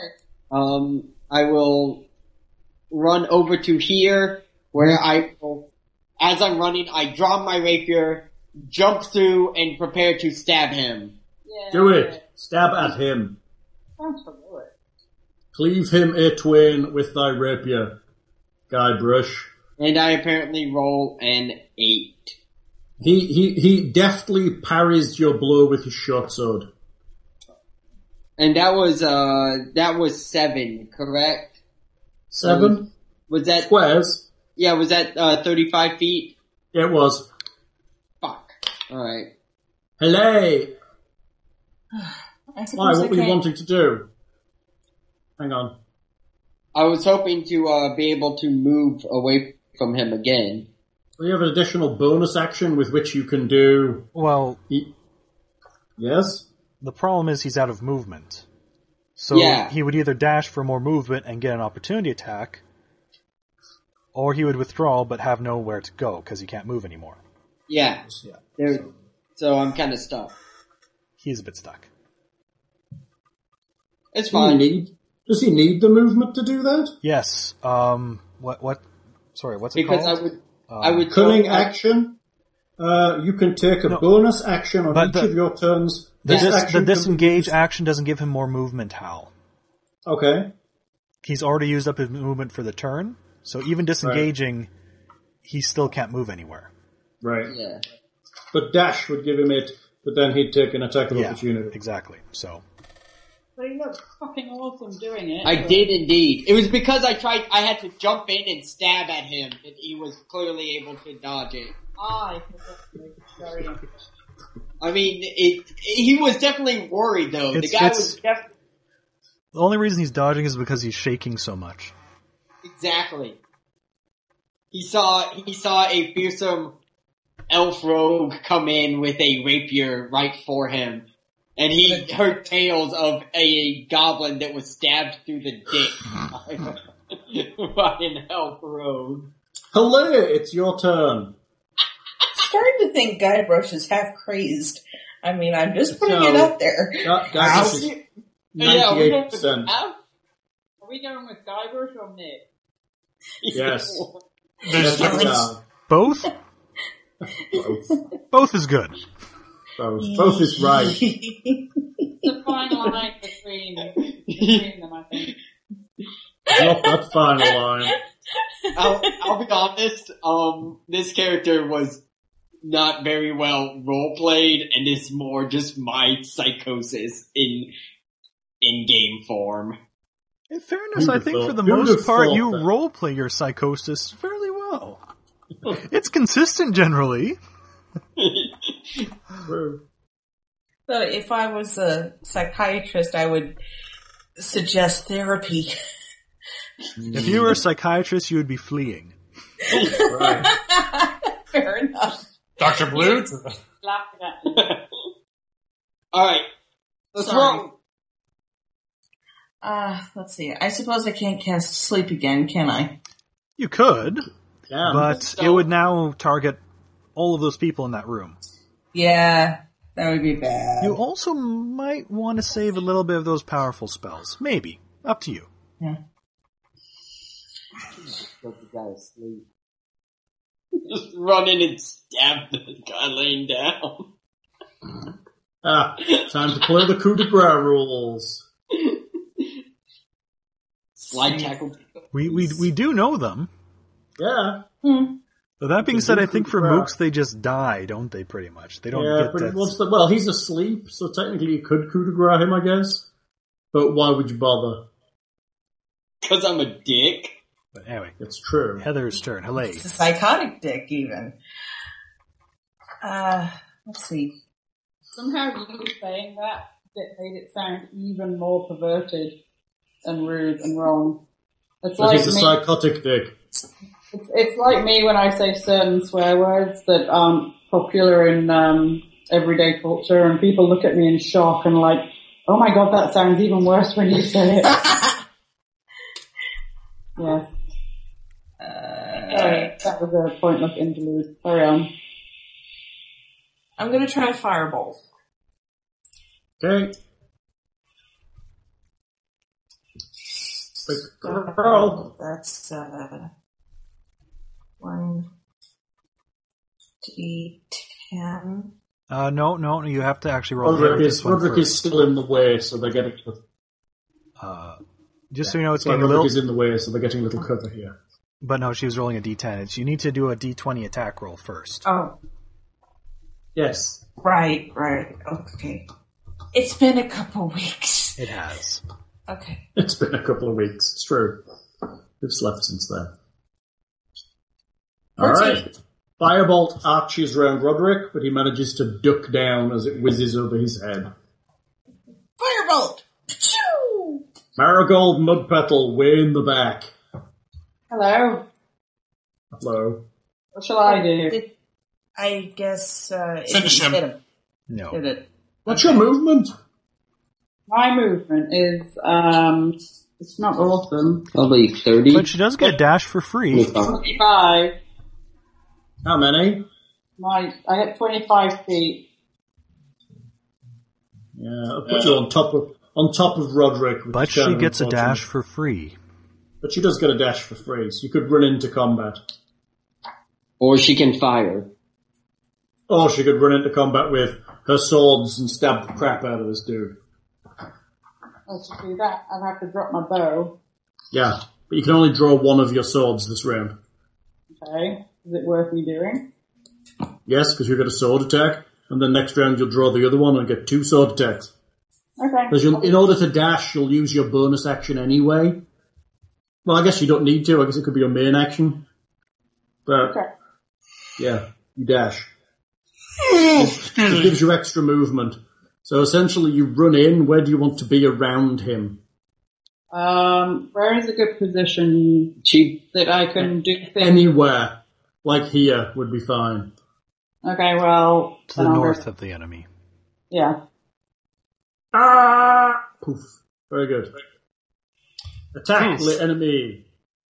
Um, I will run over to here where I will, as I'm running, I draw my rapier, jump through, and prepare to stab him.
Yeah.
Do it. Stab at him.
Sounds heroic.
Cleave him a twain with thy rapier, Guybrush.
And I apparently roll an eight.
He, he, he deftly parries your blow with his short sword.
And that was, uh, that was seven, correct?
Seven
Was that,
Um, squares.
yeah, was that, uh, 35 feet?
It was.
Fuck. Alright.
Hello.
I
Why?
suppose
What
I
were you
can't-
wanting to do? Hang on.
I was hoping to, uh, be able to move away from him again.
Do you have an additional bonus action with which you can do?
Well,
Yes.
the problem is he's out of movement. So
Yeah.
he would either dash for more movement and get an opportunity attack, or he would withdraw but have nowhere to go because he can't move anymore.
Yeah. There, so. I'm kinda stuck.
He's a bit stuck.
It's
Does he
fine.
need? Does he need the movement to do that?
Yes. Um. What? What? Sorry. What's it
Because
called?
I would, I would
Cunning
Oh,
throw-
action. Uh, you can take a bonus action on
But
each
the-
of your turns.
the,
This
dis-
action
the
can be
disengage
used-
action doesn't give him more movement. Hal.
Okay.
He's already used up his movement for the turn, so even disengaging, he still can't move anywhere.
Right.
Yeah.
But dash would give him it, but then he'd take an attack of
Yeah.
opportunity.
Exactly. So
But he looked fucking awesome doing it.
I did indeed. It was because I tried, I had to jump in and stab at him, and he was clearly able to dodge it.
I. Sorry.
I mean, it, he was definitely worried though.
It's-
the guy
it's-
was def-
the only reason he's dodging is because he's shaking so much.
exactly. He saw he saw a fearsome elf rogue come in with a rapier right for him, and he heard tales of a goblin that was stabbed through the dick by, by an elf rogue.
Hello, it's your turn.
starting to think Guybrush is half crazed. I mean, I'm just putting
So-
it out there.
That, that is
Yeah, we don't-
98%.
Are we going with Guybrush or Nick?
Yes.
There's
That's
a difference.
how.
Both. Both is good.
Both, both is right.
It's a fine line between, between them, I think.
Not that final line.
I'll, I'll be honest. Um, this character was not very well role played, and it's more just my psychosis in in game form.
In fairness, I think for the
Beautiful.
most part, you
Beautiful.
roleplay your psychosis fairly well. it's consistent generally.
So if I was a psychiatrist, I would suggest therapy.
If you were a psychiatrist, you would be fleeing.
Right.
Fair enough.
Dr. Blue?
Laugh at that.
All right, let's
Sorry.
roll.
Uh, let's see. I suppose I can't cast sleep again, can I?
You could,
Damn.
but
so-
it would now target all of those people in that room.
Yeah, that would be bad.
You also might want to save a little bit of those powerful spells. Maybe. Up to you.
Yeah.
Put the guy to sleep. Just run in and stab the guy laying down.
Ah, time to play the coup de grace rules.
Slide tackle.
We, we, we do know them.
Yeah.
But that being said, I think for
Yeah.
mooks, they just die, don't they, pretty much? They don't
yeah,
get
but
that.
what's the, well, he's asleep, so technically you could coup de grace him, I guess. But why would you bother?
Because I'm a dick.
But anyway,
It's true.
Heather's turn. Hello.
It's a psychotic dick, even. Uh, let's see.
Somehow you saying that that made it sound even more perverted and rude and wrong. It's
But
like
he's a
me,
psychotic dick.
it's, it's like me when I say certain swear words that aren't popular in um, everyday culture, and people look at me in shock and like, "Oh my god, that sounds even worse when you say it." yes. Sorry, Uh, that was a pointless interlude. Carry on.
I'm gonna try fireball.
Okay. Big girl.
That's uh, one d ten.
Uh, no, no, you have to actually roll
Roderick
damage
Oh, is,
this one
Roderick is
first.
still in the way, so they're getting.
Uh, just so you know, it's
Sorry,
getting a
Roderick
little.
is in the way, so they're getting a little cover here.
But no, she was rolling a d10. It's, you need to do a d20 attack roll first.
Oh,
Yes.
right, right. Okay. It's been a couple weeks.
It has.
Okay.
It's been a couple of weeks. It's true. We've slept since then. Alright. Firebolt arches round Roderick, but he manages to duck down as it whizzes over his head.
Firebolt! Pshoo!
Marigold Mudpetal way in the back.
Hello.
Hello.
What shall I do?
I guess uh, it
Finish him.
hit him.
No.
Did it?
What's your movement?
My movement is um, it's not awesome.
Probably thirty.
But she does get dash for free.
Twenty-five.
How many?
My I get twenty-five feet.
Yeah, I'll put you on top of on top of Roderick. with
But she
Shannon,
gets a
unfortunately.
dash for free.
But she does get a dash for free, so you could run into combat.
or she can fire.
Or she could run into combat with her swords and stab the crap out of this dude.
Let's do that. I'd have to drop my bow.
Yeah, but you can only draw one of your swords this round.
Okay. Is it worth me doing?
Yes, because you get a sword attack, and then next round you'll draw the other one and get two sword attacks. Because
Okay.
you'll, in order to dash, you'll use your bonus action anyway. Well, I guess you don't need to. I guess it could be your main action. But
Okay.
yeah, you dash.
Oh!
It gives you extra movement. So essentially, you run in. Where do you want to be around him?
Um, where is a good position
She
that I can do things?
Anywhere, like here, would be fine.
Okay. Well,
To the
then I'll go-
north of the enemy.
Yeah. Uh,
Poof. Very good. Attack the enemy.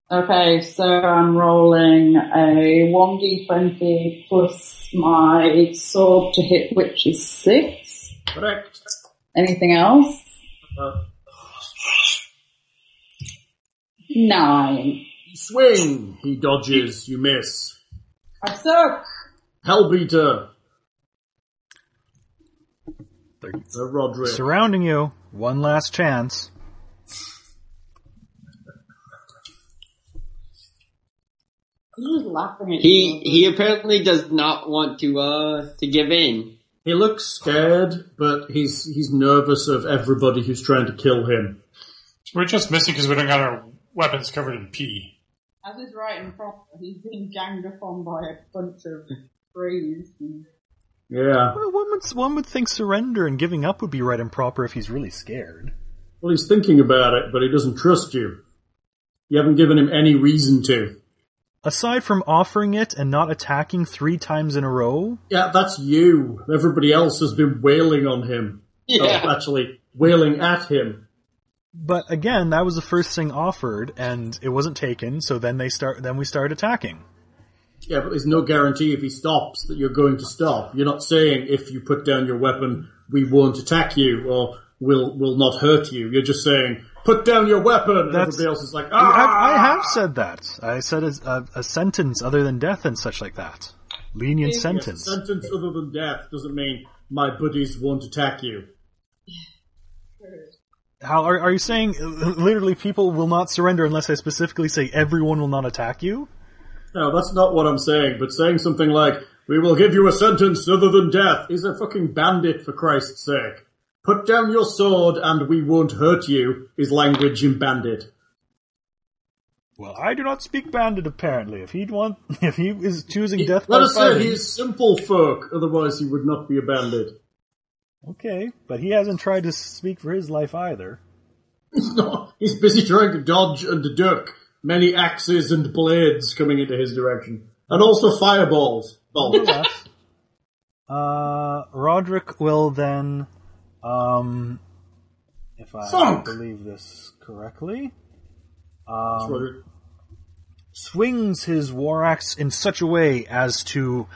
Okay, so I'm rolling a 1d20 plus my sword to hit, which is 6.
Correct.
Anything else?
Uh,
9.
swing. He dodges. You miss.
I suck!
Hellbeater.
They're
The Roderick.
surrounding you. One last chance.
He's laughing at
he
you.
he apparently does not want to uh to give in.
he looks scared, but he's he's nervous of everybody who's trying to kill him.
We're just missing because we don't got our weapons covered in pee.
As is right in front, he's being ganged up on by a bunch of trees. and-
Yeah.
Well, one would, one would think surrender and giving up would be right and proper if he's really scared.
Well, he's thinking about it, but he doesn't trust you. You haven't given him any reason to.
Aside from offering it and not attacking three times in a row,
Yeah, that's you. Everybody else has been wailing on him.
Yeah.
Oh, actually, wailing at him.
but again, that was the first thing offered, and it wasn't taken. So then they start. Then we start attacking.
Yeah, but there's no guarantee if he stops that you're going to stop. You're not saying if you put down your weapon, we won't attack you or will will not hurt you. You're just saying put down your weapon. And
That's-
everybody else is like,
I
ah.
have, I have said that. I said a, a, a sentence other than death and such like that. Lenient
Yes,
sentence.
sentence other than death doesn't mean my buddies won't attack you.
How are, are you saying? uh, Literally, people will not surrender unless I specifically say everyone will not attack you.
No, that's not what I'm saying, but saying something like, we will give you a sentence other than death is a fucking bandit for Christ's sake. Put down your sword and we won't hurt you is language in bandit.
Well, I do not speak bandit. Apparently, if he'd want, if he is choosing death
Let
by
us say
fighting,
he is simple folk, otherwise he would not be a bandit.
okay. But he hasn't tried to speak for his life either.
He's not. He's busy trying to dodge and to duck many axes and blades coming into his direction. And also fireballs. Balls.
Yes. uh, Roderick will then, um, if I
Thunk.
believe this correctly,
That's what it-
swings his war axe in such a way as to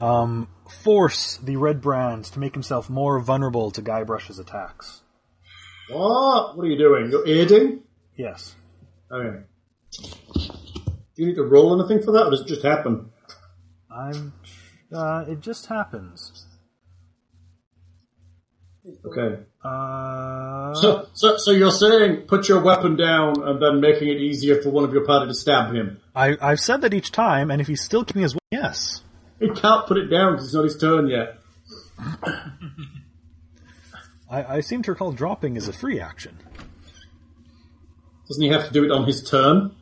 um, force the red brand to make himself more vulnerable to Guybrush's attacks.
What? What are you doing? You're aiding?
Yes.
Okay. Do you need to roll anything for that, or does it just happen?
I'm. Uh, it just happens.
Okay.
Uh,
So, so, so you're saying put your weapon down and then making it easier for one of your party to stab him.
I, I've said that each time, and if he's still keeping his yes,
He can't put it down because it's not his turn yet.
I, I seem to recall dropping is a free action.
Doesn't he have to do it on his turn?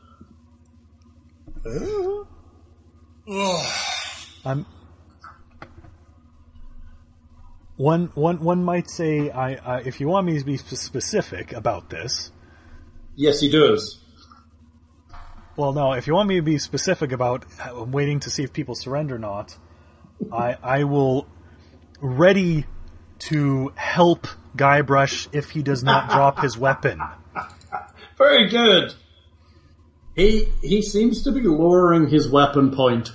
I'm. One, one, one might say, I, I, if you want me to be sp- specific about this,
Yes, he does.
well, no, if you want me to be specific about uh, waiting to see if people surrender or not, I, I will ready to help Guybrush if he does not drop his weapon.
Very good. He he seems to be lowering his weapon point,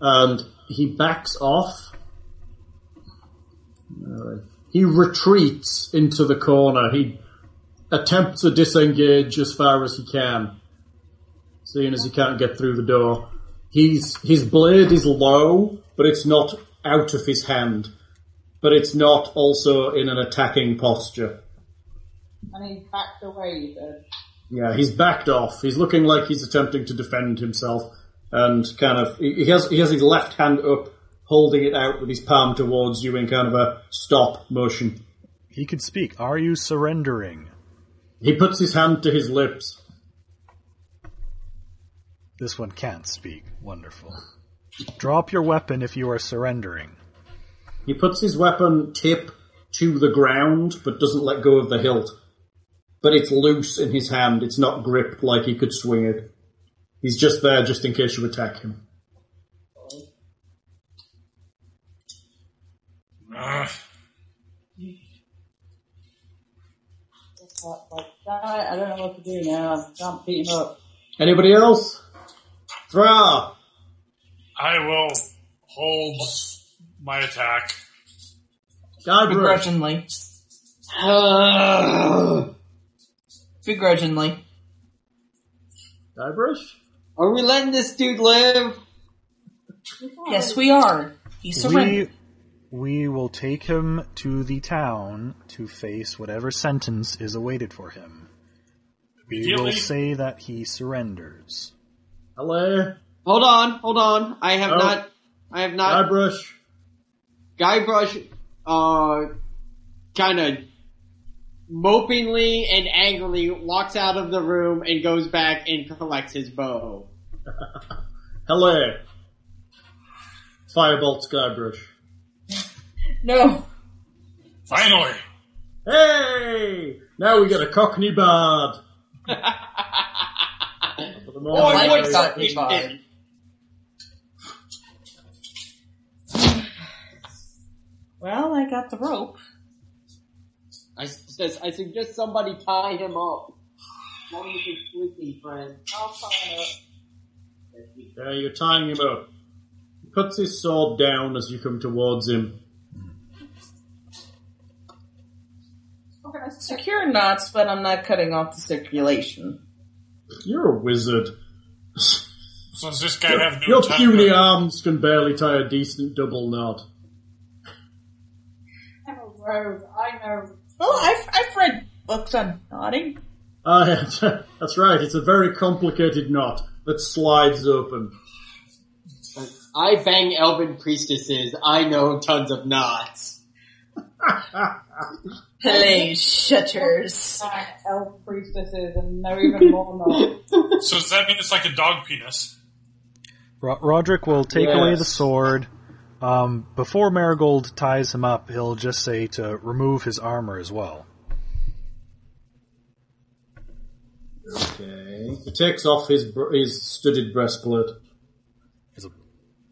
and he backs off. Uh, He retreats into the corner. He attempts to disengage as far as he can, seeing as he can't get through the door. He's his blade is low, but it's not out of his hand, but it's not also in an attacking posture.
And he's backed away, you said.
Yeah, he's backed off. He's looking like he's attempting to defend himself, and kind of he he has he has his left hand up, holding it out with his palm towards you in kind of a stop motion.
He could speak. Are you surrendering?
He puts his hand to his lips.
This one can't speak. Wonderful. Drop your weapon if you are surrendering.
He puts his weapon tip to the ground, but doesn't let go of the hilt. But it's loose in his hand. It's not gripped like he could swing it. He's just there, just in case you attack him.
Ugh.
Just like, like, "Guy, I don't know what to do now. I can't beat him up.
Anybody else? Thra,
I will hold my attack.
Guybrush,
Begrudgingly.
Ugh.
Begrudgingly.
Guybrush.
Are we letting this dude live?
Yes, we are. He surrendered.
We, we will take him to the town to face whatever sentence is awaited for him. We will
Ideally-
say that he surrenders.
Hello,
Hold on, hold on. I have
Oh.
not. I have not.
Guybrush.
Guybrush, uh, kind of mopingly and angrily walks out of the room and goes back and collects his bow.
Hello. Firebolt Skybrush.
No.
Finally,
Hey! Now we get a Cockney bard. For the moment,
I
I
like
like
that
Cockney
vibe.
Well, I got the rope.
I suggest, I suggest somebody tie him up. One with his sleeping friend.
I'll find it.
Yeah, you're tying him up. He puts his sword down as you come towards him.
Okay, I s-
Secure knots, but I'm not cutting off the circulation.
You're a wizard.
so does this guy have no
Your
attack?
puny uh, arms can barely tie a decent double knot.
I know Rose. I know.
Well, Oh, I've, I've read books on knotting.
Ah, yeah, that's right. It's a very complicated knot that slides open.
I bang elven priestesses. I know tons of knots.
Hello, shutters.
Black elf priestesses and know even more not.
So does that mean it's like a dog penis?
Ro- Roderick will take away
Yes.
the sword. Um, before Marigold ties him up, he'll just say to remove his armor as well.
Okay. He takes off his br- his studded breastplate.
Is it-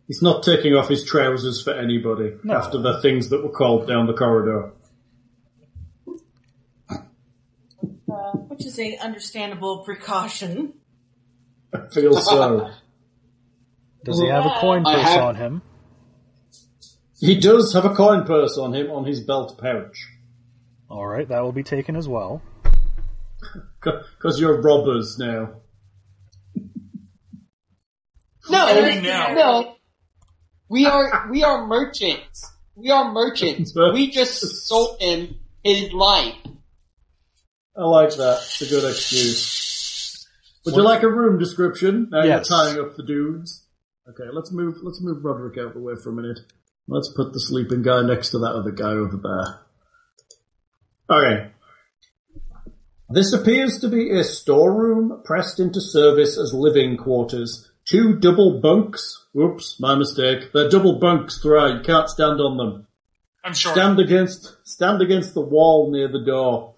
He's not taking off his trousers for anybody
No.
after the things that were called down the corridor.
Uh, Which is a understandable precaution.
I feel so.
Does he have a coin
I
purse
have-
on him?
he does have a coin purse on him on his belt pouch.
All right, that will be taken as well.
Because you're robbers now.
No,
What do you mean now?
no. We are we are merchants. We are merchants. we just sold him his life.
I like that. It's a good excuse. Would you like a room description? Now
Yes.
you're tying up the dudes. Okay, let's move. Let's move Roderick out of the way for a minute. Let's put the sleeping guy next to that other guy over there. Okay. This appears to be a storeroom pressed into service as living quarters. Two double bunks. Whoops, my mistake. They're double bunks throughout. You can't stand on them.
I'm sure.
Stand against, stand against the wall near the door,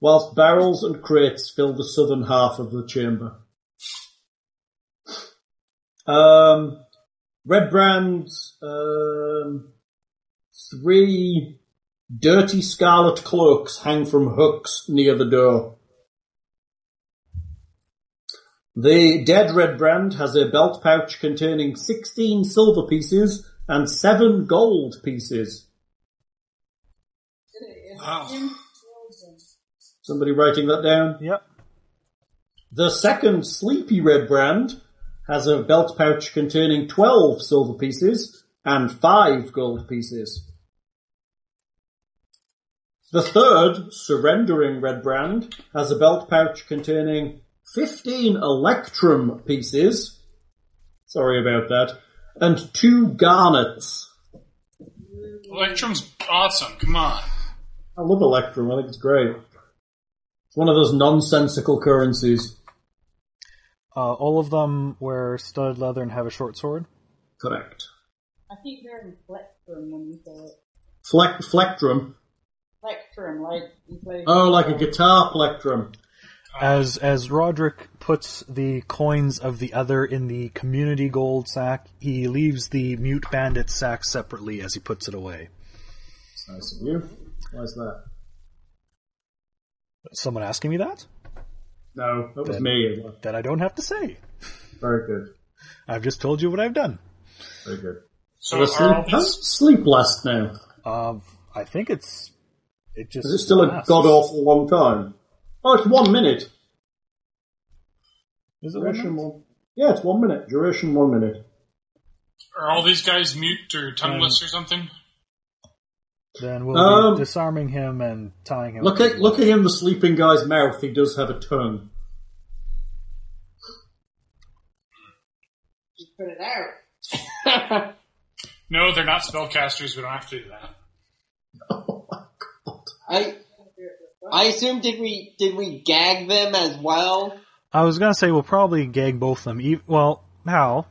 whilst barrels and crates fill the southern half of the chamber. Um, Red Brand's um, three dirty scarlet cloaks hang from hooks near the door. The dead Red Brand has a belt pouch containing 16 silver pieces and 7 gold pieces.
Wow.
Somebody writing that down.
Yep.
The second sleepy red brand has a belt pouch containing 12 silver pieces and 5 gold pieces. The third surrendering red brand has a belt pouch containing 15 electrum pieces. Sorry about that. And 2 garnets.
Electrum's awesome. Come on.
I love electrum. I think it's great. It's one of those nonsensical currencies.
Uh, all of them wear studded leather and have a short sword.
Correct.
I keep hearing uh, plectrum when you say it.
Flec- plectrum.
Plectrum, like you play.
Oh, like a guitar plectrum.
As as Roderick puts the coins of the other in the community gold sack, he leaves the mute bandit sack separately as he puts it away.
That's nice of you. Why's that?
Someone asking me that?
No, that was
Then-
me. It was
That I don't have to say.
Very good.
I've just told you what I've done.
Very good.
So
Let's
are all
sleep, how's
these?
sleep last now?
Uh, I think it's it just
Is it still a
lasts.
god awful long time? Oh, it's one minute.
Is it one
Duration
minute?
one. Yeah, it's one minute. Duration one minute.
Are all these guys mute or tongueless or something?
Then we'll
Um,
be disarming him and tying him.
Look
up.
at look at him, the sleeping guy's mouth. He does have a tongue.
Just put it out.
No, they're not spellcasters. We don't have to do that.
Oh my god!
I I assume did we did we gag them as well?
I was gonna say we'll probably gag both of them. E- well, how?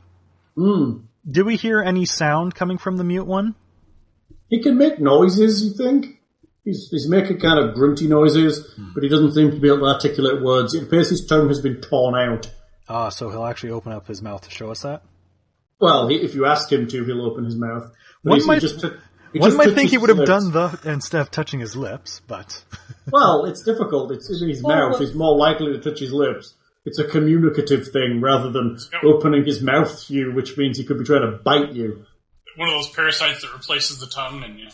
Hmm.
Did we hear any sound coming from the mute one?
He can make noises. You think? He's, he's making kind of grunty noises,
Hmm.
but he doesn't seem to be able to articulate words. It appears his tongue has been torn out.
Ah, so he'll actually open up his mouth to show us that.
Well, he, if you ask him to, he'll open his mouth. But
One
he's- he
might-
just took- he
One
just
might
took
think
his
he would have
lips.
done the instead of touching his lips, but
Well, it's difficult. It's in his mouth. He's more likely to touch his lips. It's a communicative thing rather than opening his mouth to you, which means he could be trying to bite you.
One of those parasites that replaces the tongue, and yeah.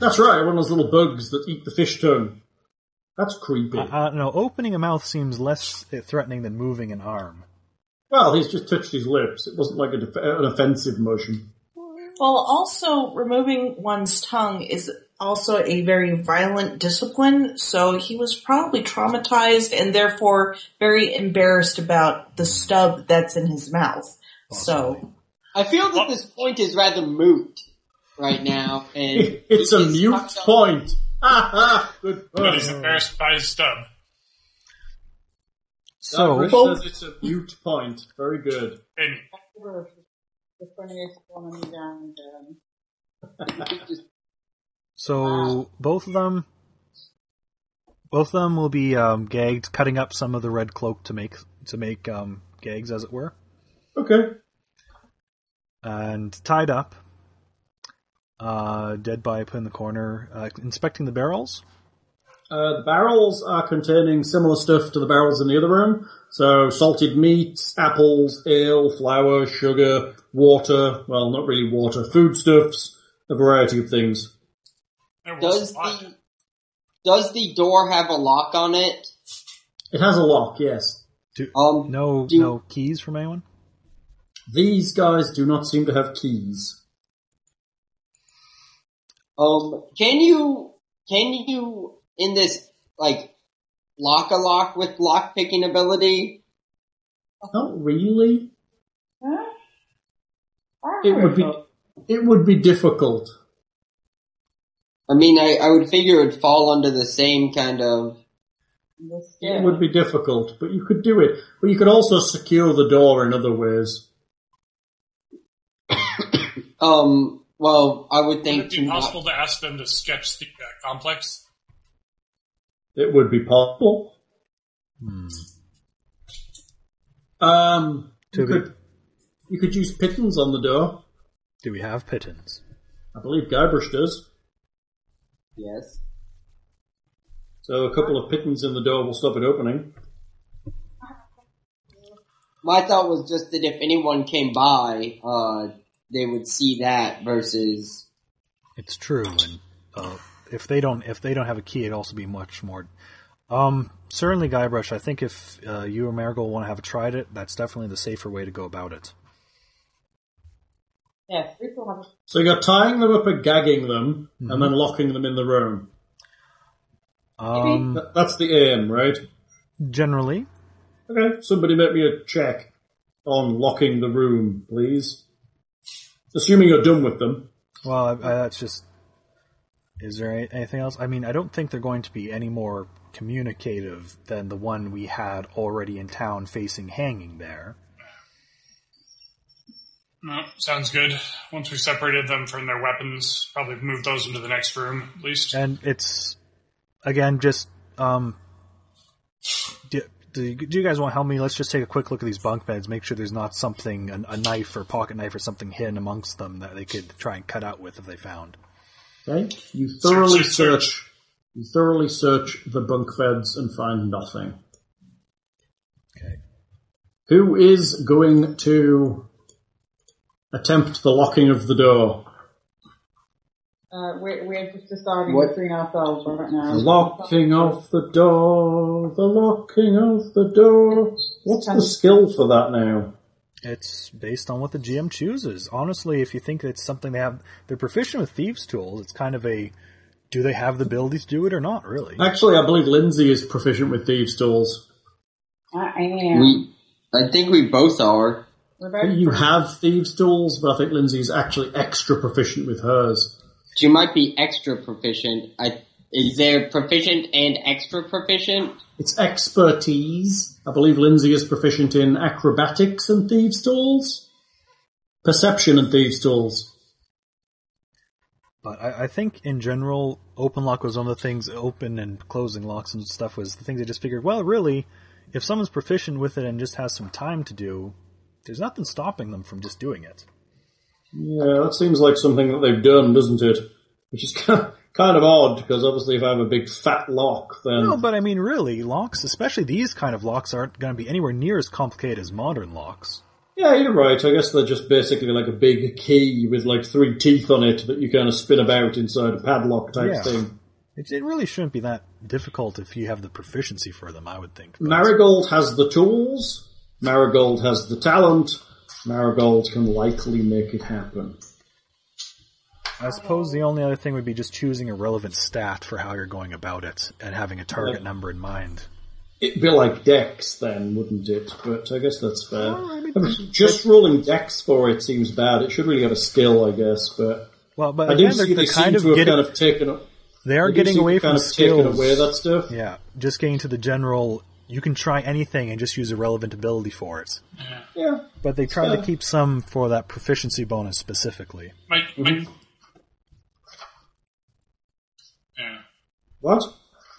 That's right, one of those little bugs that eat the fish tongue. That's creepy.
I, I don't know. uh, Opening a mouth seems less threatening than moving an arm.
well, he's just touched his lips. It wasn't like a def- an offensive motion.
Well, also removing one's tongue is also a very violent discipline, so he was probably traumatized and therefore very embarrassed about the stub that's in his mouth. So,
I feel that this point is rather moot right now, and
It's a
It's
mute
fucked up.
point. Ha ha! Good
But he's
point.
embarrassed by his stub.
So
Chris says it's a mute point. Very good.
And
The funniest one in the gang. Um,
So both of them, both of them will be um, gagged, cutting up some of the red cloak to make to make um, gags, as it were,
Okay.
and tied up. Uh, dead by put in the corner, uh, inspecting the barrels.
Uh, the barrels are containing similar stuff to the barrels in the other room. So salted meats, apples, ale, flour, sugar, water. Well, not really water. Foodstuffs, a variety of things.
there was
does
a lot.
the does the door have a lock on it?
It has a lock, yes.
Do,
Um,
no,
do-
no keys from anyone.
These guys do not seem to have keys.
Um, can you can you in this like lock a lock with lock picking ability?
Not really.
Huh? Ah,
It would be it would be difficult.
I mean, I, I would figure it would fall under the same kind of.
this-
It would be difficult, but you could do it. But you could also secure the door in other ways.
Um, well, I would
Would it
think to
be
not-
possible to ask them to sketch the uh, complex?
It would be possible. Hmm. Um, you
Toby.
could you could use pittons on the door.
Do we have pittons?
I believe Guybrush does.
Yes.
So a couple of pittons in the door will stop it opening.
My thought was just that if anyone came by, uh, they would see that versus
It's true, and uh, if they don't, if they don't have a key, it'd also be much more. Um, certainly, Guybrush. I think if uh, you or Marigold want to have tried it, that's definitely the safer way to go about it.
Yes, we still have a
So you're tying them up and gagging them, and then locking them in the room.
Um,
That- That's the aim, right?
generally,
Okay, somebody make me a check on locking the room, please. Assuming you're done with them.
well, I, I, that's just. Is there any, anything else? I mean, I don't think they're going to be any more communicative than the one we had already in town, facing hanging there.
No, sounds good. Once we separated them from their weapons, probably move those into the next room at least.
and it's again just um do, do, you- do you guys want to help me let's just take a quick look at these bunk beds make sure there's not something an, a knife or pocket knife or something hidden amongst them that they could try and cut out with if they found
Okay, you thoroughly
Search, search,
search, You thoroughly search the bunk beds and find nothing.
okay
Who is going to attempt the locking of the door?
Uh, we're, we're just deciding
What?
between ourselves right now.
Locking of the door, the locking of the door. What's the skill for that now?
it's based on what the gm chooses honestly if you think it's something they have they're proficient with thieves tools it's kind of a do they have the ability to do it or not really
Actually, I believe Lindsay is proficient with thieves' tools.
I am.
we. I think we both are.
We're
I think
both
You have thieves' tools, but I think Lindsay is actually extra proficient with hers.
She might be extra proficient. I is there proficient and extra proficient?
It's expertise. I believe Lindsay is proficient in acrobatics and thieves' tools, perception and thieves' tools.
But I, I think in general, open lock was one of the things, open and closing locks and stuff was the things I just figured, well, really, if someone's proficient with it and just has some time to do, there's nothing stopping them from just doing it.
Yeah, that seems like something that they've done, doesn't it? Which is kind of, kind of odd because obviously, if I have a big fat lock, then
No, but I mean, really, locks, especially these kind of locks, aren't going to be anywhere near as complicated as modern locks.
yeah, you're right. I guess they're just basically like a big key with like three teeth on it that you kind of spin about inside a padlock type
Yeah.
thing.
It, it really shouldn't be that difficult if you have the proficiency for them, I would think. But-
Marigold has the tools. Marigold has the talent. Marigold can likely make it happen.
I suppose the only other thing would be just choosing a relevant stat for how you're going about it and having a target
Yeah.
number in mind.
It'd be like Dex then, wouldn't it? But I guess that's fair. I mean, just rolling Dex for it seems bad. It should really have a skill, I guess, but.
Well, but
I
again,
do
they're,
see
they're
they
kind
seem
of
to have
getting
kind of taken up-
they are
they do
getting
seem
away
to
from
kind of taken
skills.
away that stuff.
Yeah, just getting to the general. You can try anything and just use a relevant ability for it.
Yeah.
But they try to
So-
keep some for that proficiency bonus specifically.
Mike,
Mm-hmm.
Mike. Yeah.
What?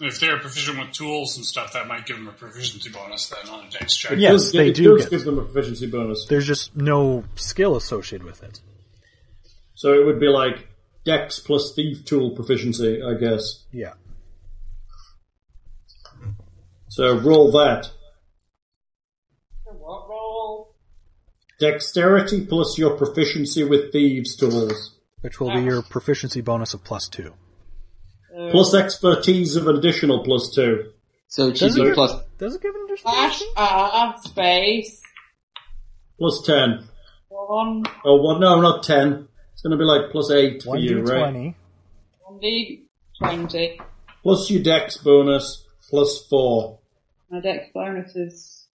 If they're proficient with tools and stuff, that might give them a proficiency bonus then on a dex check.
Yeah. Yes,
Does get-
they
it
do
does
get-
give them a proficiency bonus.
There's just no skill associated with it.
So it would be like Dex plus Thief Tool proficiency, I guess.
Yeah.
So roll that.
for what role?
Dexterity plus your proficiency with Thieves Tools.
Which will be your proficiency bonus of plus two.
Uh,
Plus expertise of an additional plus two.
So it should
it
be
give-
plus
Does it give an additional?
Slash R uh, space
Plus 10.
one.
Oh, well, no, not 10. It's going to be like plus 8 for
One
you,
d
right?
twenty.
Indeed, 20.
Plus your dex bonus, plus 4.
My dex bonus is,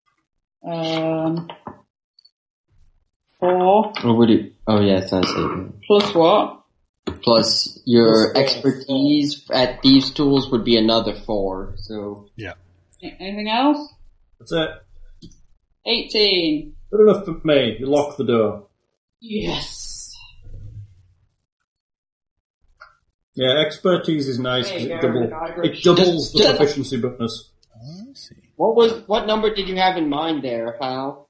um, 4.
Or would it? Oh yeah, it's not saving.
Plus what?
Plus
Plus
your
four.
expertise at these tools would be another four. So
A- Anything else?
That's it.
18.
Good enough for me. You lock the door.
Yes.
Yeah, expertise is nice 'cause
There
it,
you go,
double,
Ivor.
it doubles
Just-
the
just-
proficiency bonus.
Let's see.
what was what number did you have in mind there, Hal?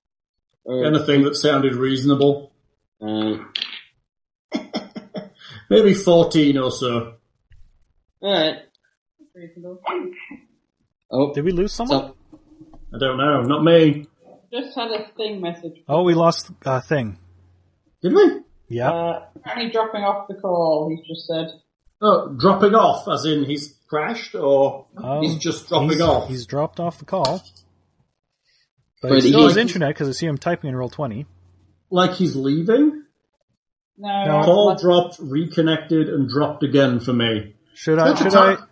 Or,
Anything that sounded reasonable.
uh,
Maybe 14 or so.
all right.
Reasonable.
Oh,
Did we lose someone?
so,
I don't know. Not me.
Just had a thing message.
Oh, we lost a uh, thing.
Did we?
Yeah.
Uh, apparently dropping off the call, he's just said.
Oh, dropping off, as in he's crashed, or
Oh,
he's just dropping
he's-
off.
He's dropped off the call. But,
But
he still has
he-
internet because I see him typing in roll twenty.
Like he's leaving.
No,
No.
no.
Call dropped, reconnected, and dropped again for me.
Should I?
Take your
Should I?
time.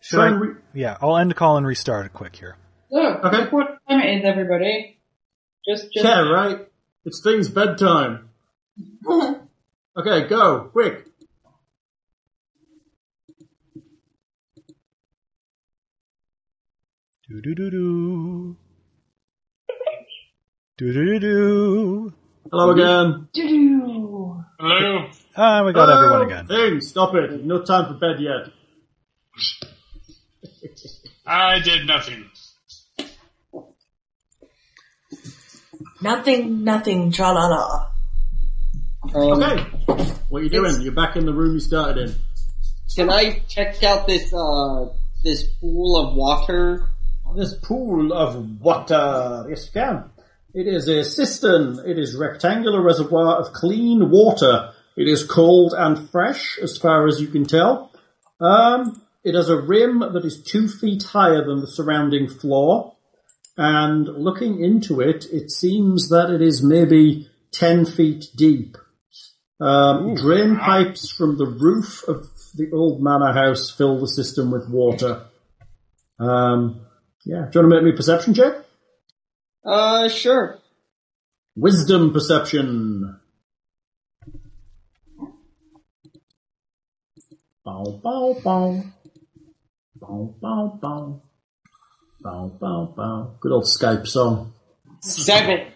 Should
Try
I?
and re-
yeah, I'll end call and restart it quick here.
Look,
Okay.
look what time it is, everybody. Just, just.
yeah, right. It's Thing's bedtime. okay, go quick.
Do do do do. Do do do do.
Hello again.
Doo-doo.
Hello?
Ah, we got
Hello,
everyone again.
Thing, stop it. No time for bed yet.
I did nothing.
Nothing, nothing, tra la la.
um,
Okay. What are you doing?
It's-
You're back in the room you started in.
Can I check out this uh this pool of water?
This pool of water. Yes, you can. It is a cistern. It is rectangular reservoir of clean water. It is cold and fresh, as far as you can tell. Um, it has a rim that is two feet higher than the surrounding floor. And looking into it, it seems that it is maybe 10 feet deep. Um, drain pipes from the roof of the old manor house fill the system with water. Um, yeah. Do you want to make me a perception check?
Uh, sure.
Wisdom perception. Bow, bow, bow. Bow, bow, bow. Bow, bow, bow. Good old Skype song.
Seven.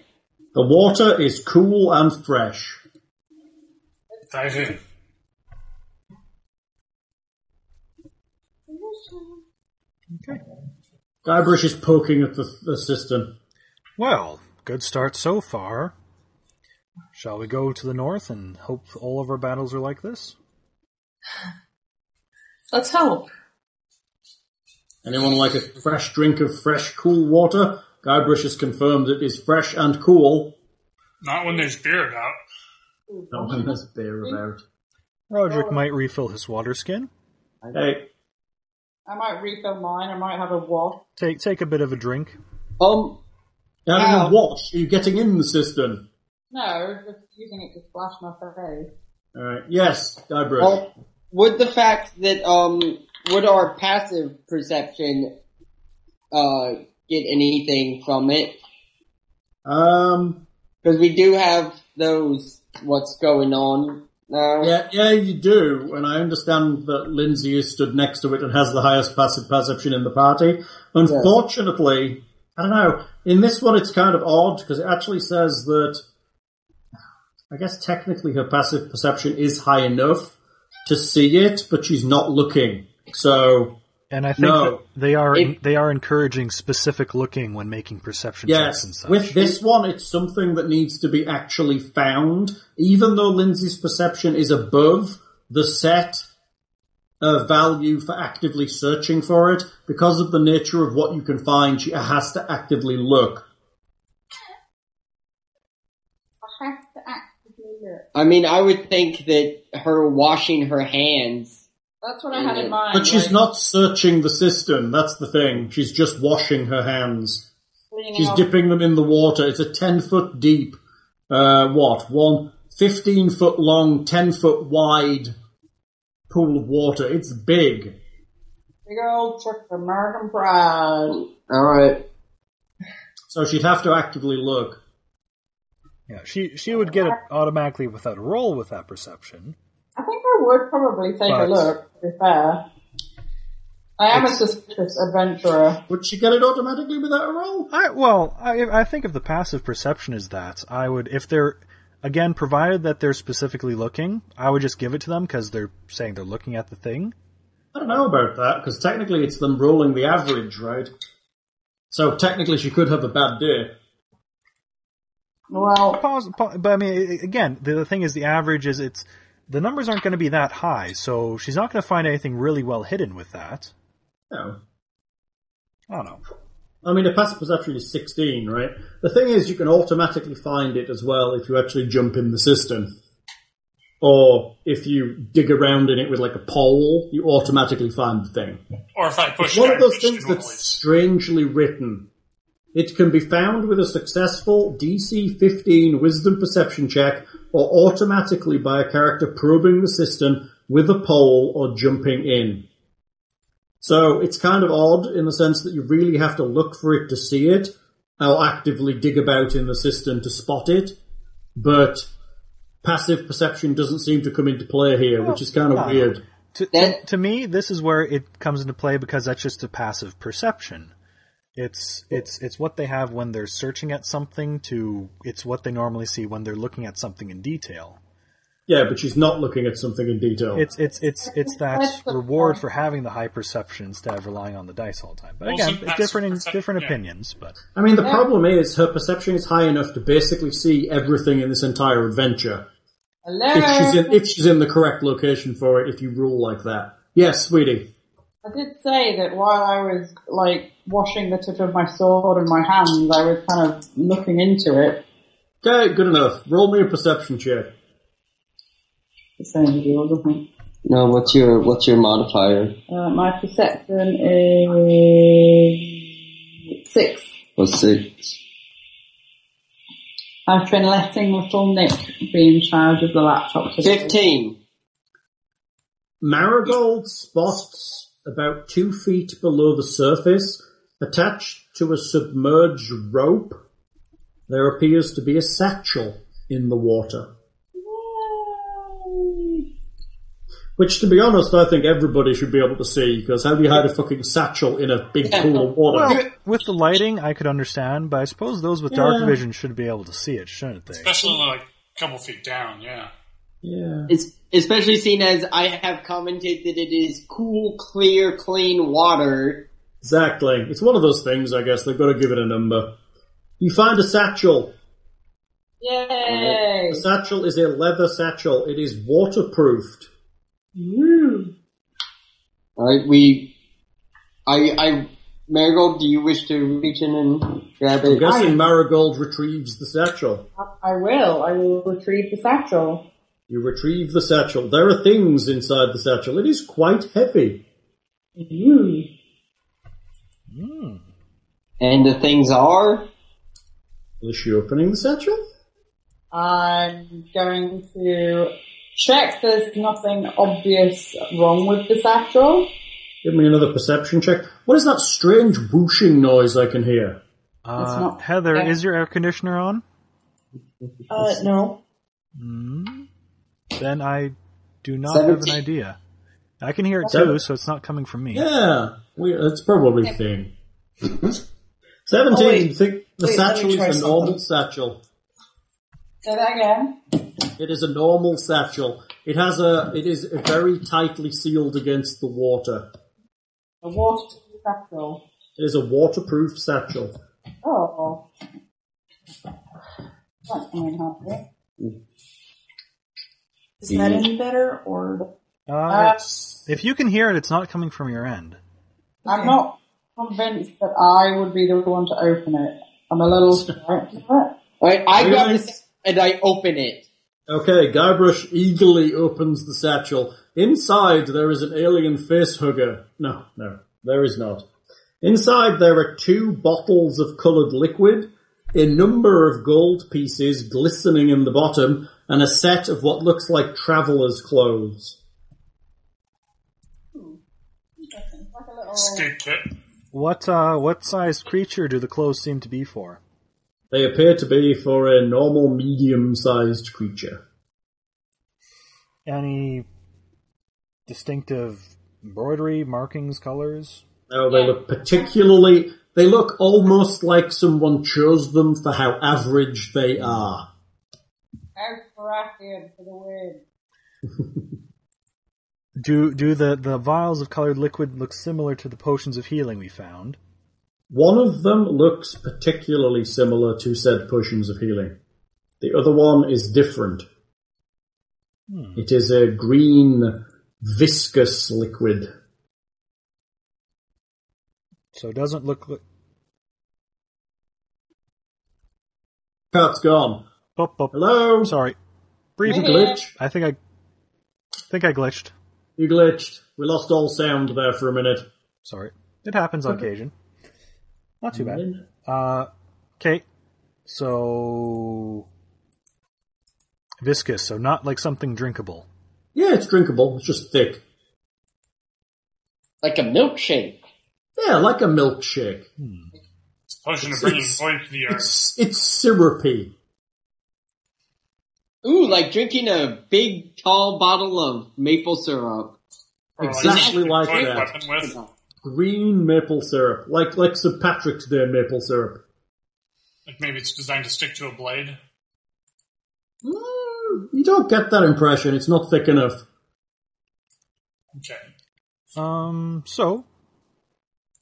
The water is cool and fresh.
Dive in.
Guybrush is poking at the, the cistern.
Well, good start so far. Shall we go to the north and hope all of our battles are like this?
Let's hope.
Anyone like a fresh drink of fresh, cool water? Guybrush has confirmed it is fresh and cool.
Not when there's beard out.
That one has beer about. Uh,
Roderick might refill his water skin.
Hey,
I might refill mine, I might have a wash.
Take take a bit of a drink.
Um,
now
Ow.
you watch. Are you getting in the cistern?
No, just using it to splash my face.
All right. Yes, Guybrush.
oh, would the fact that um would our passive perception uh get anything from it?
Um.
Because we do have those. What's going on now?
Yeah, yeah, you do, and I understand that Lindsay is stood next to it and has the highest passive perception in the party. Unfortunately, I don't know. In this one, it's kind of odd because it actually says that. I guess technically her passive perception is high enough to see it, but she's not looking. So
And I think
No.
that they are
If-
they are encouraging specific looking when making perception checks and
Yes,
such.
with this one, it's something that needs to be actually found. Even though Lindsay's perception is above the set uh, value for actively searching for it, because of the nature of what you can find, she has to actively look.
I have to actively look.
I mean, I would think that her washing her hands
That's what I had in mind.
But she's
like,
not searching the cistern. That's the thing. She's just washing her hands.
cleaning
She's
up.
dipping them in the water. It's a 10 foot deep, uh, what? One 15 foot long, 10 foot wide pool of water. It's big.
Big old trick for American pride.
Alright.
So she'd have to actively look.
Yeah, she she would get it automatically without a roll with that perception.
I think I would probably take
But-
a look, to be fair. I am a suspicious adventurer.
Would she get it automatically without a roll?
I well, I I think if the passive perception is that, I would if they're again provided that they're specifically looking, I would just give it to them because they're saying they're looking at the thing.
I don't know about that, because technically it's them rolling the average, right? So technically she could have a bad day.
Well,
Pos- po- But I mean, i- i- again, the, the thing is, the average is it's the numbers aren't going to be that high, so she's not going to find anything really well hidden with that.
No.
I don't know.
I mean, a passive perception is 16, right? The thing is, you can automatically find it as well if you actually jump in the cistern. Or if you dig around in it with like a pole, you automatically find the thing.
Or if I push
One
it,
of
I
those
reach the
things
normal
that's
ways.
strangely written. It can be found with a successful DC 15 Wisdom Perception check or automatically by a character probing the cistern with a pole or jumping in. So it's kind of odd in the sense that you really have to look for it to see it or actively dig about in the cistern to spot it. But passive perception doesn't seem to come into play here, which is kind of
no.
weird.
To, to,
That-
to me, this is where it comes into play because that's just a passive perception. It's it's it's what they have when they're searching at something. To it's what they normally see when they're looking at something in detail.
Yeah, but she's not looking at something in detail.
It's it's it's it's that
That's the
reward
point.
for having the high perception instead of relying on the dice all the time. But
Well,
again,
sometimes
different
percep-
different
yeah.
opinions. But
I mean, the problem is her perception is high enough to basically see everything in this entire adventure. If she's
hello.
in, if she's in the correct location for it, if you rule like that. Yes, sweetie.
I did say that while I was like washing the tip of my sword and my hands, I was kind of looking into it.
Okay, good enough. Roll me a perception check.
The same deal, doesn't it?
No, what's your what's your modifier?
Uh, my perception is six.
Let's see.
I've been letting little Nick be in charge of the laptop today.
Fifteen.
Marigold spots about two feet below the surface, attached to a submerged rope. There appears to be a satchel in the water. Which, to be honest, I think everybody should be able to see, because how do you hide a fucking satchel in a big pool of water?
well, with the lighting, I could understand. But I suppose those with dark
Yeah.
vision should be able to see it, shouldn't they?
Especially like a couple feet down, yeah.
yeah.
It's especially seen as I have commented that it is cool, clear, clean water.
Exactly. It's one of those things, I guess. They've got to give it a number. You find a satchel.
Yay!
The satchel is a leather satchel. It is waterproofed.
mm,
Alright, we I I Marigold, do you wish to reach in and grab
I'm
it?
guessing Marigold retrieves the satchel.
I will. I will retrieve the satchel.
You retrieve the satchel. There are things inside the satchel. It is quite heavy.
Ooh.
And the things are
Is she opening the satchel?
I'm going to check there's nothing obvious wrong with the satchel.
Give me another perception check. What is that strange whooshing noise I can hear?
Uh,
not-
Heather,
yeah.
is your air conditioner on?
Uh, no.
Then I do not have an
Seventeen.
idea. I can hear it too,
Seven-
so it's not coming from me.
Yeah, we, it's probably thing. Seventeen.
Oh, wait.
you think the
Wait, let me
satchel is a
try
normal satchel?
Say that again.
It is a normal satchel. It has a. It is very tightly sealed against the water.
The water to the satchel.
It is a waterproof satchel.
Oh. That's coming happy.
Is that any better or?
Uh,
Uh,
if you can hear it, it's not coming from your end.
I'm not convinced that I would be the one to open it. I'm a little frightened of it.
Alright, I grab
Really?
this and I open it.
Okay, Guybrush eagerly opens the satchel. Inside there is an alien face hugger. No, no, there is not. Inside there are two bottles of coloured liquid, a number of gold pieces glistening in the bottom, and a set of what looks like traveller's clothes.
Interesting. Like a little.
Skate kit.
What uh, what sized creature do the clothes seem to be for?
They appear to be for a normal medium sized creature.
Any distinctive embroidery, markings, colors?
No, they look particularly, they look almost like someone chose them for how average they are.
Out for Akin for the win.
Do do the, the vials of colored liquid look similar to the potions of healing we found?
One of them looks particularly similar to said potions of healing. The other one is different. It is a green, viscous liquid.
So it doesn't look like.
Cat's gone.
Oh, oh,
Hello?
Sorry,
Did
brief
you glitch?
I think I think I glitched.
You glitched. We lost all sound there for a minute.
Sorry, it happens on occasion. Not too bad. Uh, okay, so viscous, so not like something drinkable.
Yeah, it's drinkable. It's just thick.
Like a milkshake.
Yeah, like a milkshake.
It's a potion of bringing
It's-
joy to the earth.
It's it's syrupy.
Ooh, like drinking a big tall bottle of maple syrup.
Or like
exactly
a
like
joint
that.
weapon with.
Green maple syrup, like like St Patrick's Day maple syrup.
Like maybe it's designed to stick to a blade.
Mm, You don't get that impression. It's not thick enough.
Okay.
Um, so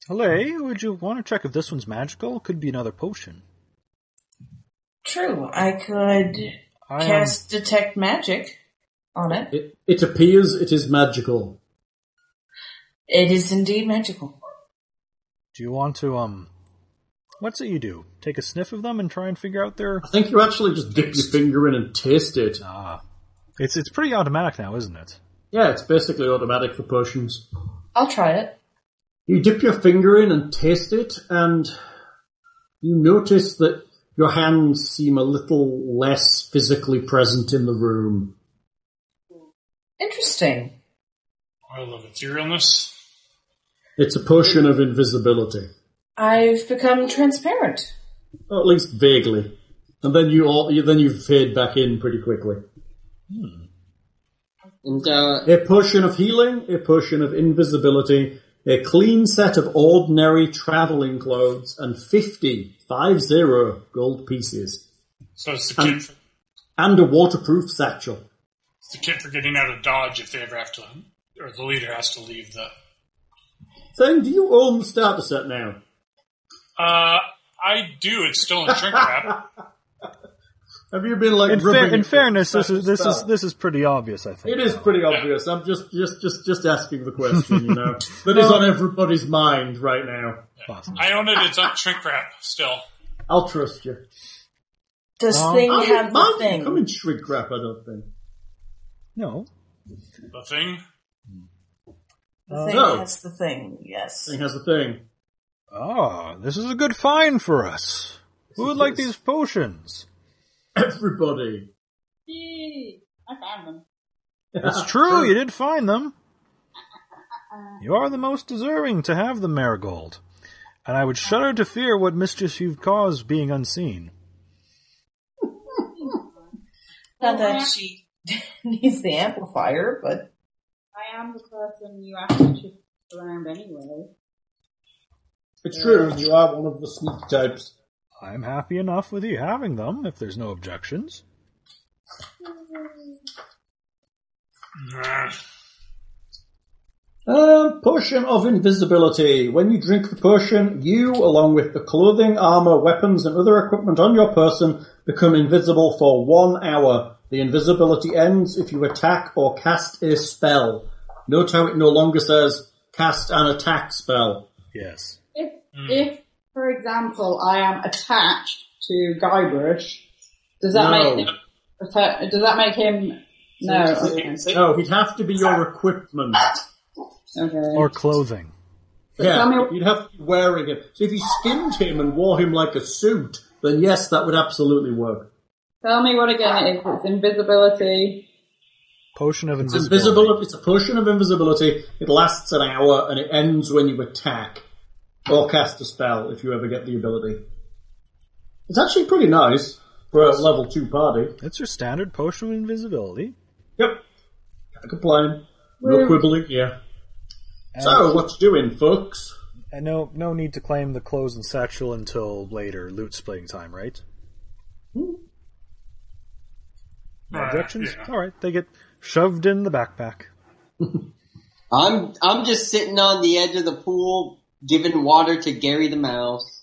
Hele, would you want to check if this one's magical? Could be another potion.
True. I could
I am-
cast detect magic on it.
It, it appears it is magical.
It is indeed magical.
do you want to um? What's it you do? Take a sniff of them and try and figure out their.
I think you actually just dip your finger in and taste it.
Ah, it's it's pretty automatic now, isn't it?
Yeah, it's basically automatic for potions.
I'll try it.
You dip your finger in and taste it, and you notice that your hands seem a little less physically present in the room.
Interesting.
Oil of etherealness.
It's a potion of invisibility,
I've become transparent.
or at least vaguely, and then you all you, then you fade back in pretty quickly.
Hmm. And uh,
A potion of healing, a potion of invisibility, a clean set of ordinary traveling clothes, and 50, 50 gold pieces,
So it's
Um,
the kid.
and a waterproof satchel.
It's the kid for getting out of dodge if they ever have to, or the leader has to leave the.
Thing, do you own the starter set now?
Uh, I do. It's still in shrink wrap.
Have you been like
In,
rubbing
fair,
it
in
with
fairness, this
special
is this is
spell?
this is pretty obvious. I think
It is
now.
pretty obvious. I'm just just just just asking the question, you know, that is on
Um,
everybody's mind right now.
Possible.
I own it. It's on shrink wrap still.
I'll trust you.
Does
Um,
thing
Mine-
have the
mine didn't
thing?
Come and shrink wrap. I don't think.
No,
The thing.
The thing
No.
has the thing. Yes.
Thing has a thing.
Ah, this is a good find for us. Who
it
would like
is.
these potions?
Everybody.
Yay! I found them.
It's true, you did find them. You are the most deserving to have the marigold. And I would shudder to fear what mischief you've caused being unseen.
Not that she needs the amplifier, but
I am the person you asked to shift around anyway.
It's true. You are one of the sneak types.
I'm happy enough with you having them, if there's no objections.
Nah.
Um, potion of invisibility. When you drink the potion, you, along with the clothing, armor, weapons, and other equipment on your person, become invisible for one hour. The invisibility ends if you attack or cast a spell. Note how it no longer says cast an attack spell.
Yes.
If,
Hmm.
if, for example, I am attached to Guybrush, does that
No.
make him, does that make him No. Okay.
No, he'd have to be your equipment.
okay.
Or clothing.
But tell me-
Yeah, you'd have to be wearing it. So if you skinned him and wore him like a suit, then yes, that would absolutely work.
Tell me what again it is. It's invisibility.
Potion of
It's
invisibility.
invisible. It's a potion of invisibility. It lasts an hour and it ends when you attack or cast a spell if you ever get the ability. It's actually pretty nice for a level two party.
It's your standard potion of invisibility.
Yep. Can't complain. No quibbling. Yeah. So what you doing, folks?
And no, no need to claim the clothes and satchel until later, loot splitting time, right? No
Uh,
objections.
yeah.
All right, they get shoved in the backpack.
I'm I'm just sitting on the edge of the pool, giving water to Gary the mouse.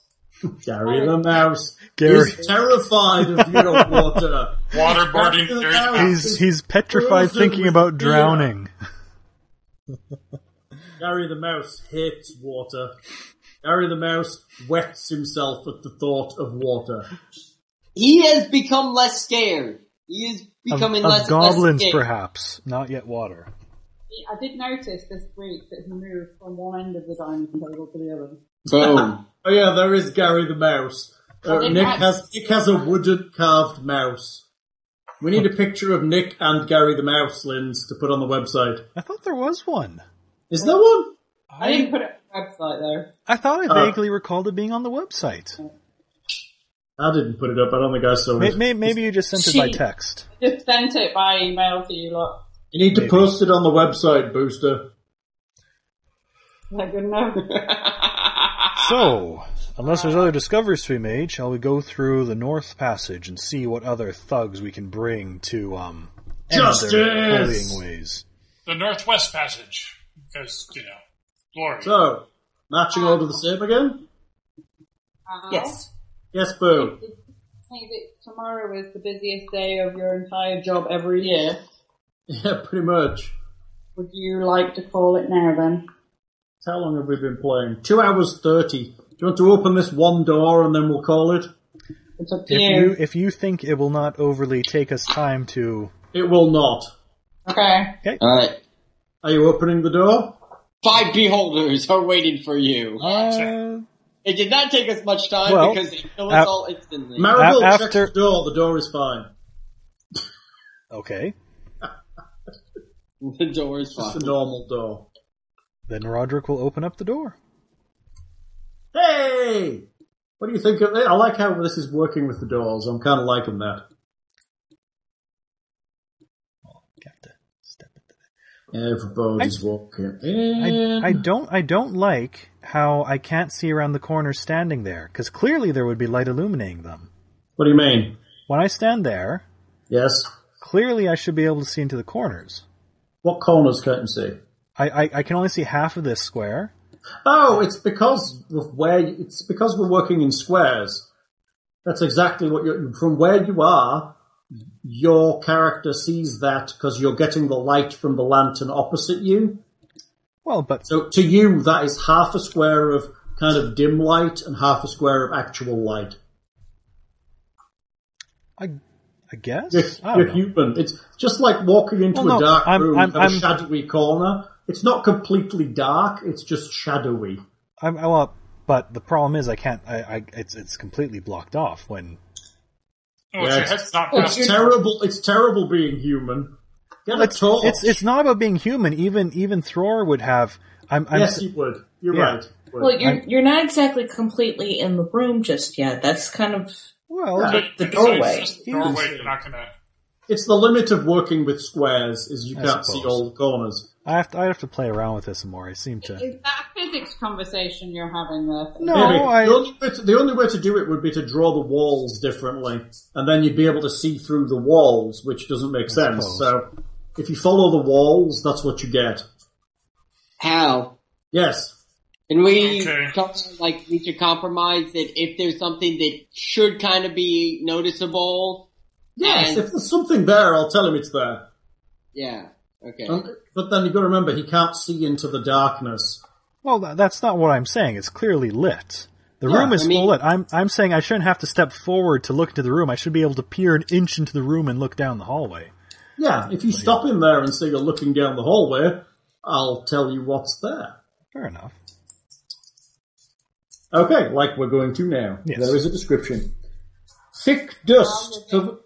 Gary the mouse
Gary.
is terrified of your water.
Waterboarding.
Back to the
Gary-
house.
He's he's petrified,
Frozen
thinking
with
about
fear.
drowning.
Gary the Mouse hates water. Gary the Mouse wets himself at the thought of water.
He has become less scared. He is
Of,
becoming
of
less less
goblins,
scared.
perhaps not yet water.
I did notice this week that he moved from one end of the dining table to the other.
Boom.
Oh yeah, there is Gary the Mouse. Uh,
did
Nick
not-
has Nick has a wooden carved mouse. We need a picture of Nick and Gary the Mouse, Linz, to put on the website.
I thought there was one.
Is there one?
I didn't put it on the website though.
I thought
Uh,
I vaguely recalled it being on the website.
I didn't put it up. I don't think I saw
May
it.
may maybe you just sent it by
She-
text.
I just sent it by email to you lot.
You need to post it on the website, Booster.
Is that good enough?
So, unless there's other discoveries to be made, shall we go through the North Passage and see what other thugs we can bring to um end their
Justice!
bullying ways?
The Northwest Passage. Because, you know, glory.
So, matching order the same again?
Uh-huh.
Yes.
Yes, Boo.
I think that tomorrow is the busiest day of your entire job every year.
Yeah, pretty much.
Would you like to call it now then?
How long have we been playing? Two hours thirty. Do you want to open this one door and then we'll call it?
It's up to
If
you.
you if you think it will not overly take us time to
It will not.
Okay.
All right.
Are you opening the door?
Five beholders are waiting for you.
uh,
It did not take us much time
Well,
because they kill us
uh,
all instantly.
Maribel
A-
checks
after-
the door. The door is fine.
okay.
the door is
It's
fine.
a normal door.
Then Roderick will open up the door.
Hey, what do you think of it? I like how this is working with the doors. I'm kind of liking that.
Got to step into
Everybody's walking
that.
in.
I, I don't I don't like how I can't see around the corner standing there because clearly there would be light illuminating them.
What do you mean?
When I stand there,
Yes.
clearly I should be able to see into the corners.
What corners can't you see?
I, I, I can only see half of this square.
Oh, it's because of where it's because we're working in squares. That's exactly what you're from where you are. Your character sees that because you're getting the light from the lantern opposite you.
Well, but
So to you, that is half a square of kind of dim light and half a square of actual light.
I, I guess
If
I don't
you're
know.
human, it's just like walking into
Well,
a
no,
dark
I'm-
room
I'm-
and a
I'm-
shadowy corner. It's not completely dark. It's just shadowy.
I'm, I well, but the problem is I can't. I, I it's it's completely blocked off when.
Oh, it's
Yeah,
your head's not
It's
past.
terrible. It's terrible being human. Get a
It's,
torch.
it's it's not about being human. Even even Thror would have. I'm, I'm
yes, you would. You're
Yeah.
right. You would.
Well, you're you're not exactly completely in the room just yet. That's kind of
well,
Yeah.
but
the
It's
doorway.
just the doorway. You're not going to.
it's the limit of working with squares is you
I
can't see
suppose.
all the corners.
I have to, I have to play around with this some more. I seem to.
Is that a physics conversation you're having there?
No,
Maybe.
I.
the, only way to, the only way to do it would be to draw the walls differently, and then you'd be able to see through the walls, which doesn't make sense.
suppose.
So, if you follow the walls, that's what you get.
How?
Yes.
Can we
Okay.
talk, like reach a compromise that if there's something that should kind of be noticeable?
Yes.
And-
If there's something there, I'll tell him it's there.
Yeah. Okay.
And- but then you've got to remember, he can't see into the darkness.
Well, tha- that's not what I'm saying. It's clearly lit. The
Yeah,
room is
I mean-
full lit. I'm I'm saying I shouldn't have to step forward to look into the room. I should be able to peer an inch into the room and look down the hallway.
Yeah, if you stop him there and say you're looking down the hallway, I'll tell you what's there.
Fair enough.
Okay, like we're going to now.
Yes.
There is a description. Thick dust cov-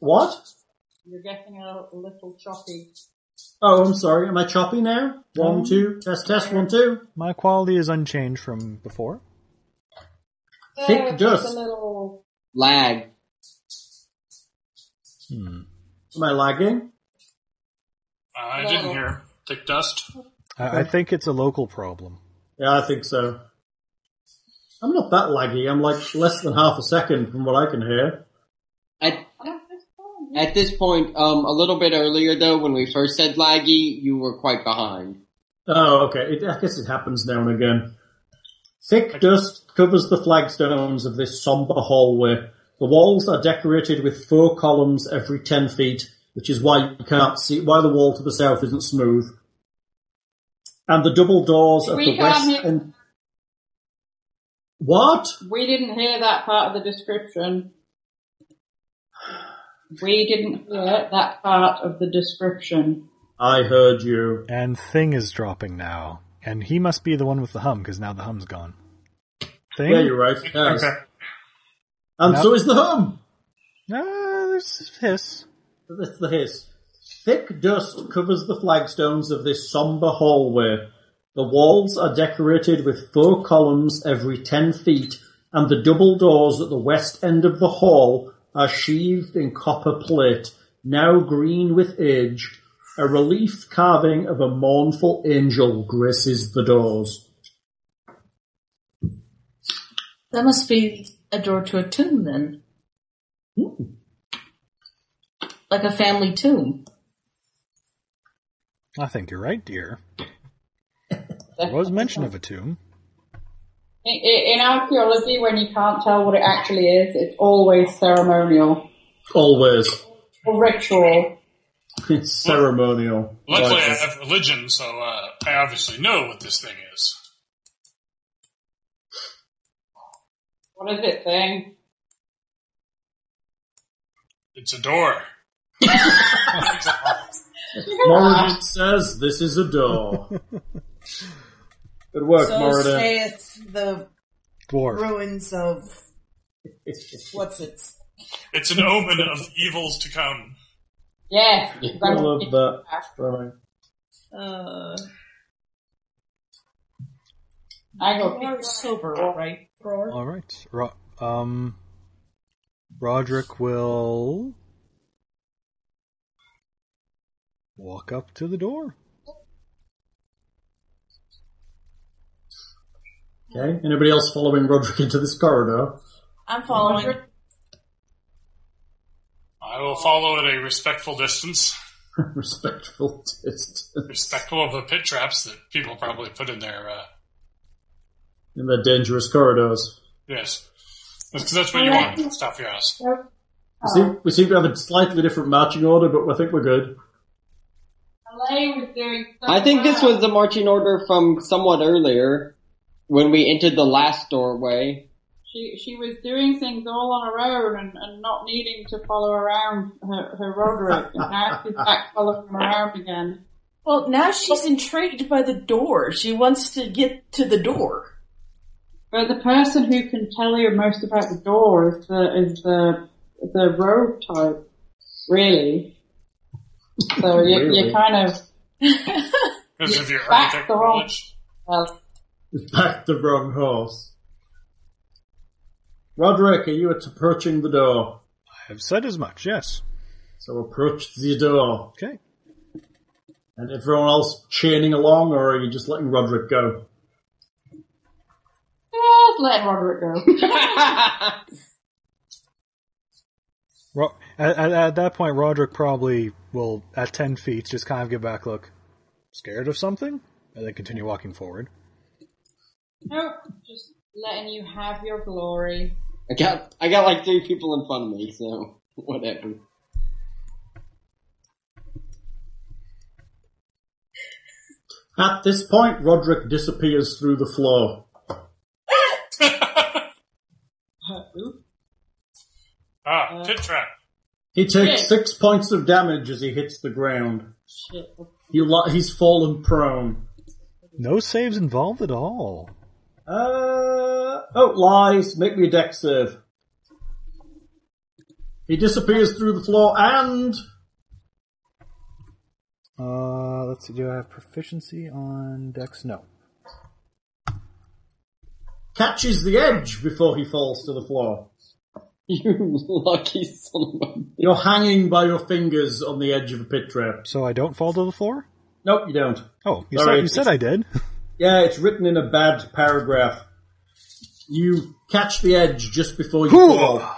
What?
You're getting a little choppy.
Oh, I'm sorry. Am I choppy now? One,
Mm.
two, test, test, one, two.
My quality is unchanged from before.
Thick
Uh, just
dust.
A little.
Lag.
Hmm.
Am I lagging?
uh, I didn't hear. Thick dust.
I, I think it's a local problem.
Yeah, I think so. I'm not that laggy. I'm like less than half a second from what I can hear.
At,
No, that's fine.
at this point, um, a little bit earlier though, when we first said laggy, you were quite behind.
Oh, okay. It, I guess it happens now and again. Thick dust covers the flagstones of this somber hallway. The walls are decorated with four columns every ten feet, which is why you can't see why the wall to the south isn't smooth. And the double doors at
We
the
can't
west
hear-
and what?
We didn't hear that part of the description. We didn't hear that part of the description.
I heard you.
And Thing is dropping now. And he must be the one with the hum, because now the hum's gone. Thing?
Yeah, you're right. Yes.
Okay.
And
No.
so is the hum.
Ah, there's hiss.
That's the hiss. Thick dust covers the flagstones of this somber hallway. The walls are decorated with four columns every ten feet, and the double doors at the west end of the hall are sheathed in copper plate, now green with age. A relief carving of a mournful angel graces the doors.
That must be a door to a tomb then.
Hmm.
Like a family tomb.
I think you're right, dear. There was mention of a tomb.
In, in archaeology, when you can't tell what it actually is, it's always ceremonial
Always.
or ritual.
It's ceremonial.
Luckily, I
Like-
have religion, so uh, I obviously know what this thing is.
What is it thing?
It's a door.
Moradin says this is a door. Good work,
so
Moradin.
saith the
Dwarf.
ruins of what's it?
It's an omen of evils to come.
Yes.
I love that. drawing.
Uh,
I
you
go.
are sober, right, Roar?
All right. Ro- um, Roderick will walk up to the door.
Okay. Anybody else following Roderick into this corridor?
I'm following.
I will follow at a respectful distance,
Respectful distance.
respectful of the pit traps that people probably put in their. Uh,
In the dangerous corridors.
yes, because that's what you want to stop your ass.
We seem, we seem to have a slightly different marching order, but I think we're good.
Malay was doing. So
I think this
well.
was the marching order from somewhat earlier when we entered the last doorway.
She she was doing things all on her own and, and not needing to follow around her, her Roderick. And now she's back following him around again.
Well, now she's intrigued by the door. She wants to get to the door.
But the person who can tell you most about the door is the is the the road type, really. So you,
Really?
you kind of
Because if you're
Back
architect
the wrong-
knowledge,
well,
Back the wrong horse. Roderick, are you at- approaching the door?
I have said as much. Yes.
So approach the door.
Okay.
And everyone else chaining along, or are you just letting Roderick go?
just let Roderick go.
Ro- at, at, at that point, Roderick probably will, at ten feet, just kind of give back. Look, scared of something, and then continue walking forward.
nope, just letting you have your glory.
I got I got like three people in front of me, so whatever.
At this point, Roderick disappears through the floor.
ah, pit trap.
He takes
Shit.
six points of damage as he hits the ground.
Shit.
He lo- he's fallen prone.
No saves involved at all.
Uh, oh, lies. Make me a deck save. He disappears through the floor and
Uh, let's see. Do I have proficiency on Dex? No.
catches the edge before he falls to the floor.
You lucky son of a
You're hanging by your fingers on the edge of a pit trap.
So I don't fall to the floor.
Nope, you don't.
Oh, you,
Sorry.
said, you said I did.
Yeah, it's written in a bad paragraph. You catch the edge just before you
Whew.
fall.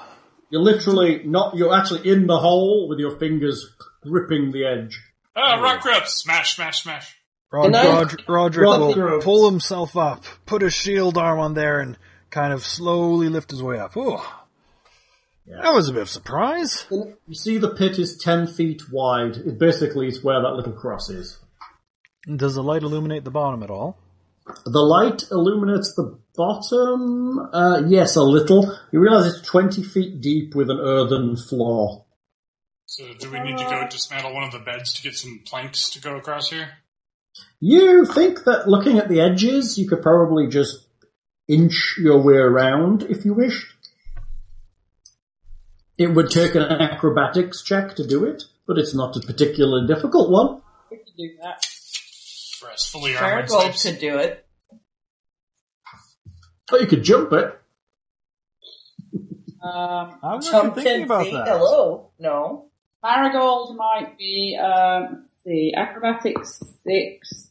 You're literally not, you're actually in the hole with your fingers gripping the edge.
Ah, rock grips. Smash, smash, smash.
Rod,
Can I-
Rod, Roderick
Rod-
will
Rod-
pull himself up, put his shield arm on there, and kind of slowly lift his way up. Ooh. That was a bit of a surprise.
You see the pit is 10 feet wide. It basically is where that little cross is.
Does the light illuminate the bottom at all?
The light illuminates the bottom, uh, yes, a little. You realize it's 20 feet deep with an earthen floor.
So do we need to go dismantle one of the beds to get some planks to go across here?
You think that looking at the edges, you could probably just inch your way around if you wished. It would take an acrobatics check to do it, but it's not a particularly difficult one.
We could do that.
For us fully armored
Marigold
slaves.
could do it.
But you could jump it.
Um,
I was
Jump ten feet. Hello. No.
Marigold might be, um, let's see, acrobatics six,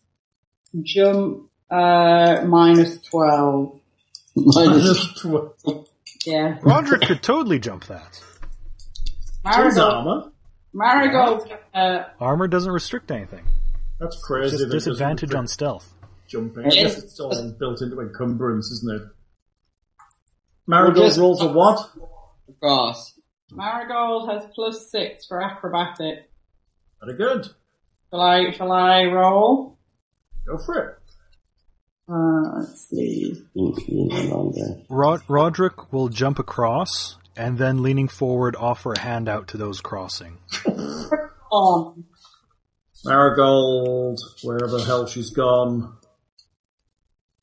jump, uh, minus 12.
minus.
Yeah.
Roderick could totally jump that.
His
Marigold,
armor.
Marigold, uh,
Armor doesn't restrict anything.
That's crazy.
Just
that it doesn't
disadvantage on
restrict
stealth.
jumping. I guess it's all built into encumbrance, isn't it? Marigold
Well, just-
rolls a what?
Cross.
Marigold has plus six for acrobatic.
Very good.
Shall I, shall I roll?
Go for it.
Uh, let's see.
Rod- Roderick will jump across and then, leaning forward, offer a hand out to those crossing.
On.
Marigold, wherever the hell she's gone,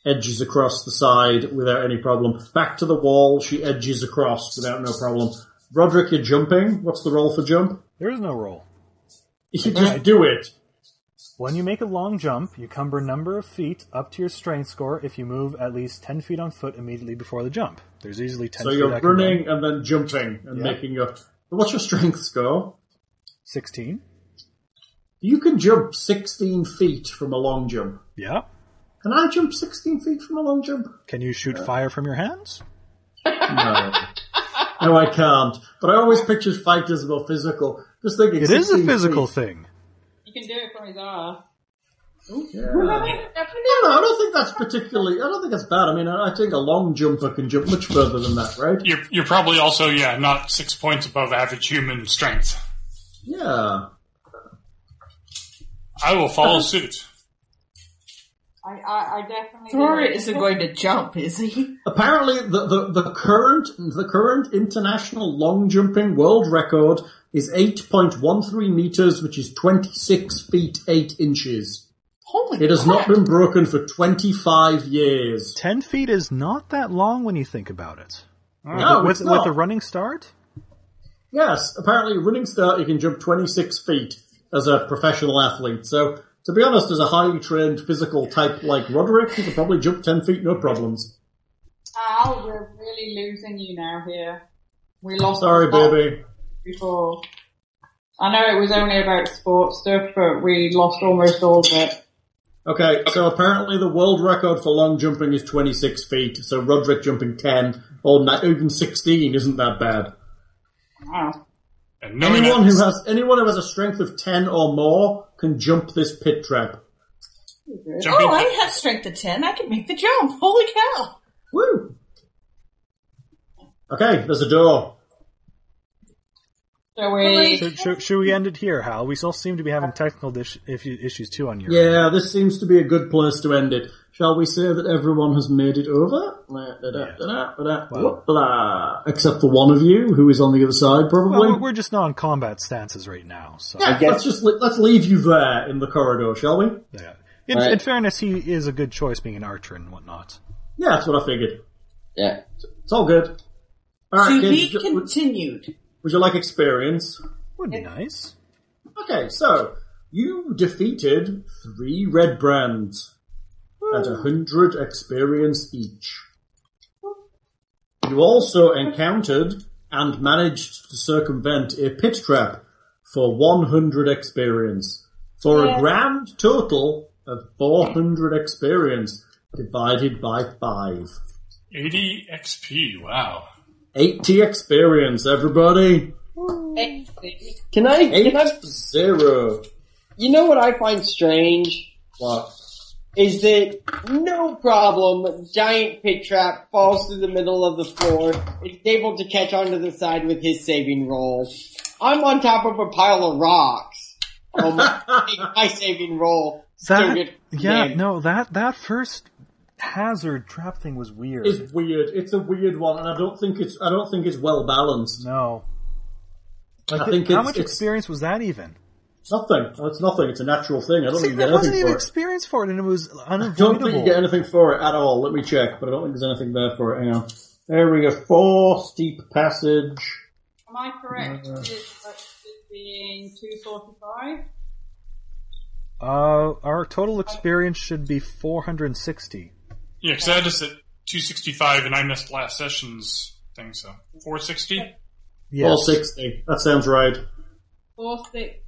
edges across the side without any problem. Back to the wall, she edges across without no problem. Roderick, you're jumping. What's the roll for jump?
There is no roll.
You just do it.
When you make a long jump, you cumber a number of feet up to your strength score if you move at least 10 feet on foot immediately before the jump. There's easily 10
So
feet.
you're
I can run.
running and then jumping and
Yeah.
making your. What's your strength score?
16.
You can jump 16 feet from a long jump.
Yeah.
Can I jump 16 feet from a long jump?
Can you shoot fire from your hands?
No. no, I can't. But I always pictured fighters more physical. Just thinking
It is a
16
physical
feet.
thing.
You can do it from his arse.
Yeah. I don't know, I don't think that's particularly. I don't think that's bad. I mean, I I think a long jumper can jump much further than that, right?
You're, you're probably also, yeah, not six points above average human strength.
Yeah.
I will follow suit.
I, I, I definitely.
Thor isn't going to jump, is he?
Apparently, the, the, the current the current international long jumping world record is eight point one three meters, which is twenty six feet eight inches.
Holy
It has not
crap.
been broken for twenty five years.
10 feet is not that long when you think about it.
No,
with,
it's
with
not.
a running start?
Yes, apparently running start you can jump 26 feet as a professional athlete. So to be honest, as a highly trained physical type like Roderick, he could probably jump 10 feet no problems.
Al, we're really losing you now here. We lost.
Sorry,
the plot
baby.
Before. I know it was only about sports stuff, but we lost almost all of it.
Okay, so apparently the world record for long jumping is 26 feet. So Roderick jumping 10 or not, even 16 isn't that bad.
Wow.
And knowing
Anyone who
that,
has anyone who has a strength of 10 or more can jump this pit trap.
jumping,
Oh, I have strength of ten. I can make the jump. Holy cow!
Woo! Okay, there's a door.
Shall we?
Should, should, should we end it here, Hal? We still seem to be having technical dis- issu- issues too on your
Yeah, this seems to be a good place to end it. Shall we say that everyone has made it over? Da, da, da, da, da, da, whoop, blah. Except for one of you, who is on the other side,
Well,
probably.
we're, we're just not in combat stances right now. So
I
let's
guess
just li- let's leave you there in the corridor, shall we?
yeah. in,
All right.
in fairness, he is a good choice being an archer and whatnot.
Yeah, that's what I figured.
yeah.
It's all good. All right,
To
kids,
be
would you- would,
continued.
would you like experience?
Would be nice.
Okay, so you defeated three red brands at a hundred experience each. You also encountered and managed to circumvent a pit trap for 100 experience, for a grand total of 400 experience divided by five.
80 XP. Wow.
80 experience, everybody.
Can I? Can I?
Eight zero.
You know what I find strange
What?
is that no problem. Giant pit trap falls through the middle of the floor. It's able to catch onto the side with his saving roll. I'm on top of a pile of rocks. Oh my, my saving roll. Still
That
good.
yeah,
Man.
no that that first hazard trap thing was weird.
is weird. It's a weird one, and I don't think it's I don't think it's well balanced.
no,
I think
how
it's,
much
it's
experience was that even?
nothing. Oh, It's nothing. It's a natural thing. I don't
See,
think you
there
get
wasn't
anything
even
for it.
experience for it, and it was
Don't think you get
unavoidable.
anything for it at all. Let me check, but I don't think there's anything there for it. Hang on. There we go. Four steep passage.
Am I correct? It's being 245?
Uh, our total experience should be 460.
Yeah, because I had this at 265 and I missed last session's thing, so 460?
Yes.
Four sixty. That sounds right.
46.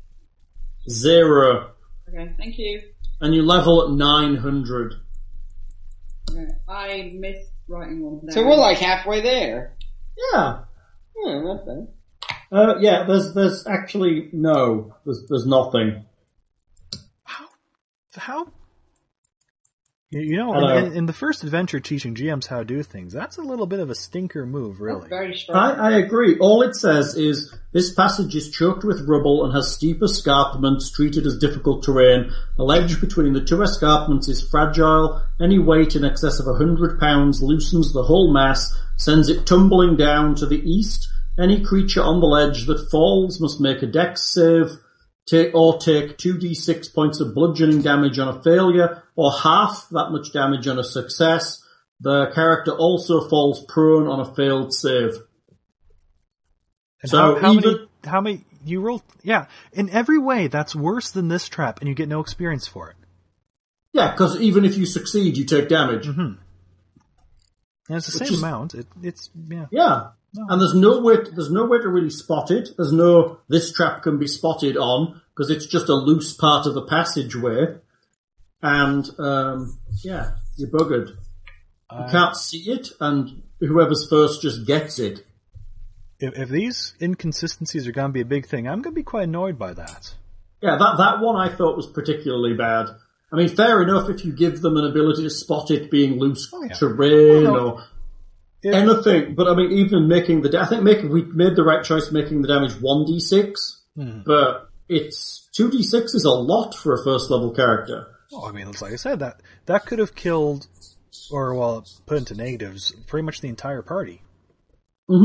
Zero,
Okay, thank you.
and you level at nine hundred.
Right, I missed writing one down.
So we're like halfway there.
Yeah.
Hmm, that's bad.
Uh, yeah. There's there's actually no. There's there's nothing.
How? You- You know,
Hello.
in, in, in the first adventure teaching GMs how to do things, that's a little bit of a stinker move, really.
Very strong.
I, I agree. All it says is this passage is choked with rubble and has steep escarpments treated as difficult terrain. The ledge between the two escarpments is fragile. Any weight in excess of a hundred pounds loosens the whole mass, sends it tumbling down to the east. Any creature on the ledge that falls must make a dex save take, or take 2d6 points of bludgeoning damage on a failure or half that much damage on a success. The character also falls prone on a failed save.
And
So
how, how
even-
many? How many? You roll? Yeah. In every way, that's worse than this trap, and you get no experience for it.
Yeah, because even if you succeed, you take damage.
Mm-hmm. And it's the
Which
same
is-
amount. It, it's yeah.
Yeah, and there's no way to, there's no way to really spot it. There's no this trap can be spotted on because it's just a loose part of the passageway, and um, yeah, you're buggered.
Uh,
you can't see it, and whoever's first just gets it.
If, if these inconsistencies are going to be a big thing, I'm going to be quite annoyed by that.
Yeah, that that one I thought was particularly bad. I mean, fair enough if you give them an ability to spot it being loose
yeah.
terrain
Oh, no.
or
If-
anything. But I mean, even making the da- I think make, we made the right choice making the damage one d six, but it's two d six is a lot for a first level character.
Well, I mean, it's like I said that that could have killed, or well, put into negatives, pretty much the entire party.
Mm-hmm.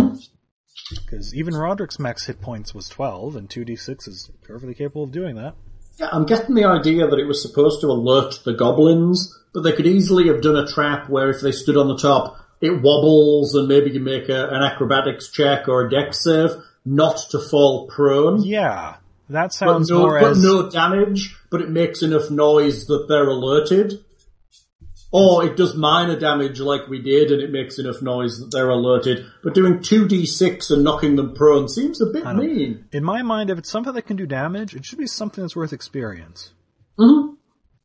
Because even Roderick's max hit points was twelve, and two d six is perfectly capable of doing that.
Yeah, I'm getting the idea that it was supposed to alert the goblins, but they could easily have done a trap where if they stood on the top, it wobbles and maybe you make a, an acrobatics check or a dex save not to fall prone.
Yeah, that
But
sounds
no,
more
but
as
no damage, but it makes enough noise that they're alerted. Or it does minor damage like we did and it makes enough noise that they're alerted. But doing 2d6 and knocking them prone seems a bit
I don't-
mean.
in my mind, if it's something that can do damage, it should be something that's worth experience.
Mhm.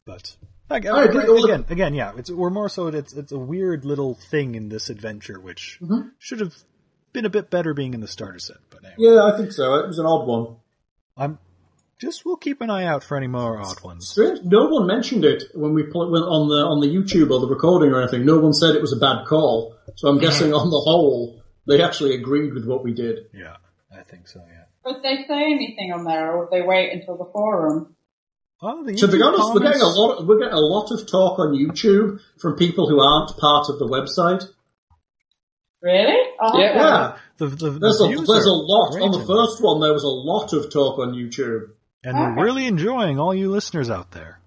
But like,
I agree.
again, again, again, yeah, it's we're more so it's it's a weird little thing in this adventure, which
Mm-hmm.
should have been a bit better being in the starter set. But anyway.
Yeah, I think so. It was an odd one.
I'm just we'll keep an eye out for any more odd ones.
Strange. No one mentioned it when we pl- went on the on the YouTube or the recording or anything. No one said it was a bad call. So I'm guessing on the whole, they actually agreed with what we did.
Yeah, I think so. Yeah.
Would they say anything on there, or would they wait until the forum?
Well, Oh, the
To be
YouTube
honest, we're getting a
comments-
lot. We're getting a lot of talk on YouTube from people who aren't part of the website.
Really? Oh,
Yeah.
okay.
Yeah,
The, the, the
there's a
views
there's a
are
lot on the
raging.
first one. There was a lot of talk on YouTube.
and we're really enjoying all you listeners out there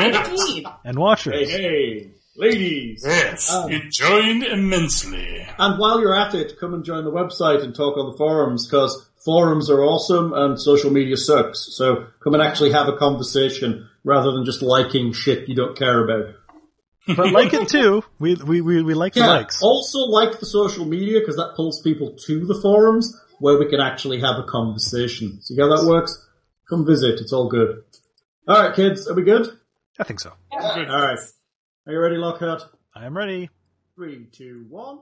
Indeed.
and watchers.
Hey, hey, ladies!
Yes, enjoying immensely.
Um, And while you're at it, come and join the website and talk on the forums because forums are awesome and social media sucks. So come and actually have a conversation rather than just liking shit you don't care about.
But like it too. We we we, we like the
Yeah.
likes.
Also like the social media because that pulls people to the forums where we can actually have a conversation. See how that works? Come visit. It's all good. All right, kids. Are we good?
I think so.
Good.
All right. Are you ready, Lockhart?
I am ready.
Three, two, one.